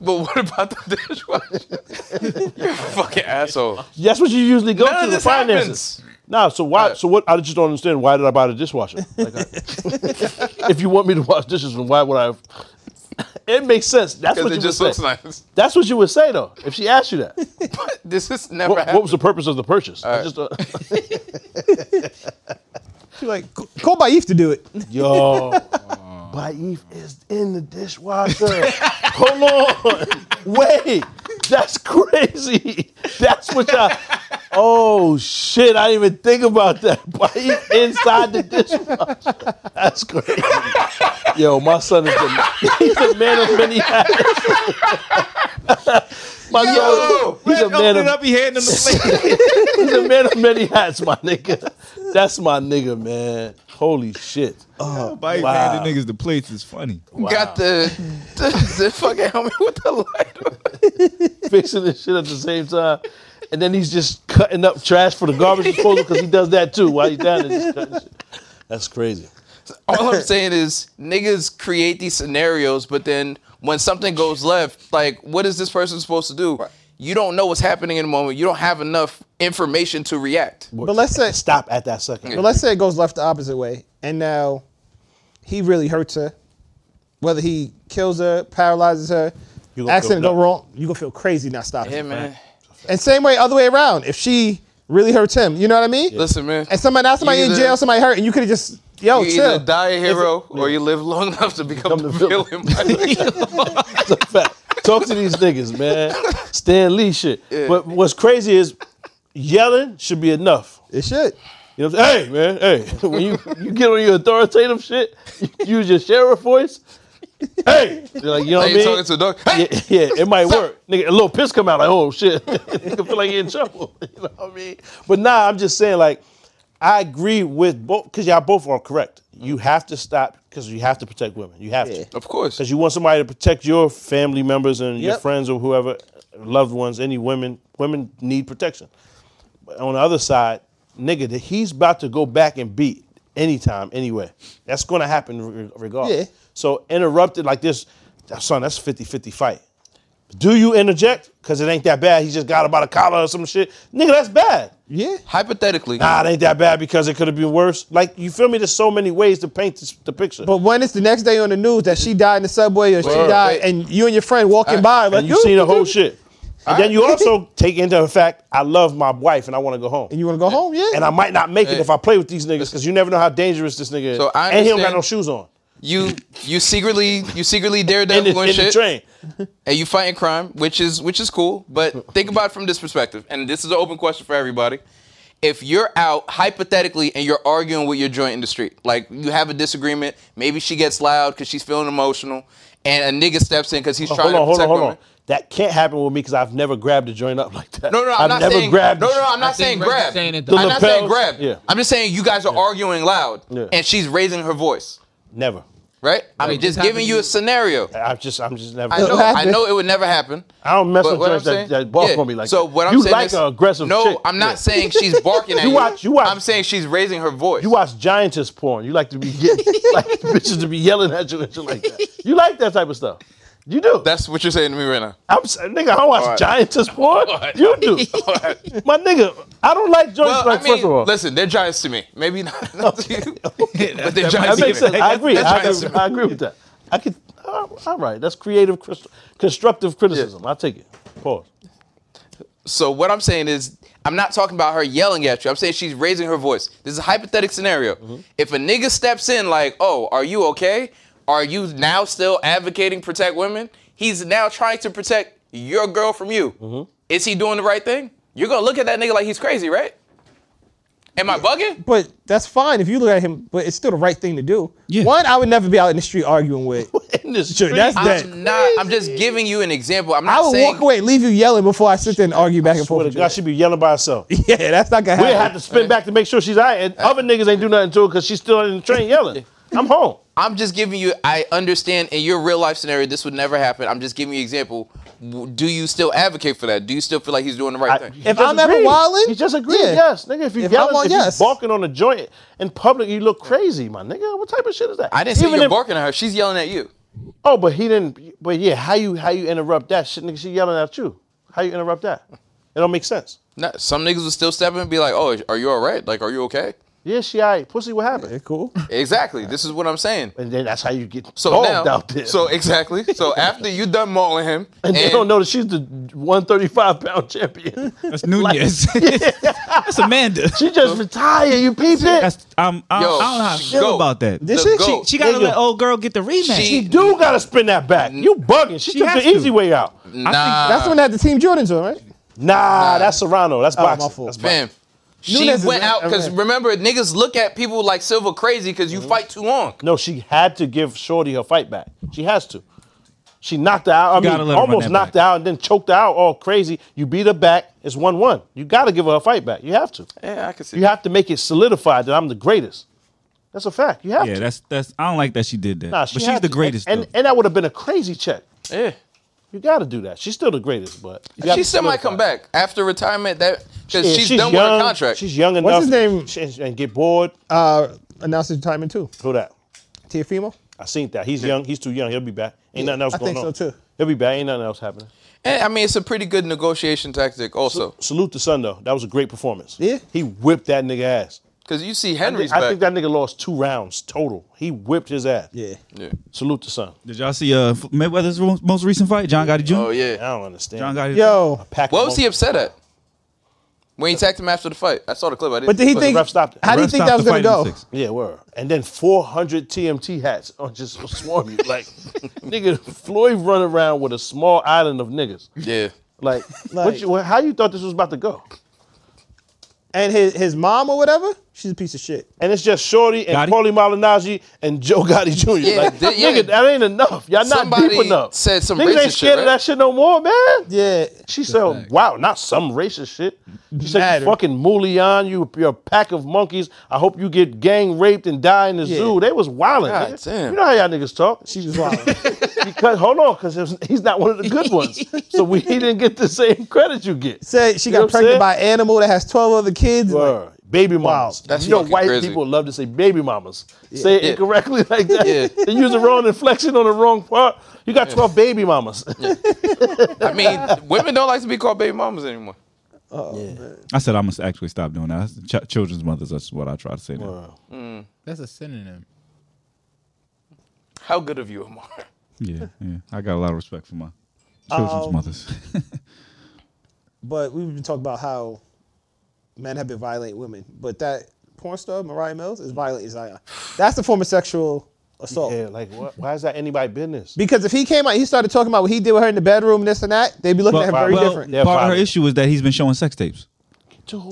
S1: what about the dishwasher? You're a fucking asshole.
S2: That's what you usually go
S1: None
S2: to
S1: of
S2: the
S1: this
S2: finances.
S1: happens.
S2: No, so why?
S1: Uh,
S2: so what? I just don't understand. Why did I buy the dishwasher? Like, I- if you want me to wash dishes, then why would I? Have, it makes sense. That's what
S1: Because
S2: you
S1: it just
S2: would
S1: looks
S2: say.
S1: nice.
S2: That's what you would say though, if she asked you that.
S1: This is never
S2: What, what
S1: happened.
S2: was the purpose of the purchase?
S1: Alright.
S2: I just, uh,
S3: she's like, "Go- call Baif to do it.
S2: yo, Baif is in the dishwasher. Hold on, wait, that's crazy. That's what y'all. Oh shit! I didn't even think about that. Baif inside the dishwasher. That's crazy. Yo, my son is a, he's a man of many hats. my
S1: Yo,
S2: son, he's a man of
S6: He handing the plate.
S2: He's a man of many hats, my nigga. That's my nigga, man. Holy shit.
S6: Bite
S2: Wow.
S6: handing niggas the plates is funny.
S1: Got the, the, the fucking helmet with the light on.
S2: Fixing this shit at the same time. And then he's just cutting up trash for the garbage disposal because he does that too while he's down there. Just cutting shit. That's crazy.
S1: All I'm saying is niggas create these scenarios, but then when something goes left, like what is this person supposed to do? You don't know what's happening in the moment. You don't have enough information to react.
S3: But let's say,
S2: Stop at that second.
S3: but let's say it goes left the opposite way, and now he really hurts her. Whether he kills her, paralyzes her,
S2: You gonna
S3: accident
S2: feel
S3: go
S2: dumb.
S3: wrong, you gonna feel crazy not stopping.
S1: Yeah, man.
S3: And same way, other way around. If she really hurts him, you know what I mean?
S1: Listen, man.
S3: And somebody now somebody
S1: You
S3: in
S1: either-
S3: jail, somebody hurt, and you could have just yo
S1: You
S3: chill.
S1: either die a hero or you live long enough to become,
S2: Become
S1: the
S2: the villain.
S1: villain. my nigga.
S2: It's a fact. Talk to these niggas, man. Stan Lee shit. But what's crazy is yelling should be enough.
S3: It should.
S2: You know what I'm saying? Hey, man, hey. When you, you get on your authoritative shit, you use your sheriff voice, hey, They're like you know
S1: Like
S2: what I
S1: you're
S2: mean?
S1: talking to a dog. Hey!
S2: Yeah, yeah, it might work. Nigga, a little piss come out like, oh shit. Nigga feel like you're in trouble. You know what I mean? But nah, I'm just saying, like, I agree with both because y'all both are correct. You have to stop because you have to protect women. You have to.
S1: Of course.
S2: Because you want somebody to protect your family members and your
S3: Yep.
S2: friends or whoever, loved ones, any women. Women need protection. But on the other side, nigga, that he's about to go back and beat anytime, anyway. That's going to happen re- regardless.
S3: Yeah.
S2: So interrupted like this, son, that's a 50 50 fight. Do you interject? Because it ain't that bad. He just got about a collar or some shit. Nigga, that's bad.
S3: Yeah.
S1: Hypothetically,
S2: Nah, it ain't that bad because it could have been worse. Like, you feel me? There's so many ways to paint this, the picture.
S3: But when it's the next day on the news that she died in the subway or she
S1: Word.
S3: died, and you and your friend walking by, like
S2: and you
S3: "Ooh,
S2: see the
S3: ooh, ooh,"
S2: whole shit. And then you also take into the fact, I love my wife and I want to go home.
S3: and you want to go home, yeah.
S2: And I might not make it if I play with these niggas because you never know how dangerous this nigga is.
S1: So I
S2: and he don't got
S1: understand-
S2: no shoes on.
S1: you you secretly you secretly
S2: In the,
S1: daredevil and
S2: in the
S1: shit,
S2: train.
S1: and you fighting crime, which is which is cool. But think about it from this perspective, and this is an open question for everybody. If you're out hypothetically and you're arguing with your joint in the street, like you have a disagreement, maybe she gets loud because she's feeling emotional, and a nigga steps in because he's trying
S2: Oh, Hold on,
S1: to
S2: hold on,
S1: protect
S2: hold
S1: women.
S2: on. That can't happen with me because I've never grabbed a joint up like that.
S1: No, no, I'm
S2: I've
S1: not
S2: never
S1: saying
S2: grabbed.
S1: No,
S2: a-
S1: no, I'm
S10: I
S1: not
S10: think
S1: saying
S10: Rick is
S1: grab.
S10: saying it
S2: The
S1: I'm not saying grab.
S2: lapels? Yeah.
S1: I'm just saying you guys are arguing loud,
S2: Yeah.
S1: and she's raising her voice.
S2: Never.
S1: Right? I'm
S10: Wait, this
S1: just giving
S10: happened
S1: you
S10: to
S1: a scenario.
S2: I've just, I'm just never.
S1: I know, I
S3: happen.
S1: know it would never happen.
S2: I don't mess
S1: But
S2: with
S1: what
S2: joints
S1: I'm saying-
S2: that, that bark
S1: yeah.
S2: on me like
S1: so
S2: that.
S1: what I'm
S2: you
S1: saying
S2: like
S1: is,
S2: an aggressive
S1: No,
S2: chick.
S1: I'm not
S2: Yeah.
S1: saying she's barking at
S2: You
S1: you.
S2: watch- you watch.
S1: I'm saying she's raising her voice.
S2: You watch giantess porn. You like to be get, like bitches to be yelling at you and shit like that. You like that type of stuff. You do.
S1: That's what you're saying to me right now.
S2: I'm s- nigga. I don't watch
S1: right.
S2: giantess porn. You do. My nigga, I don't like joints.
S1: Well,
S2: like
S1: I mean,
S2: first of all,
S1: listen, they're giants to me. Maybe not, not to you, but they're
S2: that
S1: giants to me.
S2: makes sense. I agree.
S1: They're
S2: I
S1: giants
S2: agree,
S1: to me.
S2: I agree with that. I could. uh, all right, that's creative, crist- constructive criticism. I take it. Pause.
S1: So what I'm saying is, I'm not talking about her yelling at you. I'm saying she's raising her voice. This is a hypothetical scenario. If a nigga steps in like, "Oh, are you okay? Are you now still advocating protect women?" He's now trying to protect your girl from you. Is he doing the right thing? You're gonna look at that nigga like he's crazy, right? Am I bugging?
S3: but that's fine if you look at him, but it's still the right thing to do.
S6: Yeah.
S3: One, I would never be out in the street arguing with.
S2: In this
S3: Sure,
S2: street,
S3: that's dead.
S1: I'm not. I'm just giving you an example. I'm
S3: I
S1: not
S3: would
S1: saying.
S3: walk away, and leave you yelling before I sit there and argue back and
S2: swear
S3: forth.
S2: to
S3: With
S2: God,
S3: you.
S2: she be yelling by herself. We
S3: Yeah, that's not gonna
S2: have
S3: happen.
S2: to spin back to make sure she's all right. And other niggas ain't do nothing to her because she's still in the train yelling. I'm home.
S1: I'm just giving you. I understand in your real life scenario, this would never happen. I'm just giving you an example. W- Do you still advocate for that? Do you still feel like he's doing the right thing?
S3: If I'm ever wildin',
S2: he just agreed.
S3: yeah.
S2: Yes, nigga. If you
S3: If
S2: yelling,
S3: I'm on-
S2: if
S3: yes.
S2: you barking on a joint in public, you look crazy, my nigga. What type of shit is that?
S1: I didn't see
S2: Even
S1: you
S2: if-
S1: barking at her. She's yelling at you.
S2: Oh, but he didn't. But yeah, how you how you interrupt that shit, nigga? She yelling at you. How you interrupt that? It don't make sense.
S1: No, some niggas would still step in and be like, "Oh, are you all right? Like, are you okay?"
S2: Yeah, she all right. Pussy, what happened?
S3: cool.
S1: Exactly. This is what I'm saying.
S2: And then that's how you get so
S1: So now,
S2: out there.
S1: so exactly. So after you done mauling him,
S2: and they don't know that she's the 135 pound champion.
S6: That's Nunez. That's Amanda.
S2: she just retired. You peep it.
S6: That's I'm, I'm,
S1: Yo,
S6: I don't know how I
S1: she
S6: feel
S1: go.
S6: about that.
S1: the
S3: she- she-
S1: goat.
S6: She gotta
S2: Nigga.
S6: let old girl get the rematch.
S2: She do gotta spin that back. You bugging. She,
S6: She
S2: took
S6: has
S2: the
S6: to.
S2: easy way out. Nah,
S1: nah,
S3: That's the one that had the team Jordans on, right?
S2: that's Serrano. That's
S3: my
S2: boxing.
S3: fault.
S2: That's boxing.
S1: Fam. She
S3: Nunes is
S1: went
S3: right.
S1: out because
S3: Alright.
S1: remember, niggas look at people like Silver crazy because you
S2: Mm-hmm.
S1: fight too long.
S2: No, she had to give Shorty her fight back. She has to. She knocked her out. I
S6: gotta
S2: mean,
S6: let her run
S2: almost
S6: that
S2: knocked
S6: back.
S2: her out and then choked her out all crazy. You beat her back. It's 1 1. You got to give her a fight back. You have to.
S1: Yeah, I can see.
S2: You have to make it solidified that I'm the greatest. That's a fact. You have
S6: yeah,
S2: to.
S6: that's that's. I don't like that she did that.
S2: Nah,
S6: but she's
S2: had
S6: the
S2: to.
S6: greatest.
S2: And, and,
S6: though.
S2: and that would have been a crazy check.
S1: yeah.
S2: You got to do that. She's still the greatest, but. you have
S1: She
S2: to
S1: still might
S2: solidify
S1: come
S2: it.
S1: back after retirement. That because
S2: Yeah,
S1: she's, done
S2: young,
S1: with her contract.
S2: She's young enough.
S3: What's his name?
S2: sh- And, and get bored.
S3: Uh, announced his retirement too.
S2: Who that?
S3: Tiafimo.
S2: I seen that. He's young. He's too young. He'll be back. Ain't nothing else
S3: I
S2: going
S3: think
S2: on.
S3: so, too.
S2: He'll be back. Ain't nothing else happening.
S1: and, Eh, I mean, it's a pretty good negotiation tactic also
S2: Salute to Sun though. That was a great performance.
S3: Yeah.
S2: He whipped that nigga ass.
S1: because you see Henry's
S2: I
S1: back.
S2: think that nigga lost two rounds total. He whipped his ass.
S3: Yeah.
S1: Yeah.
S2: Salute to Sun.
S6: Did y'all see uh Mayweather's ro- most recent fight? John Gotti Jr.
S1: Oh
S2: I
S1: yeah.
S2: don't understand.
S6: John Gotti.
S3: Yo,
S2: Pack
S1: What
S2: him
S1: was he
S2: up.
S1: upset at? When he attacked him after the fight, I saw the clip. I didn't.
S3: but did he
S2: But the
S3: think?
S2: ref stopped it.
S3: How do you
S6: Ref
S3: think
S6: stopped
S3: that was gonna
S6: the fight in
S3: go?
S6: six.
S2: Yeah, were. And then 400 TMT hats on just swarm you. Like, nigga, Floyd run around with a small island of niggas.
S1: Yeah.
S2: Like, what
S3: Like-
S2: you, how you thought this was about to go?
S3: And his his mom or whatever. She's a piece of shit.
S2: And it's just Shorty and
S6: Gotti?
S2: Paulie Malignaggi and Joe Gotti Jr.
S1: Yeah,
S2: like,
S1: th- yeah.
S2: nigga, that ain't enough. Y'all not
S1: Somebody
S2: deep enough.
S1: said some
S2: Niggas
S1: racist
S2: ain't
S1: shit,
S2: scared
S1: right?
S2: of that shit no more, man.
S3: Yeah.
S2: She said, "Wow, not some racist shit." She said,
S3: Matter.
S2: "You fucking Mulian, you you're a pack of monkeys. I hope you get gang raped and die in the zoo." They was wilding.
S1: God
S2: nigga.
S1: damn.
S2: You know how y'all niggas talk.
S3: She was wild.
S2: Because hold on, because he's not one of the good ones. so we he didn't get the same credit you get.
S3: Said she
S2: You know
S3: got
S2: what I'm saying?
S3: pregnant by an animal that has 12 other kids. Like,
S2: Word. Baby mamas.
S1: That's
S2: you know,
S1: fucking
S2: white
S1: crazy.
S2: people love to say baby mamas. Say it
S1: Yeah.
S2: incorrectly like that.
S1: Yeah.
S2: They use the wrong inflection on the wrong part. You got 12 baby mamas.
S1: I mean, women don't like to be called baby mamas anymore.
S3: oh,
S6: I said I must actually stop doing that. Ch- children's mothers. That's what I try to say. Now.
S10: That's a synonym.
S1: How good of you, Amar.
S6: Yeah, yeah. I got a lot of respect for my children's
S3: Um,
S6: mothers.
S3: But we've been talking about how men have been violating women. But that porn star, Mariah Mills, is violating Zion. That's a form of sexual assault.
S2: yeah, like what? Why is that anybody business?
S3: Because if he came out, he started talking about what he did with her in the bedroom, this and that, they'd be looking
S6: Well,
S3: at him very
S2: well,
S3: different.
S2: yeah. They're
S6: Part of her
S2: violent.
S6: issue is that he's been showing sex tapes.
S3: Dude,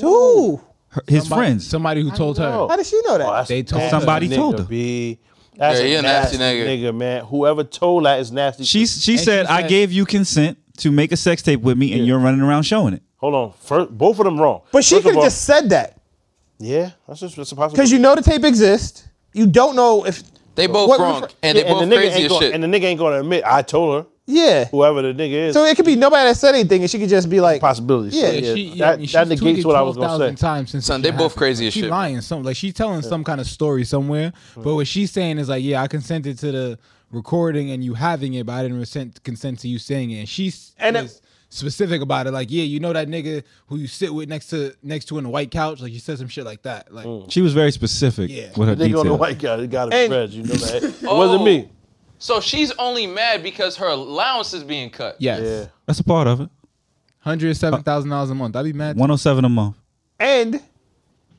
S6: Her, his
S10: Somebody-
S6: friends.
S10: Somebody who told her.
S2: know.
S3: how did she know that?
S2: Oh, that's
S10: They told
S2: nasty,
S6: Somebody
S2: nigga,
S6: told her.
S2: B. That's
S1: Yeah, he
S2: a
S1: a nasty
S2: nasty
S1: nigga.
S2: nigga, man. Whoever told that is nasty.
S6: She she
S10: she
S6: said, "I
S10: said-
S6: gave you consent to make a sex tape with me, and you're running around showing it."
S2: Hold on. First, both of them wrong.
S3: but she
S2: First of
S3: could have
S2: all-
S3: just said that.
S2: Yeah, that's just that's a
S3: Because
S2: possibility.
S3: you know the tape exists. You don't know if.
S1: They both
S3: What-
S1: wrong, and
S2: Yeah,
S1: they both
S2: and the nigga
S1: crazy
S2: ain't
S1: as
S2: gonna,
S1: shit.
S2: And the nigga ain't gonna admit I told her.
S3: Yeah.
S2: Whoever the nigga is.
S3: So it could be nobody that said anything, and she could just be like,
S2: possibility.
S3: Yeah,
S10: Yeah,
S2: yeah.
S10: she, yeah, I
S2: that
S10: mean, she's
S2: that negates
S10: tweeted
S2: what I was gonna
S10: 12,000
S2: say.
S10: times since
S1: Son,
S10: this
S1: they
S10: shit
S1: both
S10: happened.
S1: crazy as
S10: she
S1: shit, man.
S10: lying some like she's telling some kind of story somewhere, but what she's saying is like, yeah, I consented to the recording and you having it, but I didn't consent consent to you saying it. And she's
S3: And it-
S10: was specific about it, like, yeah, you know that nigga who you sit with next to next to in the white couch, like you said some shit like that, like
S6: She was very specific
S10: Yeah.
S6: with her
S2: Nigga on the
S6: details.
S2: white guy, he got a
S3: And-
S2: red. You know that. It wasn't me.
S1: So she's only mad because her allowance is being cut.
S10: yes,
S2: Yeah.
S6: That's a part of it.
S10: hundred seven thousand dollars a month. I'd be mad.
S6: One hundred seven a month.
S3: and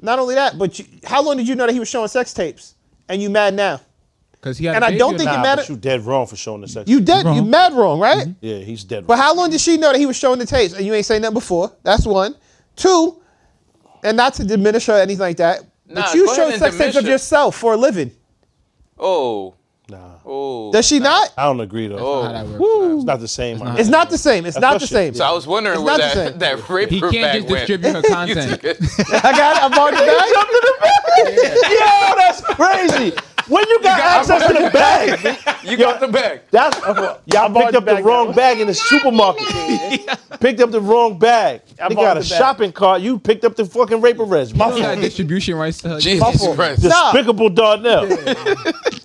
S3: not only that, but you, how long did you know that he was showing sex tapes? And you mad now?
S10: because he had
S3: and
S10: a
S3: I
S10: baby
S3: don't
S10: or
S3: think it
S10: not.
S2: Nah,
S3: matter-
S2: but you dead wrong for showing the sex.
S3: You dead? You
S6: Wrong.
S3: mad wrong, right?
S2: yeah, he's dead
S3: But
S2: wrong.
S3: how long did she know that he was showing the tapes and you ain't saying nothing before? That's one. Two, and not to diminish her or anything like that,
S1: Nah,
S3: but you
S1: go ahead
S3: show
S1: and
S3: sex tapes
S1: diminish
S3: of
S1: her.
S3: yourself for a living.
S1: Oh,
S2: Nah,
S1: oh.
S3: Does she not?
S2: I don't agree though.
S10: How that works.
S2: It's not the same.
S3: It's not the same. It's not the
S2: bullshit.
S3: same.
S1: so I was wondering
S3: It's
S1: where
S3: not the
S1: that,
S3: same.
S1: that rape
S10: He can't
S1: bag
S10: just
S1: went.
S10: distribute her content.
S3: I got it. I'm on the back.
S2: Yo, that's crazy. When you got, access to the bag,
S1: you got the bag.
S2: that's y'all picked up the
S3: bag
S2: wrong
S3: now.
S2: bag in the supermarket. picked up the wrong bag. They
S3: bought
S2: got a
S3: the bag.
S2: shopping cart. You picked up the fucking rape arrest.
S10: He had distribution rights to her.
S1: Jesus Christ.
S3: Nah.
S2: Despicable Darnell.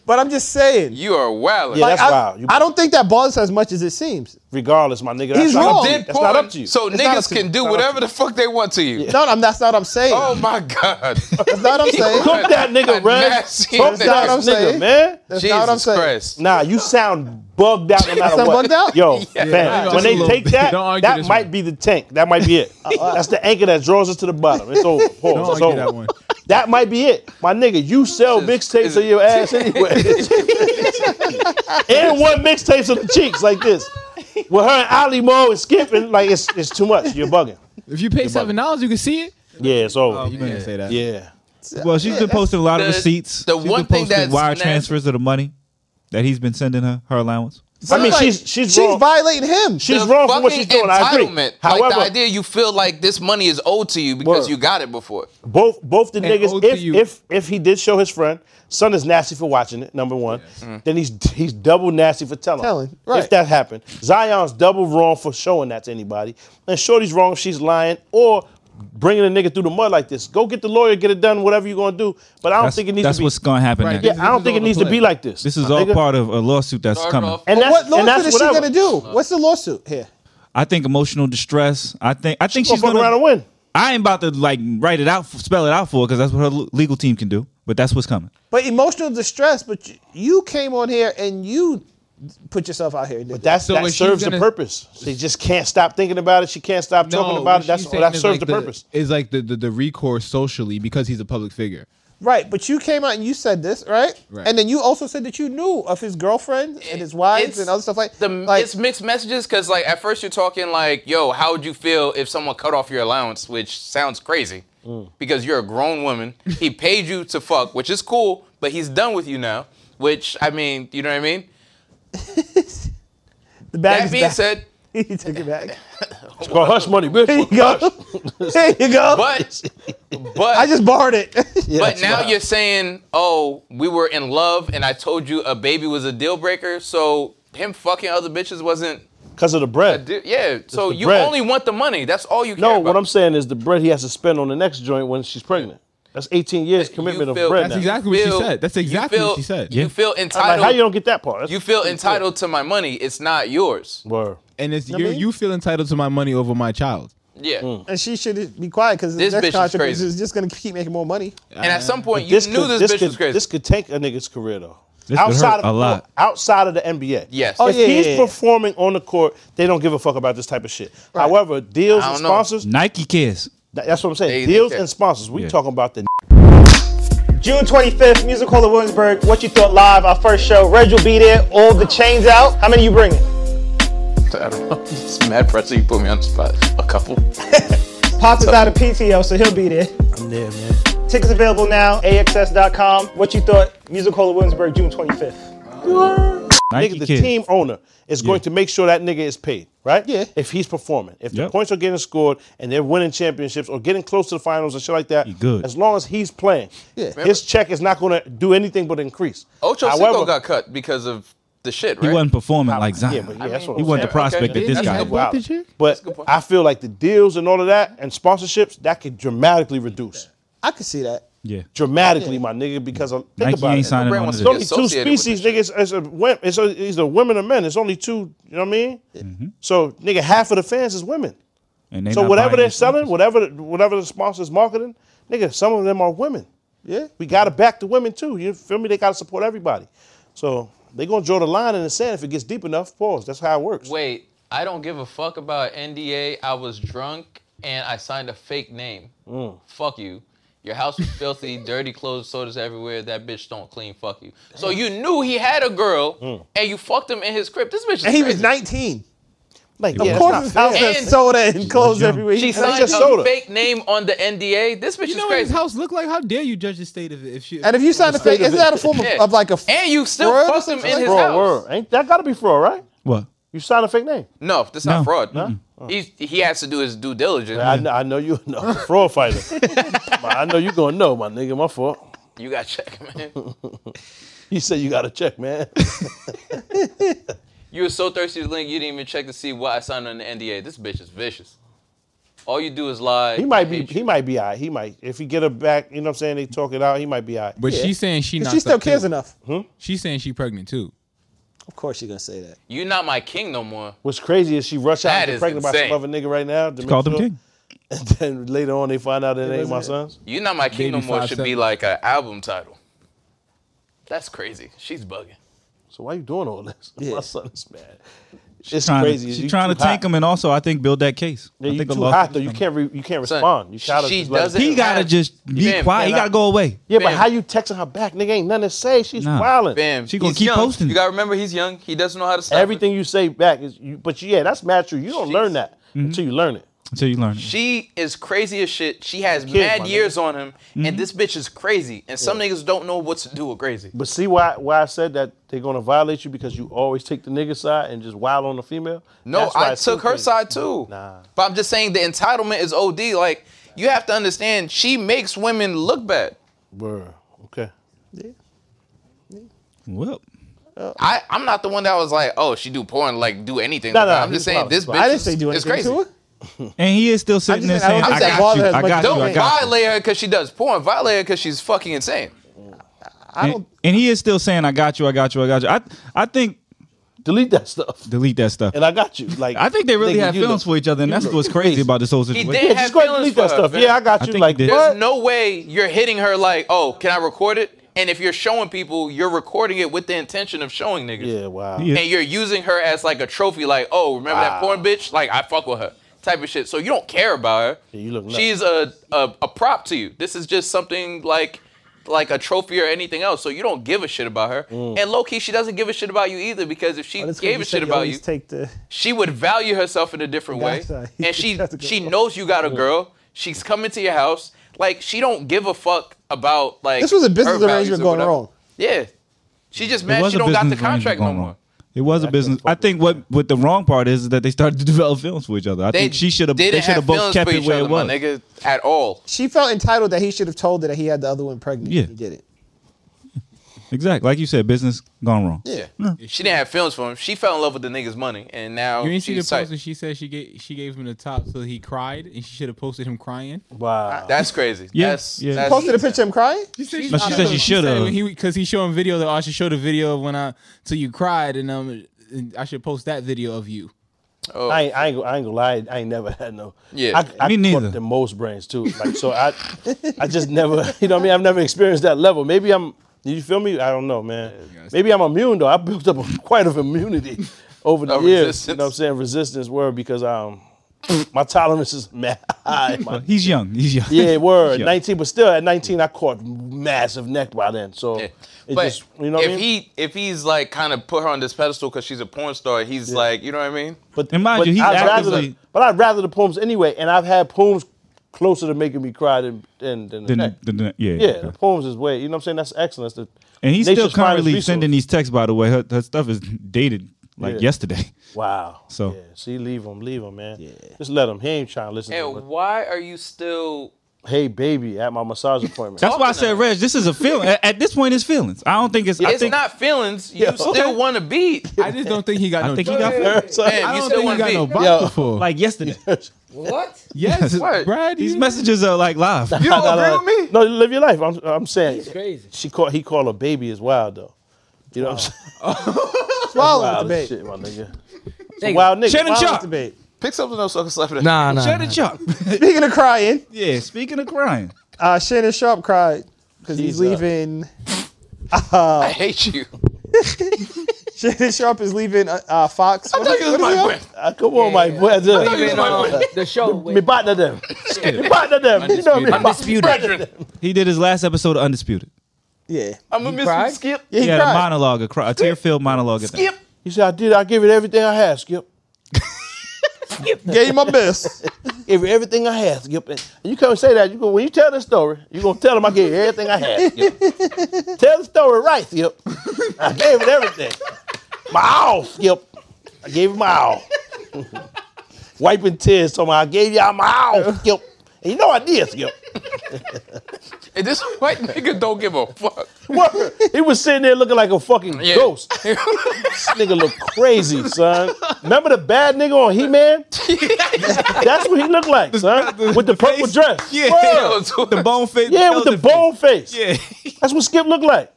S3: But I'm just saying.
S1: You are wild.
S2: Yeah, that's
S3: I,
S2: wild. You-
S3: I don't think that bothers her as much as it seems.
S2: Regardless, my nigga, that's
S3: He's
S2: not up
S3: wrong.
S2: to you.
S1: Did
S2: That's not
S1: porn,
S2: up to you.
S1: So
S3: not up
S1: niggas
S3: to
S1: can
S3: you.
S1: do whatever the fuck they want to you.
S3: No, I'm, that's not what I'm saying.
S1: Oh my God.
S3: That's not what I'm saying.
S2: Cook that nigga,
S1: A
S2: Red.
S1: nasty
S2: Cook
S1: nigga.
S2: that
S3: That's what I'm
S2: nigga,
S3: saying.
S2: man.
S3: That's not what I'm
S1: Jesus
S3: saying.
S1: Christ.
S2: Nah, you sound bugged out no matter
S3: sound
S2: what.
S3: bugged out?
S2: Yo, fam,
S10: Yeah,
S2: when
S10: just a
S2: they
S10: little
S2: take
S10: bit.
S2: that,
S10: Don't argue
S2: that
S10: this
S2: might
S10: one.
S2: be the tank. That might be it.
S3: Uh,
S2: That's the anchor that draws us to the bottom. It's over. Pause.
S10: Don't
S2: it's
S10: argue
S2: over.
S10: that one.
S2: That might be it. My nigga, you sell mixtapes of your ass anyway. and one mixtapes of the cheeks like this. With her and Ali Mo and skipping, like it's it's too much. You're bugging.
S10: If you pay seven dollars, you can see it.
S2: Yeah, it's over.
S10: You didn't say that.
S2: yeah.
S6: Well, she's been posting a lot of
S1: the-
S6: receipts.
S1: the
S6: She's been
S1: one thing
S6: posting
S1: that's
S6: wire
S1: nasty-
S6: transfers of the money that he's been sending her her allowance.
S2: I mean,
S3: Like,
S2: she's she's
S3: she's
S2: wrong.
S3: violating him.
S2: she's
S1: The
S2: wrong for what she's
S1: fucking
S2: doing. I agree.
S1: entitlement. like
S2: However,
S1: the idea you feel like this money is owed to you because
S2: Word.
S1: you got it before.
S2: both both the
S10: And
S2: niggas
S10: owed to
S2: if,
S10: you.
S2: if if he did show his friend son is nasty for watching it number one
S1: Mm.
S2: then he's he's double nasty for telling
S3: Telling, right.
S2: if that happened zion's double wrong for showing that to anybody and shorty's wrong if she's lying or bringing a nigga through the mud like this go get the lawyer get it done whatever you're gonna do but i don't
S6: That's,
S2: think it needs
S6: that's
S2: to be
S6: what's going to happen
S10: Right,
S6: next.
S2: yeah, i
S10: This
S2: don't
S10: is
S2: think
S10: all
S2: it
S10: the
S2: needs to
S10: play.
S2: be like this
S6: This is all
S2: nigga.
S6: part of a lawsuit that's
S1: Started
S6: coming.
S1: off-
S2: and
S3: But
S2: that's,
S3: what
S2: and
S3: lawsuit
S2: that's
S3: is she
S2: whatever.
S3: gonna do? What's the lawsuit here?
S6: I think emotional distress. I think I think
S2: She's
S6: she's
S2: gonna
S6: going
S2: fuck around and
S6: to.
S2: win
S6: I ain't about to like write it out, spell it out for her because that's what her l- legal team can do. But that's what's coming.
S3: But emotional distress. But you, you came on here and you put yourself out here. and did that.
S2: that's,
S10: So
S2: that
S10: is she
S2: serves the
S10: gonna-
S2: purpose. She just can't stop thinking about it. She can't stop talking
S10: what
S2: about it.
S10: she's
S2: That's
S10: saying
S2: that
S10: is
S2: serves
S10: like
S2: the purpose.
S10: Is like the, the the recourse socially because he's a public figure.
S3: Right. But you came out and you said this, right?
S10: Right.
S3: And then you also said that you knew of his girlfriend and his wives
S1: It's-
S3: and other stuff like
S1: the,
S3: like
S1: it's mixed messages because like at first you're talking like, yo, how would you feel if someone cut off your allowance, which sounds crazy. because you're a grown woman. He paid you to fuck, which is cool, but he's done with you now. Which I mean, you know what I mean.
S3: The bag
S1: That
S3: is
S1: being
S3: back.
S1: said,
S3: he took it back.
S2: It's called hush money,
S3: There
S2: bitch.
S3: you go. there you go.
S1: but but
S3: I just borrowed it.
S1: but now you're saying, oh, we were in love, and I told you a baby was a deal breaker, so him fucking other bitches wasn't.
S2: Because of the bread.
S1: di- Yeah, so
S2: the
S1: you
S2: bread.
S1: only want the money. That's all you care
S2: No,
S1: about.
S2: what I'm saying is the bread he has to spend on the next joint when she's pregnant. That's 18 years
S1: You
S2: commitment of
S1: feel-
S2: bread.
S10: That's
S2: now.
S10: exactly what she said. That's
S1: you
S10: exactly what she said.
S1: You
S10: Yeah.
S1: feel
S2: Like,
S1: entitled.
S2: how you don't get that part? That's
S1: you feel entitled to my money. It's not yours.
S2: Word.
S10: And it's you you feel entitled to my money over my child.
S2: Mm.
S1: Yeah.
S3: and she should be quiet because
S1: This
S3: this
S1: bitch
S3: next
S1: is
S3: contract is,
S1: crazy.
S3: just gonna keep making more money.
S1: And at some point, you
S2: This
S1: knew
S2: could,
S1: this, bitch
S2: could,
S1: was crazy.
S2: This could tank a nigga's career though.
S6: This could
S2: of
S6: hurt a lot.
S2: outside of the NBA.
S1: Yes.
S2: if
S1: Oh,
S3: yeah,
S2: he's
S3: yeah, yeah.
S2: performing on the court, they don't give a fuck about this type of shit. However, deals
S1: I
S2: and
S1: don't know.
S2: sponsors,
S6: Nike kiss.
S2: that- that's what I'm saying.
S1: They- they
S2: deals
S1: care.
S2: and sponsors. We
S6: Yeah.
S2: talking about the
S9: June 25th, Music Hall of Williamsburg. What you thought live, our first show. Reg will be there. All the chains out. How many you bringing?
S1: I don't know. It's mad pressure. You put me on the spot. A couple.
S9: Pop is out of PTO, so he'll be there.
S11: I'm there, man.
S9: Tickets available now. AXS.com. What you thought? Music Hall of Williamsburg, June 25th.
S6: Nike
S2: nigga, the
S6: kiss.
S2: team owner is going to make sure that nigga is paid, right? Yeah. If he's performing, if the
S6: Yep.
S2: points are getting scored and they're winning championships or getting close to the finals and shit like that,
S6: He good.
S2: as long as he's playing,
S3: Yeah.
S2: his check is not going to do anything but increase.
S1: Ocho
S2: However,
S1: Cinco got cut because of the shit, right?
S6: He wasn't performing like Zion.
S2: yeah, but yeah, that's what
S6: he
S2: I'm
S6: wasn't
S2: saying.
S6: the prospect
S1: Okay.
S6: that this
S1: That's
S6: guy
S1: a
S6: was.
S1: good
S2: Wow.
S10: Did you?
S2: But
S1: good point.
S2: I feel like the deals and all of that and sponsorships that could dramatically reduce.
S3: I could see that.
S6: Yeah.
S2: Dramatically, my nigga, because of, think
S6: Nike
S2: about
S6: ain't
S2: it.
S6: signing
S1: Brand
S6: one
S1: wants
S6: of
S1: to
S6: this.
S2: It's only two
S1: associated with
S2: species,
S1: this
S2: nigga. It's, it's, a, wom- it's, a, it's a women and men. It's only two, you know what I mean? So, nigga, half of the fans is women.
S6: And they
S2: So
S6: not
S2: whatever
S6: buying
S2: Mm-hmm. they're
S6: this.
S2: selling, whatever whatever the sponsor's marketing, nigga, some of them are women.
S3: Yeah.
S2: We gotta back the women too. You feel me? They gotta support everybody. So they gonna draw the line in the sand if it gets deep enough. Pause. That's how it works.
S1: Wait, I don't give a fuck about NDA. I was drunk and I signed a fake name.
S2: Mm.
S1: Fuck you. Your house was filthy, dirty clothes, sodas everywhere. That bitch don't clean. Fuck you. So you knew he had a girl,
S2: Mm.
S1: and you fucked him in his crib. This bitch is
S3: And he was
S1: crazy.
S3: 19.
S2: Like,
S3: Of
S2: yeah,
S3: course,
S2: that's
S3: his
S2: not
S3: house
S2: fair.
S3: has soda and clothes everywhere.
S1: She
S3: He-
S1: signed
S2: just
S1: a
S2: soda.
S1: fake name on the NDA. This bitch
S10: You know
S1: is
S10: what his
S1: crazy.
S10: house looked like? How dare you judge the state of it? If she,
S3: and if you sign a fake, isn't that a form of,
S1: Yeah.
S3: of like a?
S1: and you still
S3: fraud or
S1: fucked him
S3: something
S1: in
S3: like
S1: his
S3: that?
S1: house.
S2: Fraud, word. Ain't that gotta be fraud, right?
S6: What?
S2: You signed a fake name.
S1: No, that's not
S6: No.
S1: fraud.
S2: Mm.
S1: He he has to do his due diligence.
S2: I, kn- I know you know fraud fighter. I know you gonna know, my nigga. My fault.
S1: You got to check, man.
S2: You said you gotta check, man.
S1: You were so thirsty to link, you didn't even check to see what I signed on the NDA. This bitch is vicious. All you do is lie.
S2: He might
S1: I
S2: be.
S1: hate
S2: He
S1: you.
S2: might be. All right. He might. If he get her back, you know what I'm saying. They talk it out. He might be. All right.
S10: but she's saying she not.
S3: She still cares enough.
S10: She's saying she pregnant too.
S3: Of course, she's gonna say that.
S1: You not my king no more.
S2: What's crazy is she rush out
S1: That
S2: and get
S1: is
S2: pregnant
S1: insane.
S2: by some other nigga right now. To make
S6: Called him
S2: sure.
S6: king.
S2: And then later on, they find out it ain't my sons.
S1: You not my king
S10: Baby
S1: no more
S10: five
S1: should
S10: seven.
S1: be like an album title. That's crazy. She's bugging.
S2: So why you doing all this? My son is mad. It's
S6: Trying
S2: crazy.
S6: to,
S2: is
S6: she's
S2: you
S6: trying to
S2: too hot.
S6: tank him, and also I think build that case.
S2: Yeah,
S6: I
S2: you
S6: think a
S2: too
S6: loss
S2: hot
S6: is
S2: though. You
S6: coming.
S2: can't. Re, you can't
S1: Son,
S2: respond. You gotta.
S1: she
S2: just let it-
S1: doesn't-
S6: He gotta just be
S1: Bam,
S6: quiet. He
S1: bam.
S6: gotta go away.
S2: Yeah, but
S1: Bam.
S2: how you texting her back? Nigga ain't nothing to say. She's
S6: Nah.
S2: wildin'.
S1: Bam.
S6: She gonna
S1: He's
S6: keep
S1: young.
S6: posting.
S1: You gotta remember he's young. He doesn't know how to stop. her.
S2: Everything you say back is. You, but yeah, that's mad true. You don't learn that
S6: Mm-hmm.
S2: until you learn it.
S6: Until you learn. it.
S1: She is crazy as shit. She has
S2: kid, my
S1: mad
S2: nigga.
S1: years on him, and this bitch is crazy. And some niggas don't know what to do with crazy.
S2: But see why why I said that they're gonna violate you because you always take the nigga side and just wild on the female.
S1: No,
S2: That's why
S1: I
S2: it's
S1: took
S2: too
S1: her
S2: crazy.
S1: side too.
S2: Nah.
S1: But I'm just saying the entitlement is OD. Like, you have to understand, she makes women look bad.
S2: Bruh. Okay.
S6: Well,
S1: I, I'm not the one that was like, oh, she do porn, like do anything.
S2: No,
S1: like
S2: no,
S1: that. I'm just
S2: he's
S1: saying
S2: wild.
S1: this bitch
S3: I didn't
S1: is,
S3: say do
S1: is
S3: anything
S1: crazy.
S3: to her.
S6: and he is still sitting there
S3: just saying,
S6: saying,
S3: I
S6: "I
S3: don't think
S6: got you.
S3: that
S6: I
S3: bothers
S6: got
S3: much
S6: you.
S1: Don't
S6: I
S3: doing
S6: got you."
S1: violate her because she does porn. Violate her because she's fucking insane.
S3: I
S6: And-
S3: don't.
S6: And he is still saying, "I got you. I got you. I got you." I I think
S2: Delete that stuff.
S6: delete that stuff.
S2: And I got you. Like
S6: I think they really
S2: nigga,
S6: have
S2: you
S6: feelings
S2: look-
S6: for each other, and that's what's crazy about this whole situation.
S1: did.
S2: Yeah,
S1: Have
S2: just go ahead and
S1: feelings
S2: delete
S1: for
S2: that
S1: her,
S2: stuff.
S1: man.
S2: Yeah, I got
S6: I
S2: you.
S6: think
S2: like
S6: he did.
S1: There's
S2: what?
S1: no way you're hitting her like, oh, can I record it? And if you're showing people, you're recording it with the intention of showing niggas.
S2: Yeah, wow.
S6: Yeah.
S1: And you're using her as like a trophy, like, oh, remember that porn bitch? Like, I fuck with her. Type of shit. So you don't care about her.
S2: Yeah, you look nuts.
S1: She's a, a a prop to you. This is just something like like a trophy or anything else. So you don't give a shit about her.
S2: Mm.
S1: And low key, she doesn't give a shit about you either because if she
S2: Oh,
S3: But it's 'cause
S1: gave
S3: you
S1: a
S3: said
S1: shit about
S3: always
S1: you,
S3: Take the.
S1: she would value herself in a different way.
S3: Gotcha.
S1: And she
S3: That's a good
S1: she
S3: one.
S1: knows you got a girl. She's coming to your house. Like she don't give a fuck about like
S3: This was a business
S1: her values
S3: arrangement
S1: or
S3: going
S1: whatever.
S3: wrong.
S1: Yeah, she just
S6: It
S1: mad
S6: was
S1: she
S6: a
S1: don't got the
S6: business arrangement
S1: contract no
S6: going
S1: more.
S6: on. It was a business. I think what what the wrong part is, is that they started to develop feelings for each other. I
S1: They
S6: think she should have.
S1: didn't
S6: They should have both
S1: feelings
S6: kept
S1: for
S6: it
S1: each
S6: where
S1: other,
S6: it was.
S1: my nigga, at all.
S3: She felt entitled that he should have told her that he had the other one pregnant.
S6: Yeah.
S3: He didn't.
S6: Exactly, like you said, business gone wrong.
S1: Yeah. She didn't have feelings for him. She fell in love with the nigga's money, and now
S10: You ain't see the
S1: she's
S10: post
S1: tight.
S10: when she said she gave she gave him the top so he cried, and she should have posted him crying.
S2: Wow.
S1: That's crazy.
S6: Yeah,
S1: That's,
S6: yeah.
S1: that's
S3: Posted a picture of him crying?
S6: No, she said she should have.
S10: because he showing video that oh, I should show the video of when I till you cried, and um, and I should post that video of you.
S1: Oh,
S2: I ain't, I, ain't, go- I ain't gonna lie. I ain't never had no.
S1: Yeah.
S2: I, I
S6: Me neither.
S2: fucked the most brains too. Like so, I, I just never. You know what I mean? I've never experienced that level. Maybe I'm. You feel me? I don't know, man. Maybe I'm immune though. I built up a, quite of immunity over the
S1: Of
S2: years. You
S1: resistance.
S2: know what I'm saying? Resistance word because um, my tolerance is mad high. My-
S6: He's young. He's young.
S2: yeah, word.
S6: Yeah.
S2: 19, but still at 19, I caught massive neck by then. So,
S1: Yeah.
S2: it
S1: But
S2: just, you know what
S1: if
S2: I mean?
S1: he if he's like kind of put her on this pedestal because she's a porn star, he's like, you know what I mean?
S2: But
S6: And mind
S2: but
S6: you, he's
S2: I'd Rather
S6: actively-
S2: the, but I'd rather the poems anyway, and I've had poems closer to making me cry than than, than the
S6: Then-
S2: neck.
S6: then- then- yeah.
S2: yeah,
S6: okay.
S2: the poems is way. You know what I'm saying? That's excellence. The
S6: And he's still
S2: nation's finest
S6: currently
S2: resource.
S6: sending these texts. By the way, her, her stuff is dated like
S2: Yeah.
S6: yesterday.
S2: Wow.
S6: So-
S2: yeah, see, leave him, leave him, man. Yeah. Just let him. He ain't trying to listen. to
S1: And
S5: oh.
S2: him.
S1: why are you still
S2: Hey, baby, at my massage appointment.
S6: That's why I
S1: Talking to
S6: said,
S1: her.
S6: Reg, this is a feeling. At, at this point, it's feelings. I don't think it's. I
S1: it's
S6: think,
S1: not feelings. You
S2: Yeah,
S1: still
S2: okay.
S1: want to beat.
S10: I just don't think he got.
S6: I
S10: no
S6: think he
S10: job.
S6: got feelings.
S2: So-
S1: Damn,
S10: I
S1: you
S10: don't
S1: still
S10: think he
S1: want to
S10: got
S1: beat.
S10: no
S2: Yo.
S10: box before.
S6: Like yesterday.
S5: What?
S10: yes,
S1: What?
S10: Brad.
S6: These
S10: you-
S6: messages are like live.
S1: you don't
S2: Nah, nah,
S1: agree with me?
S2: No, live your life. I'm, I'm saying.
S5: He's crazy.
S2: She called. He called her baby is wild though. You know what I'm saying?
S3: Swallow
S2: Wild
S3: with the
S2: as
S3: babe.
S2: shit, my nigga.
S5: Nigga.
S2: Wild nigga.
S6: Shannon
S2: Wild
S6: Sharp.
S2: as the babe.
S1: Pick something else so I can slap it.
S5: Nah, nah.
S6: Shut
S5: nah.
S6: it up.
S3: Speaking of crying,
S6: yeah. Speaking of crying,
S3: uh, Shannon Sharp cried because he's
S2: Jesus.
S3: leaving.
S1: I hate you.
S3: Shannon Sharp is leaving uh, uh, Fox.
S1: I thought you was my friend.
S2: Ah, come on, my boy.
S1: you was my
S5: The show.
S2: Me
S5: with-
S2: partner them. Me partner them. You know me.
S5: Undisputed.
S6: he did his last episode of Undisputed.
S3: Yeah.
S1: I'm gonna miss you,
S5: cried?
S1: Skip.
S3: Yeah,
S6: He,
S3: he
S6: had a
S3: cried.
S6: monologue, a, cry, a tear-filled monologue. at that.
S1: Skip.
S2: He said, I did. I gave it everything I had, Skip.
S3: Gave him my best.
S2: Gave it everything I had, Skip. And you come and say that. You go, when you tell this story, you going to tell them I gave you everything I had. Skip. tell the story right, Skip. I gave it everything. My all, Skip. I gave it my all. Wiping tears, talking about, I gave y'all my all, Skip. And you know I did, Skip.
S1: And this white nigga don't give a fuck.
S2: Word. He was sitting there looking like a fucking
S1: Yeah.
S2: ghost. this nigga look crazy, son. Remember the bad nigga on He Man? That's what he looked like, son. with the, purple dress.
S6: Yeah.
S2: Word.
S6: The bone face.
S2: Yeah, with the
S6: elder face.
S2: bald face.
S6: Yeah.
S2: That's what Skip looked like.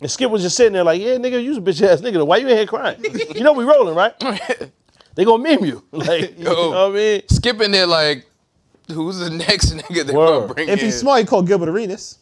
S2: And Skip was just sitting there like, yeah, nigga, you's a bitch ass nigga. Why you in here crying? you know we rolling, right? They gonna meme you. Like, you know what I mean?
S1: Skip in there like, who's the next nigga they're gonna
S2: Word.
S1: bring
S3: If
S1: in?
S3: he's smart, he called Gilbert Arenas.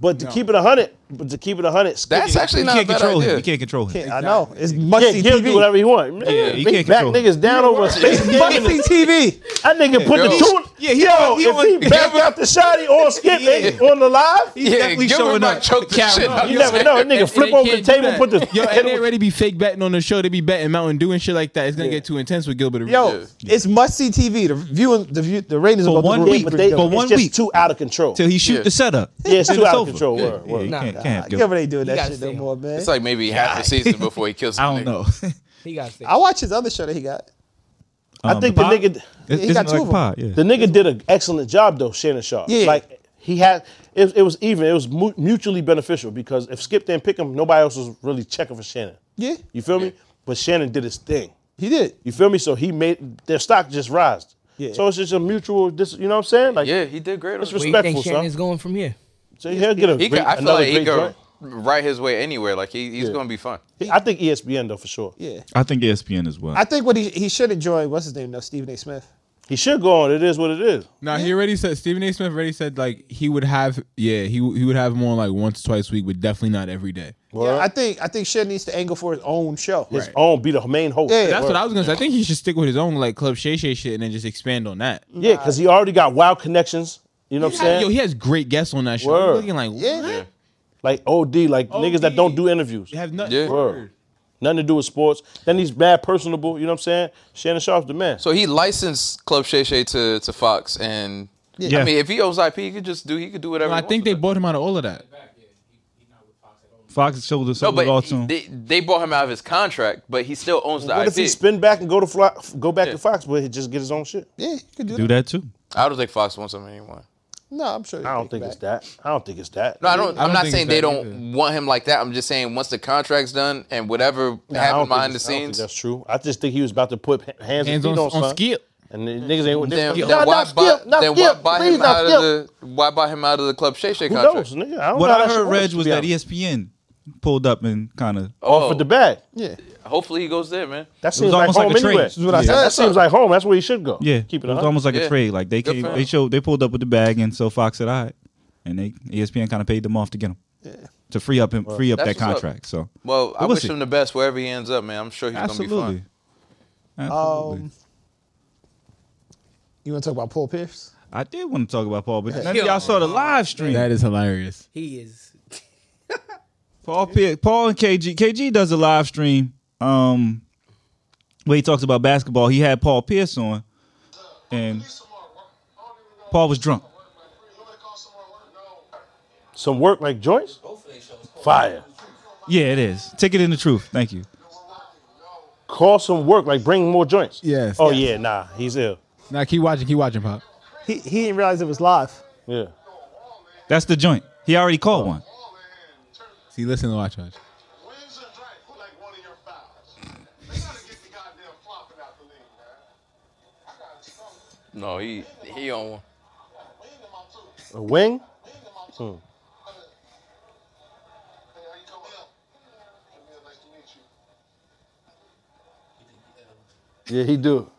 S2: But to keep it 100, but to keep it 100, Skip,
S1: That's actually
S6: We
S1: not a
S6: can't
S1: bad
S6: control him.
S1: idea.
S6: We can't control him.
S3: I know. It's must
S2: yeah,
S3: see
S2: he'll do
S3: TV.
S2: whatever he want. Yeah,
S6: he
S2: back
S6: can't control
S2: niggas down over a space game.
S3: Must
S2: and a-
S3: see TV.
S2: That nigga put
S1: Yo.
S2: the tune.
S6: Yeah, he
S2: yo,
S6: on- he
S2: if
S6: on-
S2: he back out the shotty or skip it on the live,
S6: He's
S1: yeah,
S6: definitely
S1: Gilbert
S6: showing
S1: might
S6: up.
S1: choke the
S6: Carrot.
S1: shit out of
S2: you
S1: you.
S2: never know. That nigga flip
S10: they
S2: over the
S10: can't do
S2: table,
S10: that.
S2: put the
S10: Yo, and they already be fake betting on the show. They be betting Mountain Dew and shit like that. It's gonna get too intense with Gilbert.
S3: Yo, it's must see TV. The viewing, the view, the ratings
S6: For
S3: about
S6: one
S3: to
S6: week,
S2: but they,
S6: For
S2: it's
S6: one
S2: just
S6: week.
S2: too out of control.
S6: Till he shoot
S1: Yeah.
S6: the setup.
S2: Yeah, it's
S6: Till
S2: too
S6: it's
S2: out of
S6: over.
S2: control.
S6: Yeah,
S2: Word,
S6: yeah,
S2: word.
S6: you
S5: Nah,
S6: can't-
S5: nah,
S6: can't go.
S3: Gilbert ain't doing that
S5: gotta
S3: shit
S5: stay
S3: no
S5: on.
S3: more, man.
S1: It's like maybe half the season before he kills.
S6: I
S1: the
S6: don't
S1: nigga.
S6: know.
S5: He got sick.
S3: I watch his other show that he got.
S2: I think the
S6: Bob?
S2: nigga,
S6: It's,
S3: He
S6: it's
S3: got two
S6: like
S3: of 'em.
S6: pot, Um, yeah.
S2: the nigga did an excellent job though, Shannon Sharp.
S3: Yeah.
S2: Like he had, it, it was even. It was mu- mutually beneficial because if Skip didn't pick him, nobody else was really checking for Shannon.
S3: Yeah,
S2: You feel me? But Shannon did his thing.
S3: he did.
S2: You feel me? So he made their stock just rise.
S3: Yeah.
S2: So it's just a mutual. Dis- you know what I'm saying? Like
S1: Yeah, he did great.
S2: It's
S1: On
S5: Where you think
S2: respectful, son.
S5: Shannon's going from here?
S2: So he'll get a
S1: He could,
S2: great,
S1: I feel
S2: another
S1: like he
S2: great
S1: could
S2: joint.
S1: write his way anywhere. Like he, he's gonna be fun.
S2: I think E ESPN though for sure.
S3: Yeah,
S6: I think E ESPN as well.
S3: I think what he he should enjoy. What's his name? No, Stephen A. Smith.
S2: He should go on. It is what it is.
S10: Now he already said Stephen A. Smith already said like he would have yeah he w- he would have more like once twice a week, but definitely not every day.
S3: Yeah, I think I think Shed needs to angle for his own show.
S2: His own be the main host.
S3: Yeah,
S10: That's what I was gonna say. I think he should stick with his own like Club Shay Shay shit and then just expand on that.
S2: Yeah, because he already got wild connections. You know what I'm saying?
S10: Yo, he has great guests on that show.
S2: Word.
S10: I'm looking like
S3: Yeah.
S10: what?
S2: like OD, like niggas that don't do interviews.
S10: Have nothing.
S1: Yeah.
S2: Word. Nothing to do with sports. Then he's bad personable. You know what I'm saying? Shannon Sharp's the man.
S1: So he licensed Club Shay Shay to, to Fox, and
S6: Yeah.
S1: I mean, if he owes IP, he could just do. He could do whatever.
S10: I
S1: he
S10: think they
S1: wants
S10: bought him out of all of that.
S6: Fox sold us
S1: with it.
S6: sold it all to
S1: No, but
S6: him.
S1: they, they bought him out of his contract, but he still owns the
S2: What
S1: IP.
S2: if he spin back and go to Flo- go back to Fox, but he just get his own shit?
S3: Yeah, you could do,
S6: Do
S3: that.
S6: that too.
S1: I don't think Fox wants him anymore.
S3: No, I'm sure. you
S2: I don't
S3: take
S2: think it's
S3: it back.
S2: that. I don't think it's that.
S1: No, I don't. I'm
S10: don't
S1: not
S10: think
S1: saying
S10: it's
S1: they
S10: that
S1: don't want him like that. I'm just saying once the contract's done and whatever
S2: I don't
S1: happened
S2: think
S1: behind the
S2: it's- I don't think
S1: scenes,
S2: That's true. I just think he was about to put h- hands,
S10: Hands
S2: and
S10: on,
S2: feet on,
S10: on
S2: son.
S10: Skip.
S2: And the niggas ain't with
S1: then,
S2: them.
S1: then why
S2: not
S1: buy,
S2: Skip, not
S1: then
S2: Skip,
S1: why buy
S2: please,
S1: him
S2: not
S1: out
S2: Skip.
S1: of the why buy him out of the club Shay Shay
S2: Who
S1: contract?
S2: knows, nigga? I don't
S6: What
S2: know how
S6: I
S2: that shit
S6: heard,
S2: works,
S6: Reg,
S2: to
S6: was
S2: be
S6: that E
S2: honest.
S6: ESPN pulled up and kind of.
S1: Oh,
S2: offered the bag.
S3: Yeah.
S1: hopefully he goes there, man.
S2: That seems like
S6: almost like
S2: home
S6: a trade.
S2: anyway.
S6: This
S3: is what I
S2: Yeah.
S3: said.
S2: That seems like home. That's where he should go.
S6: Yeah,
S2: keep it
S6: it was
S2: up.
S6: almost like
S1: Yeah.
S6: a trade. Like they
S1: Good
S6: came,
S1: for him.
S6: they showed, they pulled up with the bag, and so Fox said, "All right," and they E ESPN kind of paid them off to get him to free up him, free up
S1: that's
S6: that
S1: what's up.
S6: contract. So
S1: Well, I
S6: But we'll
S1: wish
S6: see.
S1: him the best wherever he ends up, man. I'm sure he's gonna be
S6: absolutely,
S1: fine.
S2: Um,
S6: absolutely.
S3: You want to talk about Paul Pierce?
S6: I did want to talk about Paul, but none of
S5: Yo.
S6: y'all saw the live stream.
S10: That is hilarious.
S5: He is.
S6: Paul Pitt, Paul and KG. KG does a live stream. Um, where he talks about basketball. He had Paul Pierce on, and Paul was drunk.
S2: Some work like Joyce. Fire.
S6: Yeah, it is. Ticket in the truth. Thank you.
S2: Call some work like bring more joints.
S10: Yes.
S2: Oh yeah, nah, he's ill.
S10: Now keep watching, keep watching, Pop.
S3: He he didn't realize it was live.
S2: Yeah.
S6: That's the joint. He already called one.
S10: See, listen and watch, watch.
S11: Wins and drank like one of your fouls. They gotta get the goddamn flopping out the league, man. I got some
S1: No, he he on one.
S11: wing in my tooth.
S2: A wing?
S11: Wing
S2: Hmm.
S11: in my tooth. Hey, how you coming up? Emil, nice to meet you.
S2: Yeah, he do.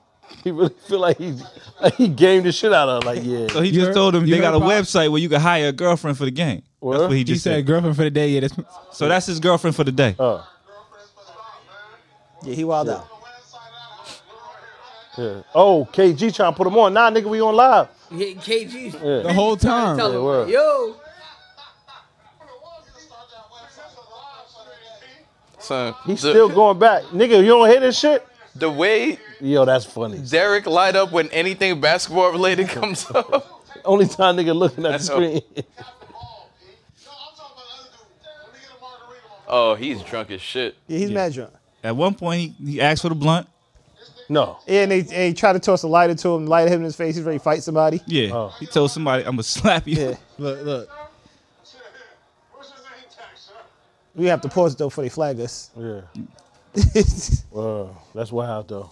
S2: He really feel like he like he gamed the shit out of her. Like yeah.
S6: So Oh, he
S10: You
S6: just
S10: heard-
S6: told him
S10: you
S6: they got a
S10: heard Pop?
S6: website where you can hire a girlfriend for the game.
S2: Well,
S6: that's what he
S10: He
S6: just
S10: said,
S6: said.
S10: girlfriend for the day. Yeah, that's
S6: So that's his girlfriend for the day.
S2: Oh
S11: Girlfriend's supposed to out, man.
S3: Yeah, he wild out.
S11: The west side out, I'm right here, man.
S2: yeah. Oh KG trying to put him on. Nah, nigga, we on live.
S5: Yeah, KG.
S10: the whole
S5: Tell
S10: time.
S5: him,
S2: word.
S5: yo.
S11: Start that website for the live stream, P.
S1: Son,
S2: He's
S1: the,
S2: still going back. Nigga, you don't hear this shit?
S1: the way
S2: Yo, that's funny.
S1: Derek light up when anything basketball related comes up.
S2: Only time nigga looking at the
S1: I know.
S2: screen.
S11: Got the ball, P. No, I'm talking about the other dude. Let me get a margarita, my
S1: Oh, he's drunk as shit.
S3: Yeah, he's mad drunk.
S6: At one point, he, he asked for the blunt.
S2: no.
S3: Yeah, and they, and they tried to toss a lighter to him, light him in his face. He's ready to fight somebody.
S6: Yeah,
S10: Oh.
S6: he told somebody, "I'm gonna slap you."
S3: Yeah.
S10: Look, look.
S11: shit. What's his name tag, sir?
S3: We have to pause it, though before they flag us.
S2: Yeah. Well, that's wild though.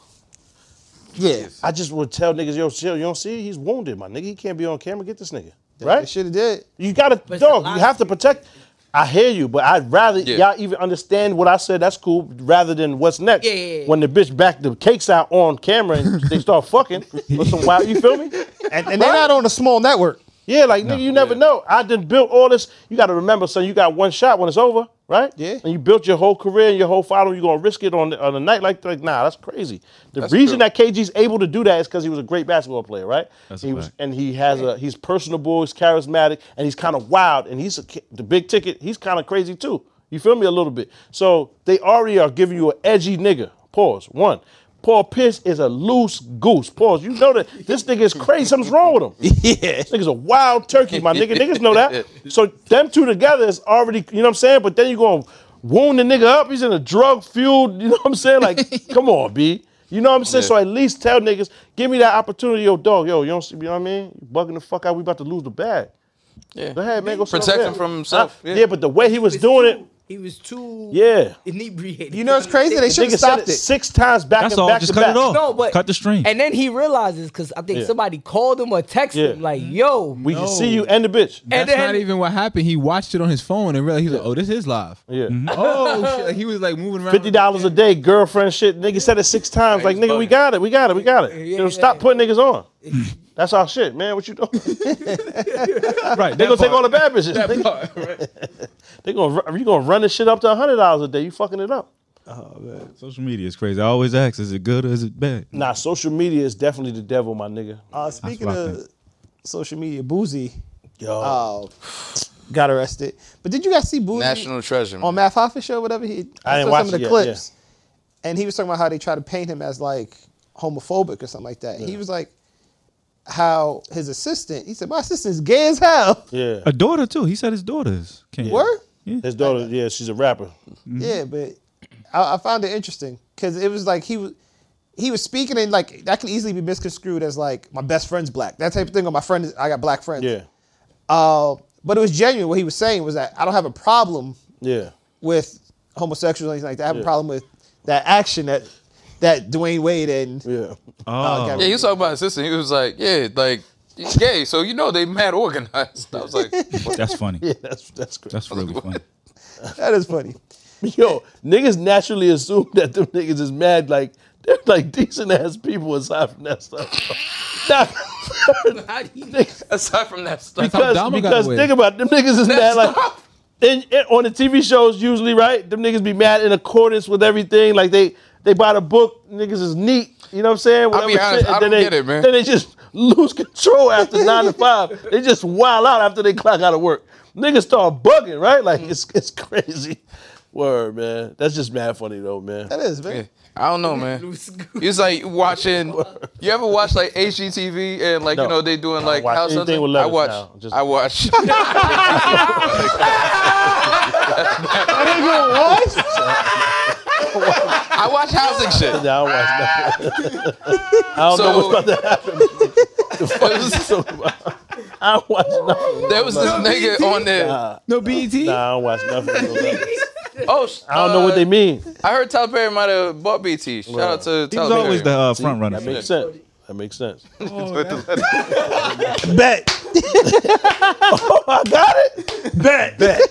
S3: yeah,
S2: I just would tell niggas, yo, chill. You don't see? it? He's wounded, my nigga. He can't be on camera. Get this nigga,
S3: They
S2: right?
S3: should have did.
S2: You gotta,
S5: it's
S2: dog.
S5: the
S2: You have to protect. I hear you, but I'd rather
S1: Yeah.
S2: y'all even understand what I said. That's cool. Rather than what's next.
S5: Yeah, yeah, yeah.
S2: When the bitch back the cakes out on camera and they start fucking or some wild. You feel me?
S3: And, and they're not on a small network.
S2: Yeah, like nigga, you never know. I done built all this. You got to remember, son. You got one shot when it's over, right?
S3: Yeah.
S2: And you built your whole career and your whole following. You're gonna risk it on on a night like like nah, that's crazy. The reason
S1: true.
S2: that KG's able to do that is because he was a great basketball player, right?
S6: That's a
S2: he was,
S6: fact.
S2: and he has a he's personable, he's charismatic, and he's kind of wild, and he's a, ki- the big ticket. He's kind of crazy too. You feel me a little bit? So they already are giving you an edgy nigga. Pause. One. Paul Pierce is a loose goose. Pause. You know that this nigga is crazy. Something's wrong with him. This nigga's a wild turkey, my nigga. Niggas know that. So them two together is already, you know what I'm saying? But then you going to wound the nigga up. He's in a drug fueled, you know what I'm saying? Like, come on, B. You know what I'm saying? So at least tell niggas, give me that opportunity, yo, dog, yo, you don't see, you know what I mean? You bugging the fuck out, we about to lose the bag.
S1: Yeah.
S2: Go ahead, man, go sit over
S1: Protect
S2: there.
S1: him from himself.
S2: Huh? yeah. but the way he was doing it,
S5: He was too
S2: yeah.
S5: inebriated.
S3: You know it's crazy. They should
S2: Nigga
S3: have
S2: said it
S3: stopped it.
S2: six times back
S6: That's
S2: and
S6: all.
S2: back
S6: Just
S2: to
S6: cut
S2: back.
S6: it off.
S5: No, but
S6: cut the stream.
S5: And then he realizes because I think
S2: Yeah.
S5: somebody called him or texted
S2: Yeah.
S5: him like, "Yo,"
S2: We can see you and the bitch.
S5: and
S10: That's
S5: then
S10: not even what happened. He watched it on his phone and realized he was like, oh, this is live.
S2: Yeah.
S10: Oh, shit. Like, he was like moving around.
S2: Fifty dollars a day, girlfriend shit. Nigga said it six times. Like
S1: Right,
S2: nigga, we
S1: fuck.
S2: got it, we got it, we got it.
S5: Yeah,
S2: Yo,
S5: yeah,
S2: stop
S5: yeah.
S2: putting niggas on. That's our shit, man. What you doing? They
S6: right,
S2: gonna take all the bad bitches. They, they gonna ru- you gonna run this shit up to hundred dollars a day. You fucking it up.
S6: Social media is crazy. I always ask, is it good or is it bad?
S2: Nah, social media is definitely the devil, my nigga.
S3: Uh, speaking
S6: what I
S3: of social media, Boozy
S2: Yo,
S3: uh, got arrested. But did you guys see Boozy
S1: National treasure.
S3: on
S1: man.
S3: Matt Hoffa show, whatever? He,
S2: I didn't
S3: saw
S2: watch it
S3: some of the
S2: yet,
S3: clips. And he was talking about how they try to paint him as like homophobic or something like that. He was like, how his assistant, he said, My assistant's gay as hell.
S2: Yeah.
S6: A daughter too. He said his daughters. Came.
S3: Word?
S2: His daughter, yeah, she's a rapper.
S3: Yeah, but I, I found it interesting because it was like he was he was speaking and like that could easily be misconstrued as like my best friend's black that type of thing. Or my friend, is, I got black friends.
S2: Yeah.
S3: Uh, but it was genuine. What he was saying was that I don't have a problem
S2: Yeah.
S3: with homosexuals or anything like that. I have
S2: Yeah.
S3: a problem with that action that that Dwayne Wade and uh,
S2: Yeah.
S6: Oh.
S3: Gavin
S1: Yeah, he was talking about his sister. He was like, yeah, like, he's gay, so you know they mad organized. I was like, what?
S6: That's funny.
S2: Yeah, that's that's great.
S6: That's really funny.
S3: did. that is funny.
S2: Yo, niggas naturally assume that them niggas is mad. Like they're like decent ass people aside from that stuff. Nah,
S1: aside from that stuff.
S10: That's how
S2: because
S10: Dama got
S2: because
S10: away.
S2: think about it, them niggas is mad. Like
S1: stuff.
S2: in, in- on the TV shows usually, right? Them niggas be mad in accordance with everything. Like they they buy the book. Niggas is neat. You know what I'm saying?
S1: I'll be
S2: Whatever
S1: honest, I
S2: and then
S1: don't
S2: they,
S1: get it, man.
S2: Then they just lose control after nine to five. They just wild out after they clock out of work. Niggas start bugging, right? Like it's it's crazy. Word, man. That's just mad funny though, man.
S3: That is man.
S1: I don't know, man. He was like watching. You ever watch like HGTV and like
S2: No.
S1: you know they doing like
S2: watch
S1: house
S2: anything
S1: hunting?
S2: with
S1: I
S2: letters
S1: watch.
S2: now. Just-
S1: I watch. I watch housing shit.
S2: Nah, I don't watch nothing. I don't know
S1: So-
S2: what's about to happen. The fuck
S1: It
S2: is
S1: was-
S2: this about? I don't watch nothing.
S1: There was this nigga on there.
S10: No
S6: E
S10: BET.
S2: Nah, I don't watch nothing.
S1: Oh, sh-
S2: I don't know what
S1: uh,
S2: they mean.
S1: I heard Tyler Perry might have bought BT. Shout out to
S6: He was
S1: Tyler
S6: always the
S1: Perry.
S6: uh, front runner.
S2: E That makes sense. That makes sense.
S3: Bet
S2: Oh, I got it. Bet. Bet.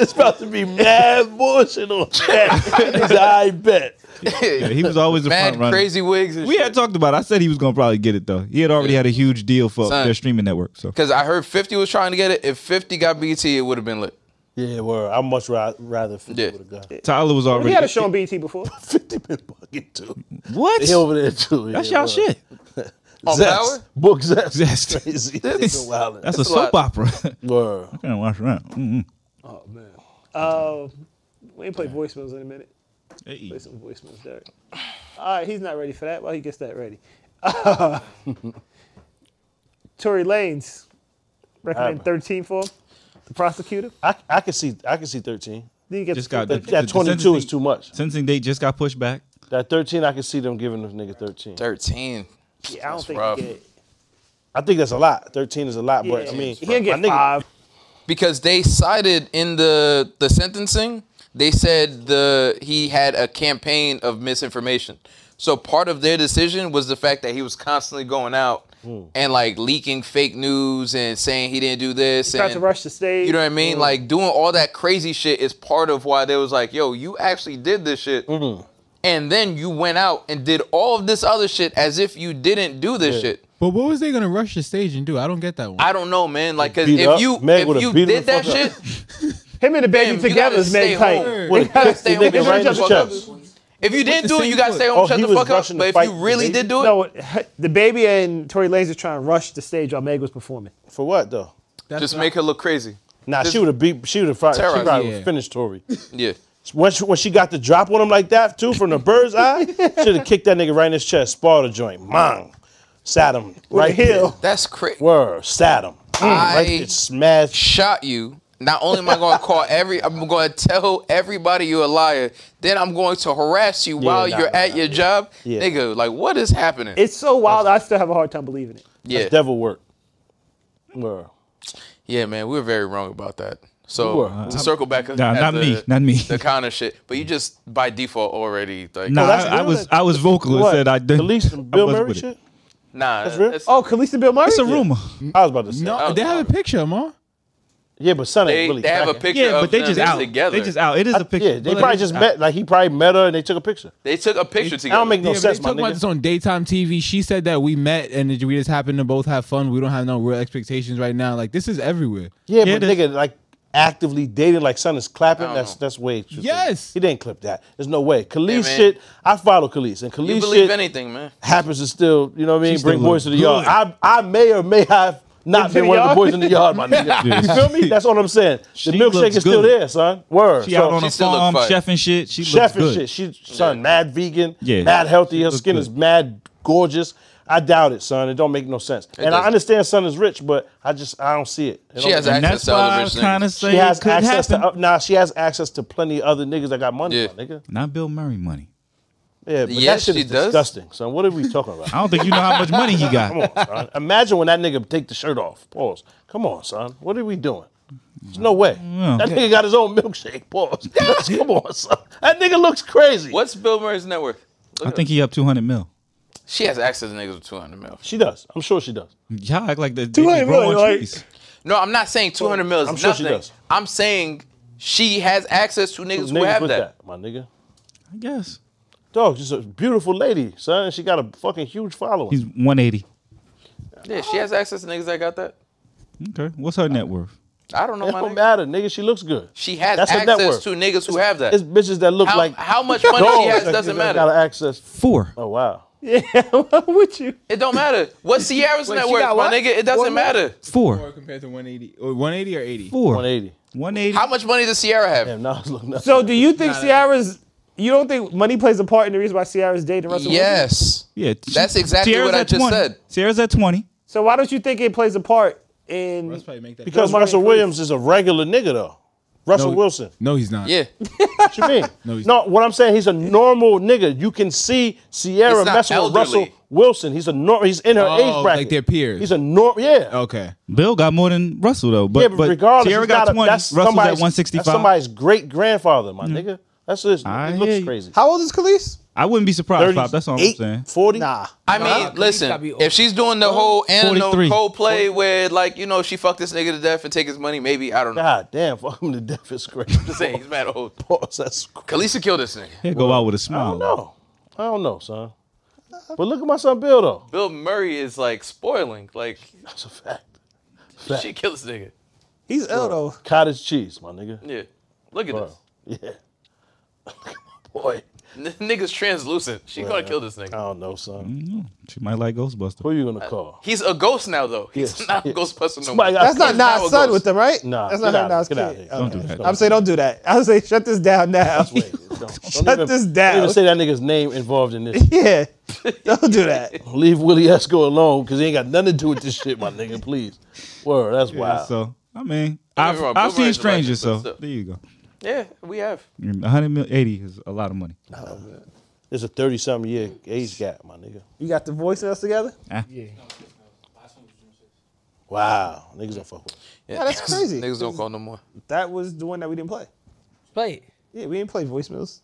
S2: it's about to be mad bullshit on chat. It's I bet.
S6: Yeah, he was always the front
S1: Mad
S6: runner.
S1: crazy wigs. And
S6: We had talked about. it. I said he was gonna probably get it though. He had already had a huge deal for
S1: Son.
S6: their streaming network. So
S1: because I heard 50 was trying to get it. If 50 got BT, it would have been lit.
S2: Yeah, well, I much ra- rather fifty
S1: Yeah.
S2: with a gun.
S6: Tyler was
S9: We
S6: already.
S9: had a show on BET before.
S2: Fifty been bugging too.
S6: What?
S2: He over there too.
S6: That's
S2: yeah,
S6: y'all
S2: word.
S6: shit.
S1: On
S2: Zest.
S1: power?
S2: Book zest.
S6: Zest.
S2: Crazy.
S1: This-
S2: Nigga wildin'.
S6: That's a
S1: a lot.
S6: soap opera.
S2: word.
S6: Can't watch around. Mm-hmm. Mm-mm.
S9: Uh, we ain't play voicemails in a minute.
S6: Hey.
S9: Play some voicemails, Derek. All right, he's not ready for that. While he gets that ready. Tory Lanez, recommend 13 for him, the prosecutor.
S2: I, I can see. I can see thirteen.
S9: Then you get
S6: Just
S9: the-
S6: got
S2: That,
S6: the-
S2: that
S6: the
S2: twenty-two is
S6: sentencing-
S2: too Oh, much.
S6: Sentencing date just got pushed back.
S2: That thirteen, I can see them giving this nigga thirteen.
S1: 13.
S9: I don't think
S1: rough.
S9: he get.
S2: I think that's a lot. Thirteen is a lot,
S9: Yeah,
S2: but I mean,
S9: he'll get
S2: my nigga,
S9: five.
S1: Because they cited in the the sentencing, they said the he had a campaign of misinformation. So part of their decision was the fact that he was constantly going out
S2: Hmm.
S1: and like leaking fake news and saying he didn't do this.
S9: Tried
S1: and
S9: to rush the stage.
S1: You know what I
S2: Hmm.
S1: mean? Like doing all that crazy shit is part of why they was like, "Yo, you actually did this shit."
S2: Hmm.
S1: And then you went out and did all of this other shit as if you didn't do this shit.
S10: But what was they gonna rush the stage and do? I don't get that one.
S1: I don't know, man. Like, cause
S2: Beat
S1: if
S2: up.
S1: you
S2: Meg
S1: if
S2: would've
S1: you
S2: beat him
S1: did
S2: the
S1: that
S2: fuck
S1: shit,
S2: up.
S9: Him and the
S1: damn,
S9: baby
S1: you
S9: together
S1: gotta
S9: is
S1: stay
S9: made tight.
S1: home.
S2: Would
S1: You gotta stay home
S2: nigga
S1: and
S2: right
S1: shut
S2: in
S1: the
S2: the
S1: fuck up.
S2: chest.
S1: If you didn't do it, you gotta stay home,
S2: Oh,
S1: and shut
S2: he
S1: the
S2: was
S1: fuck up.
S2: rushing to
S1: But if
S2: fight
S1: you
S2: the
S1: really
S2: baby?
S1: did do it,
S9: No, the baby and Tory Lanez are trying to rush the stage while Meg was performing.
S2: For what though?
S10: That's
S1: just
S10: not-
S1: make her look crazy.
S2: Nah, she would have beat. She would have probably. She
S1: Terrorized.
S2: probably
S10: Yeah.
S2: would've finished Tory.
S1: Yeah.
S2: When she, when she got the drop on him like that too from the bird's eye, should have kicked that nigga right in his chest, sparred the joint, mang, sat him right here.
S1: That's crazy.
S2: Word, sat him. Mm,
S1: I-
S2: right there, smashed.
S1: shot you. Not only am I going to call every, I'm going to tell everybody you're a liar. Then I'm going to harass you while
S2: nah,
S1: you're
S2: nah,
S1: at your job,
S2: Yeah.
S1: nigga. Like, what is happening?
S9: It's so wild. I still have a hard time believing it.
S1: yeah,
S2: Devil work. Word.
S1: yeah, man. We were very wrong about that. So
S2: were. uh,
S1: to circle back,
S6: Nah,
S1: at
S6: not
S1: the-
S6: me, not me.
S1: The kind of shit, but you just by default already like,
S6: Nah,
S2: that's
S6: I, I
S2: good.
S6: was I was vocal and
S2: What?
S6: said I did.
S2: Police and Bill Murray shit.
S1: nah. That's
S2: real?
S9: Oh, Khalees and Bill Murray.
S6: It's a rumor.
S2: I was about to say.
S10: No, they have a picture, ma.
S2: Yeah, but son
S1: they,
S2: ain't really.
S1: they have a
S2: cracking.
S1: picture.
S6: Yeah,
S1: of
S6: but they
S1: them
S6: just out.
S1: together.
S6: They just out. It is a picture.
S2: Yeah, they probably just met. Like he probably met her and they took a picture.
S1: They took a picture
S2: I
S1: together.
S2: don't make no
S10: Yeah, but they
S2: sense, my
S10: talking about this
S2: nigga.
S10: on daytime TV. She said that we met and that we just happened to both have fun. We don't have no real expectations right now. Like this is everywhere.
S2: Yeah,
S6: Yeah,
S2: but
S6: it
S2: nigga, like actively dating, like son is
S1: I
S2: clapping.
S1: don't
S2: That's
S1: know.
S2: that's way. too-
S10: Yes.
S2: he didn't clip that. There's no way. Khalees
S1: man.
S2: shit. I follow Khalees and
S1: you
S2: Khalees
S1: believe
S2: shit
S1: anything, man.
S2: happens to still, you know what I mean,
S6: still
S2: bring boys to
S6: look
S2: the yard. I I may or may have not
S9: Into the
S2: been one of the
S9: yard?
S2: boys in the yard, my nigga. You feel me? That's all I'm saying. The
S6: She
S2: milkshake
S6: looks
S2: is still
S6: good.
S2: there, son. Word.
S6: She
S2: So-
S6: out on a
S1: still look
S6: farm,
S1: fire.
S6: chef and shit. She
S2: chef
S6: looks
S2: and
S6: good.
S2: shit. She son, mad vegan,
S6: Yeah.
S2: mad healthy.
S6: She
S2: Her
S6: looks
S2: skin is
S6: good.
S2: mad gorgeous. I doubt it, son. It don't make no sense. and I
S1: doesn't.
S2: understand son is rich, but I just I don't see it.
S1: She
S2: It don't
S1: has
S2: make-
S1: access
S6: that's
S1: to
S6: why
S1: other
S6: I
S1: rich
S6: was trying to
S1: niggas.
S6: say
S2: she
S6: it
S2: has
S6: could
S2: access
S6: happen.
S2: to uh, nah. She has access to plenty other niggas that got money,
S1: Yeah.
S2: my nigga.
S6: Not Bill Murray money.
S2: Yeah, but
S1: Yes,
S2: that shit
S1: she
S2: is
S1: does.
S2: disgusting, son. What are we talking about?
S6: I don't think you know how much money he
S2: Come
S6: got.
S2: on, son. Imagine when that nigga take the shirt off. Pause. Come on, son. What are we doing? There's no way. That nigga got his own milkshake. Pause. Come on, son. That nigga looks crazy.
S1: What's Bill Murray's net worth?
S6: I think he up two hundred mil.
S1: She has access to niggas with 200 mil.
S2: She does. I'm sure she does.
S6: Y'all act like the
S3: 200
S6: 200
S3: mil, like-
S6: trees.
S1: No, I'm not saying 200 mil is
S2: I'm sure she
S1: nothing.
S2: does.
S1: I'm saying she has access to niggas, who
S2: Niggas
S1: have
S2: with
S1: that.
S2: my nigga.
S6: I guess
S2: Dog, she's a beautiful lady, son. and She got a fucking huge following.
S6: he's one eighty.
S1: Yeah, she has access to niggas that got that.
S6: Okay, what's her net worth?
S1: I don't know
S2: it
S1: my
S2: don't
S1: nigga.
S2: matter, nigga. She looks good.
S1: She has
S2: That's her net
S1: access
S2: worth.
S1: to niggas who have that.
S2: It's bitches that look
S1: How-
S2: like
S1: how much money
S2: dogs
S1: she has
S2: that-
S1: doesn't
S2: that
S1: matter.
S2: Got access.
S6: Four.
S2: Oh wow.
S9: with you.
S1: It don't matter. What's Sierra's net
S5: she
S1: worth,
S5: got
S1: my
S5: what?
S1: nigga? It doesn't
S5: One more?
S1: matter.
S10: Or
S6: Four.
S10: compared to 180, or 180 or 80.
S6: Four.
S2: 180.
S6: 180.
S1: How much money does Sierra have?
S2: Damn, now it's looking. nothing.
S3: So do you think Ciara's? You don't think money plays a part in the reason why Ciara's dating Russell? Wilson?
S1: Yes.
S6: Yeah,
S1: That's exactly what I
S6: at
S1: just
S6: 20.
S1: said.
S6: Sierra's at 20.
S3: So why don't you think it plays a part in?
S10: Let's probably make that.
S2: because
S3: Money,
S2: Russell
S3: please.
S2: Williams is a regular nigga though. Russell Wilson.
S10: No, he's not.
S1: Yeah.
S2: What you mean? no,
S10: he's-
S2: what I'm saying, he's a normal nigga. You can see Sierra
S1: He's not
S2: messing with
S1: elderly.
S2: Russell Wilson. He's a nor- he's in her
S10: Oh,
S2: age bracket.
S10: like their peers. Oh,
S2: He's a nor yeah.
S10: Okay.
S6: Bill got more than Russell, though. But,
S2: yeah, but, regardless,
S6: Sierra
S2: he's
S6: got
S2: not a-
S6: 20.
S2: that's
S6: Russell's at
S2: somebody's,
S6: 165.
S2: That's somebody's great grandfather, my nigga. That's just
S6: I
S2: it
S6: hear
S2: looks
S6: you.
S2: crazy.
S3: How old is Khalees?
S6: I wouldn't be surprised, Pop. That's all I'm
S2: 38,
S6: saying.
S2: 40?
S3: Nah.
S1: I mean,
S5: Nah, gotta
S1: listen,
S5: be old.
S1: if she's doing the whole Anna
S6: 43.
S1: Coldplay where, like, you know, she fucked this nigga to death and take his money, maybe, I don't know.
S2: God damn, fuck him to death is crazy.
S1: I'm just saying, he's mad old.
S2: Pause. That's crazy.
S1: Khaleesi killed this nigga.
S6: He'll go out with a
S2: I
S6: smile.
S2: don't know. I don't know, son. But look at my son Bill though.
S1: Bill Murray is, like, spoiling. Like,
S2: That's a fact.
S1: she killed this nigga.
S3: He's ill though.
S2: Cottage cheese, my nigga.
S1: Yeah. Look at
S2: Bro. Yeah. Boy,
S1: this. N- nigga's translucent. She gonna kill this
S2: I
S1: nigga.
S2: don't know, son.
S6: Mm-hmm. She might like
S2: Who
S6: Ghostbuster.
S2: are you gonna call?
S1: He's a ghost now, though. He's
S2: Yes.
S1: not a
S2: Yeah.
S1: Ghostbuster no
S2: Somebody
S1: more.
S2: got-
S3: That's not
S1: He's now
S3: Nas'
S1: a
S3: son
S1: ghost.
S3: with them, right?
S2: Nah,
S3: that's
S2: get
S3: not her
S2: out
S3: Nas
S2: of- get out of
S3: kid.
S2: here. Don't do
S3: Okay.
S2: that.
S3: I'm saying don't do that. I'm saying shut this down now.
S2: Wait, don't, don't
S3: Shut
S2: even,
S3: this
S2: Don't
S3: down.
S2: even say that nigga's name involved in this.
S3: yeah, don't do that.
S2: Leave Willie Esco alone, cause he ain't got nothing to do with this shit, my nigga. Please. Word, that's
S6: Yeah,
S2: wild.
S6: So, I mean,
S1: get me
S6: I've,
S1: wrong,
S6: I've
S1: Bill Murray's
S6: seen
S1: a legend,
S6: strangers,
S1: but
S6: so
S1: still.
S6: there you go.
S1: Yeah, we have.
S6: 180 is a lot of money.
S2: There's a 30 something year age gap, my nigga.
S3: You got the voicemails together?
S2: Wow. Niggas don't fuck with us.
S1: Yeah,
S3: that's crazy.
S1: Niggas don't call no more.
S3: That was the one that we didn't play.
S5: Play it.
S3: Yeah, we didn't play voicemails.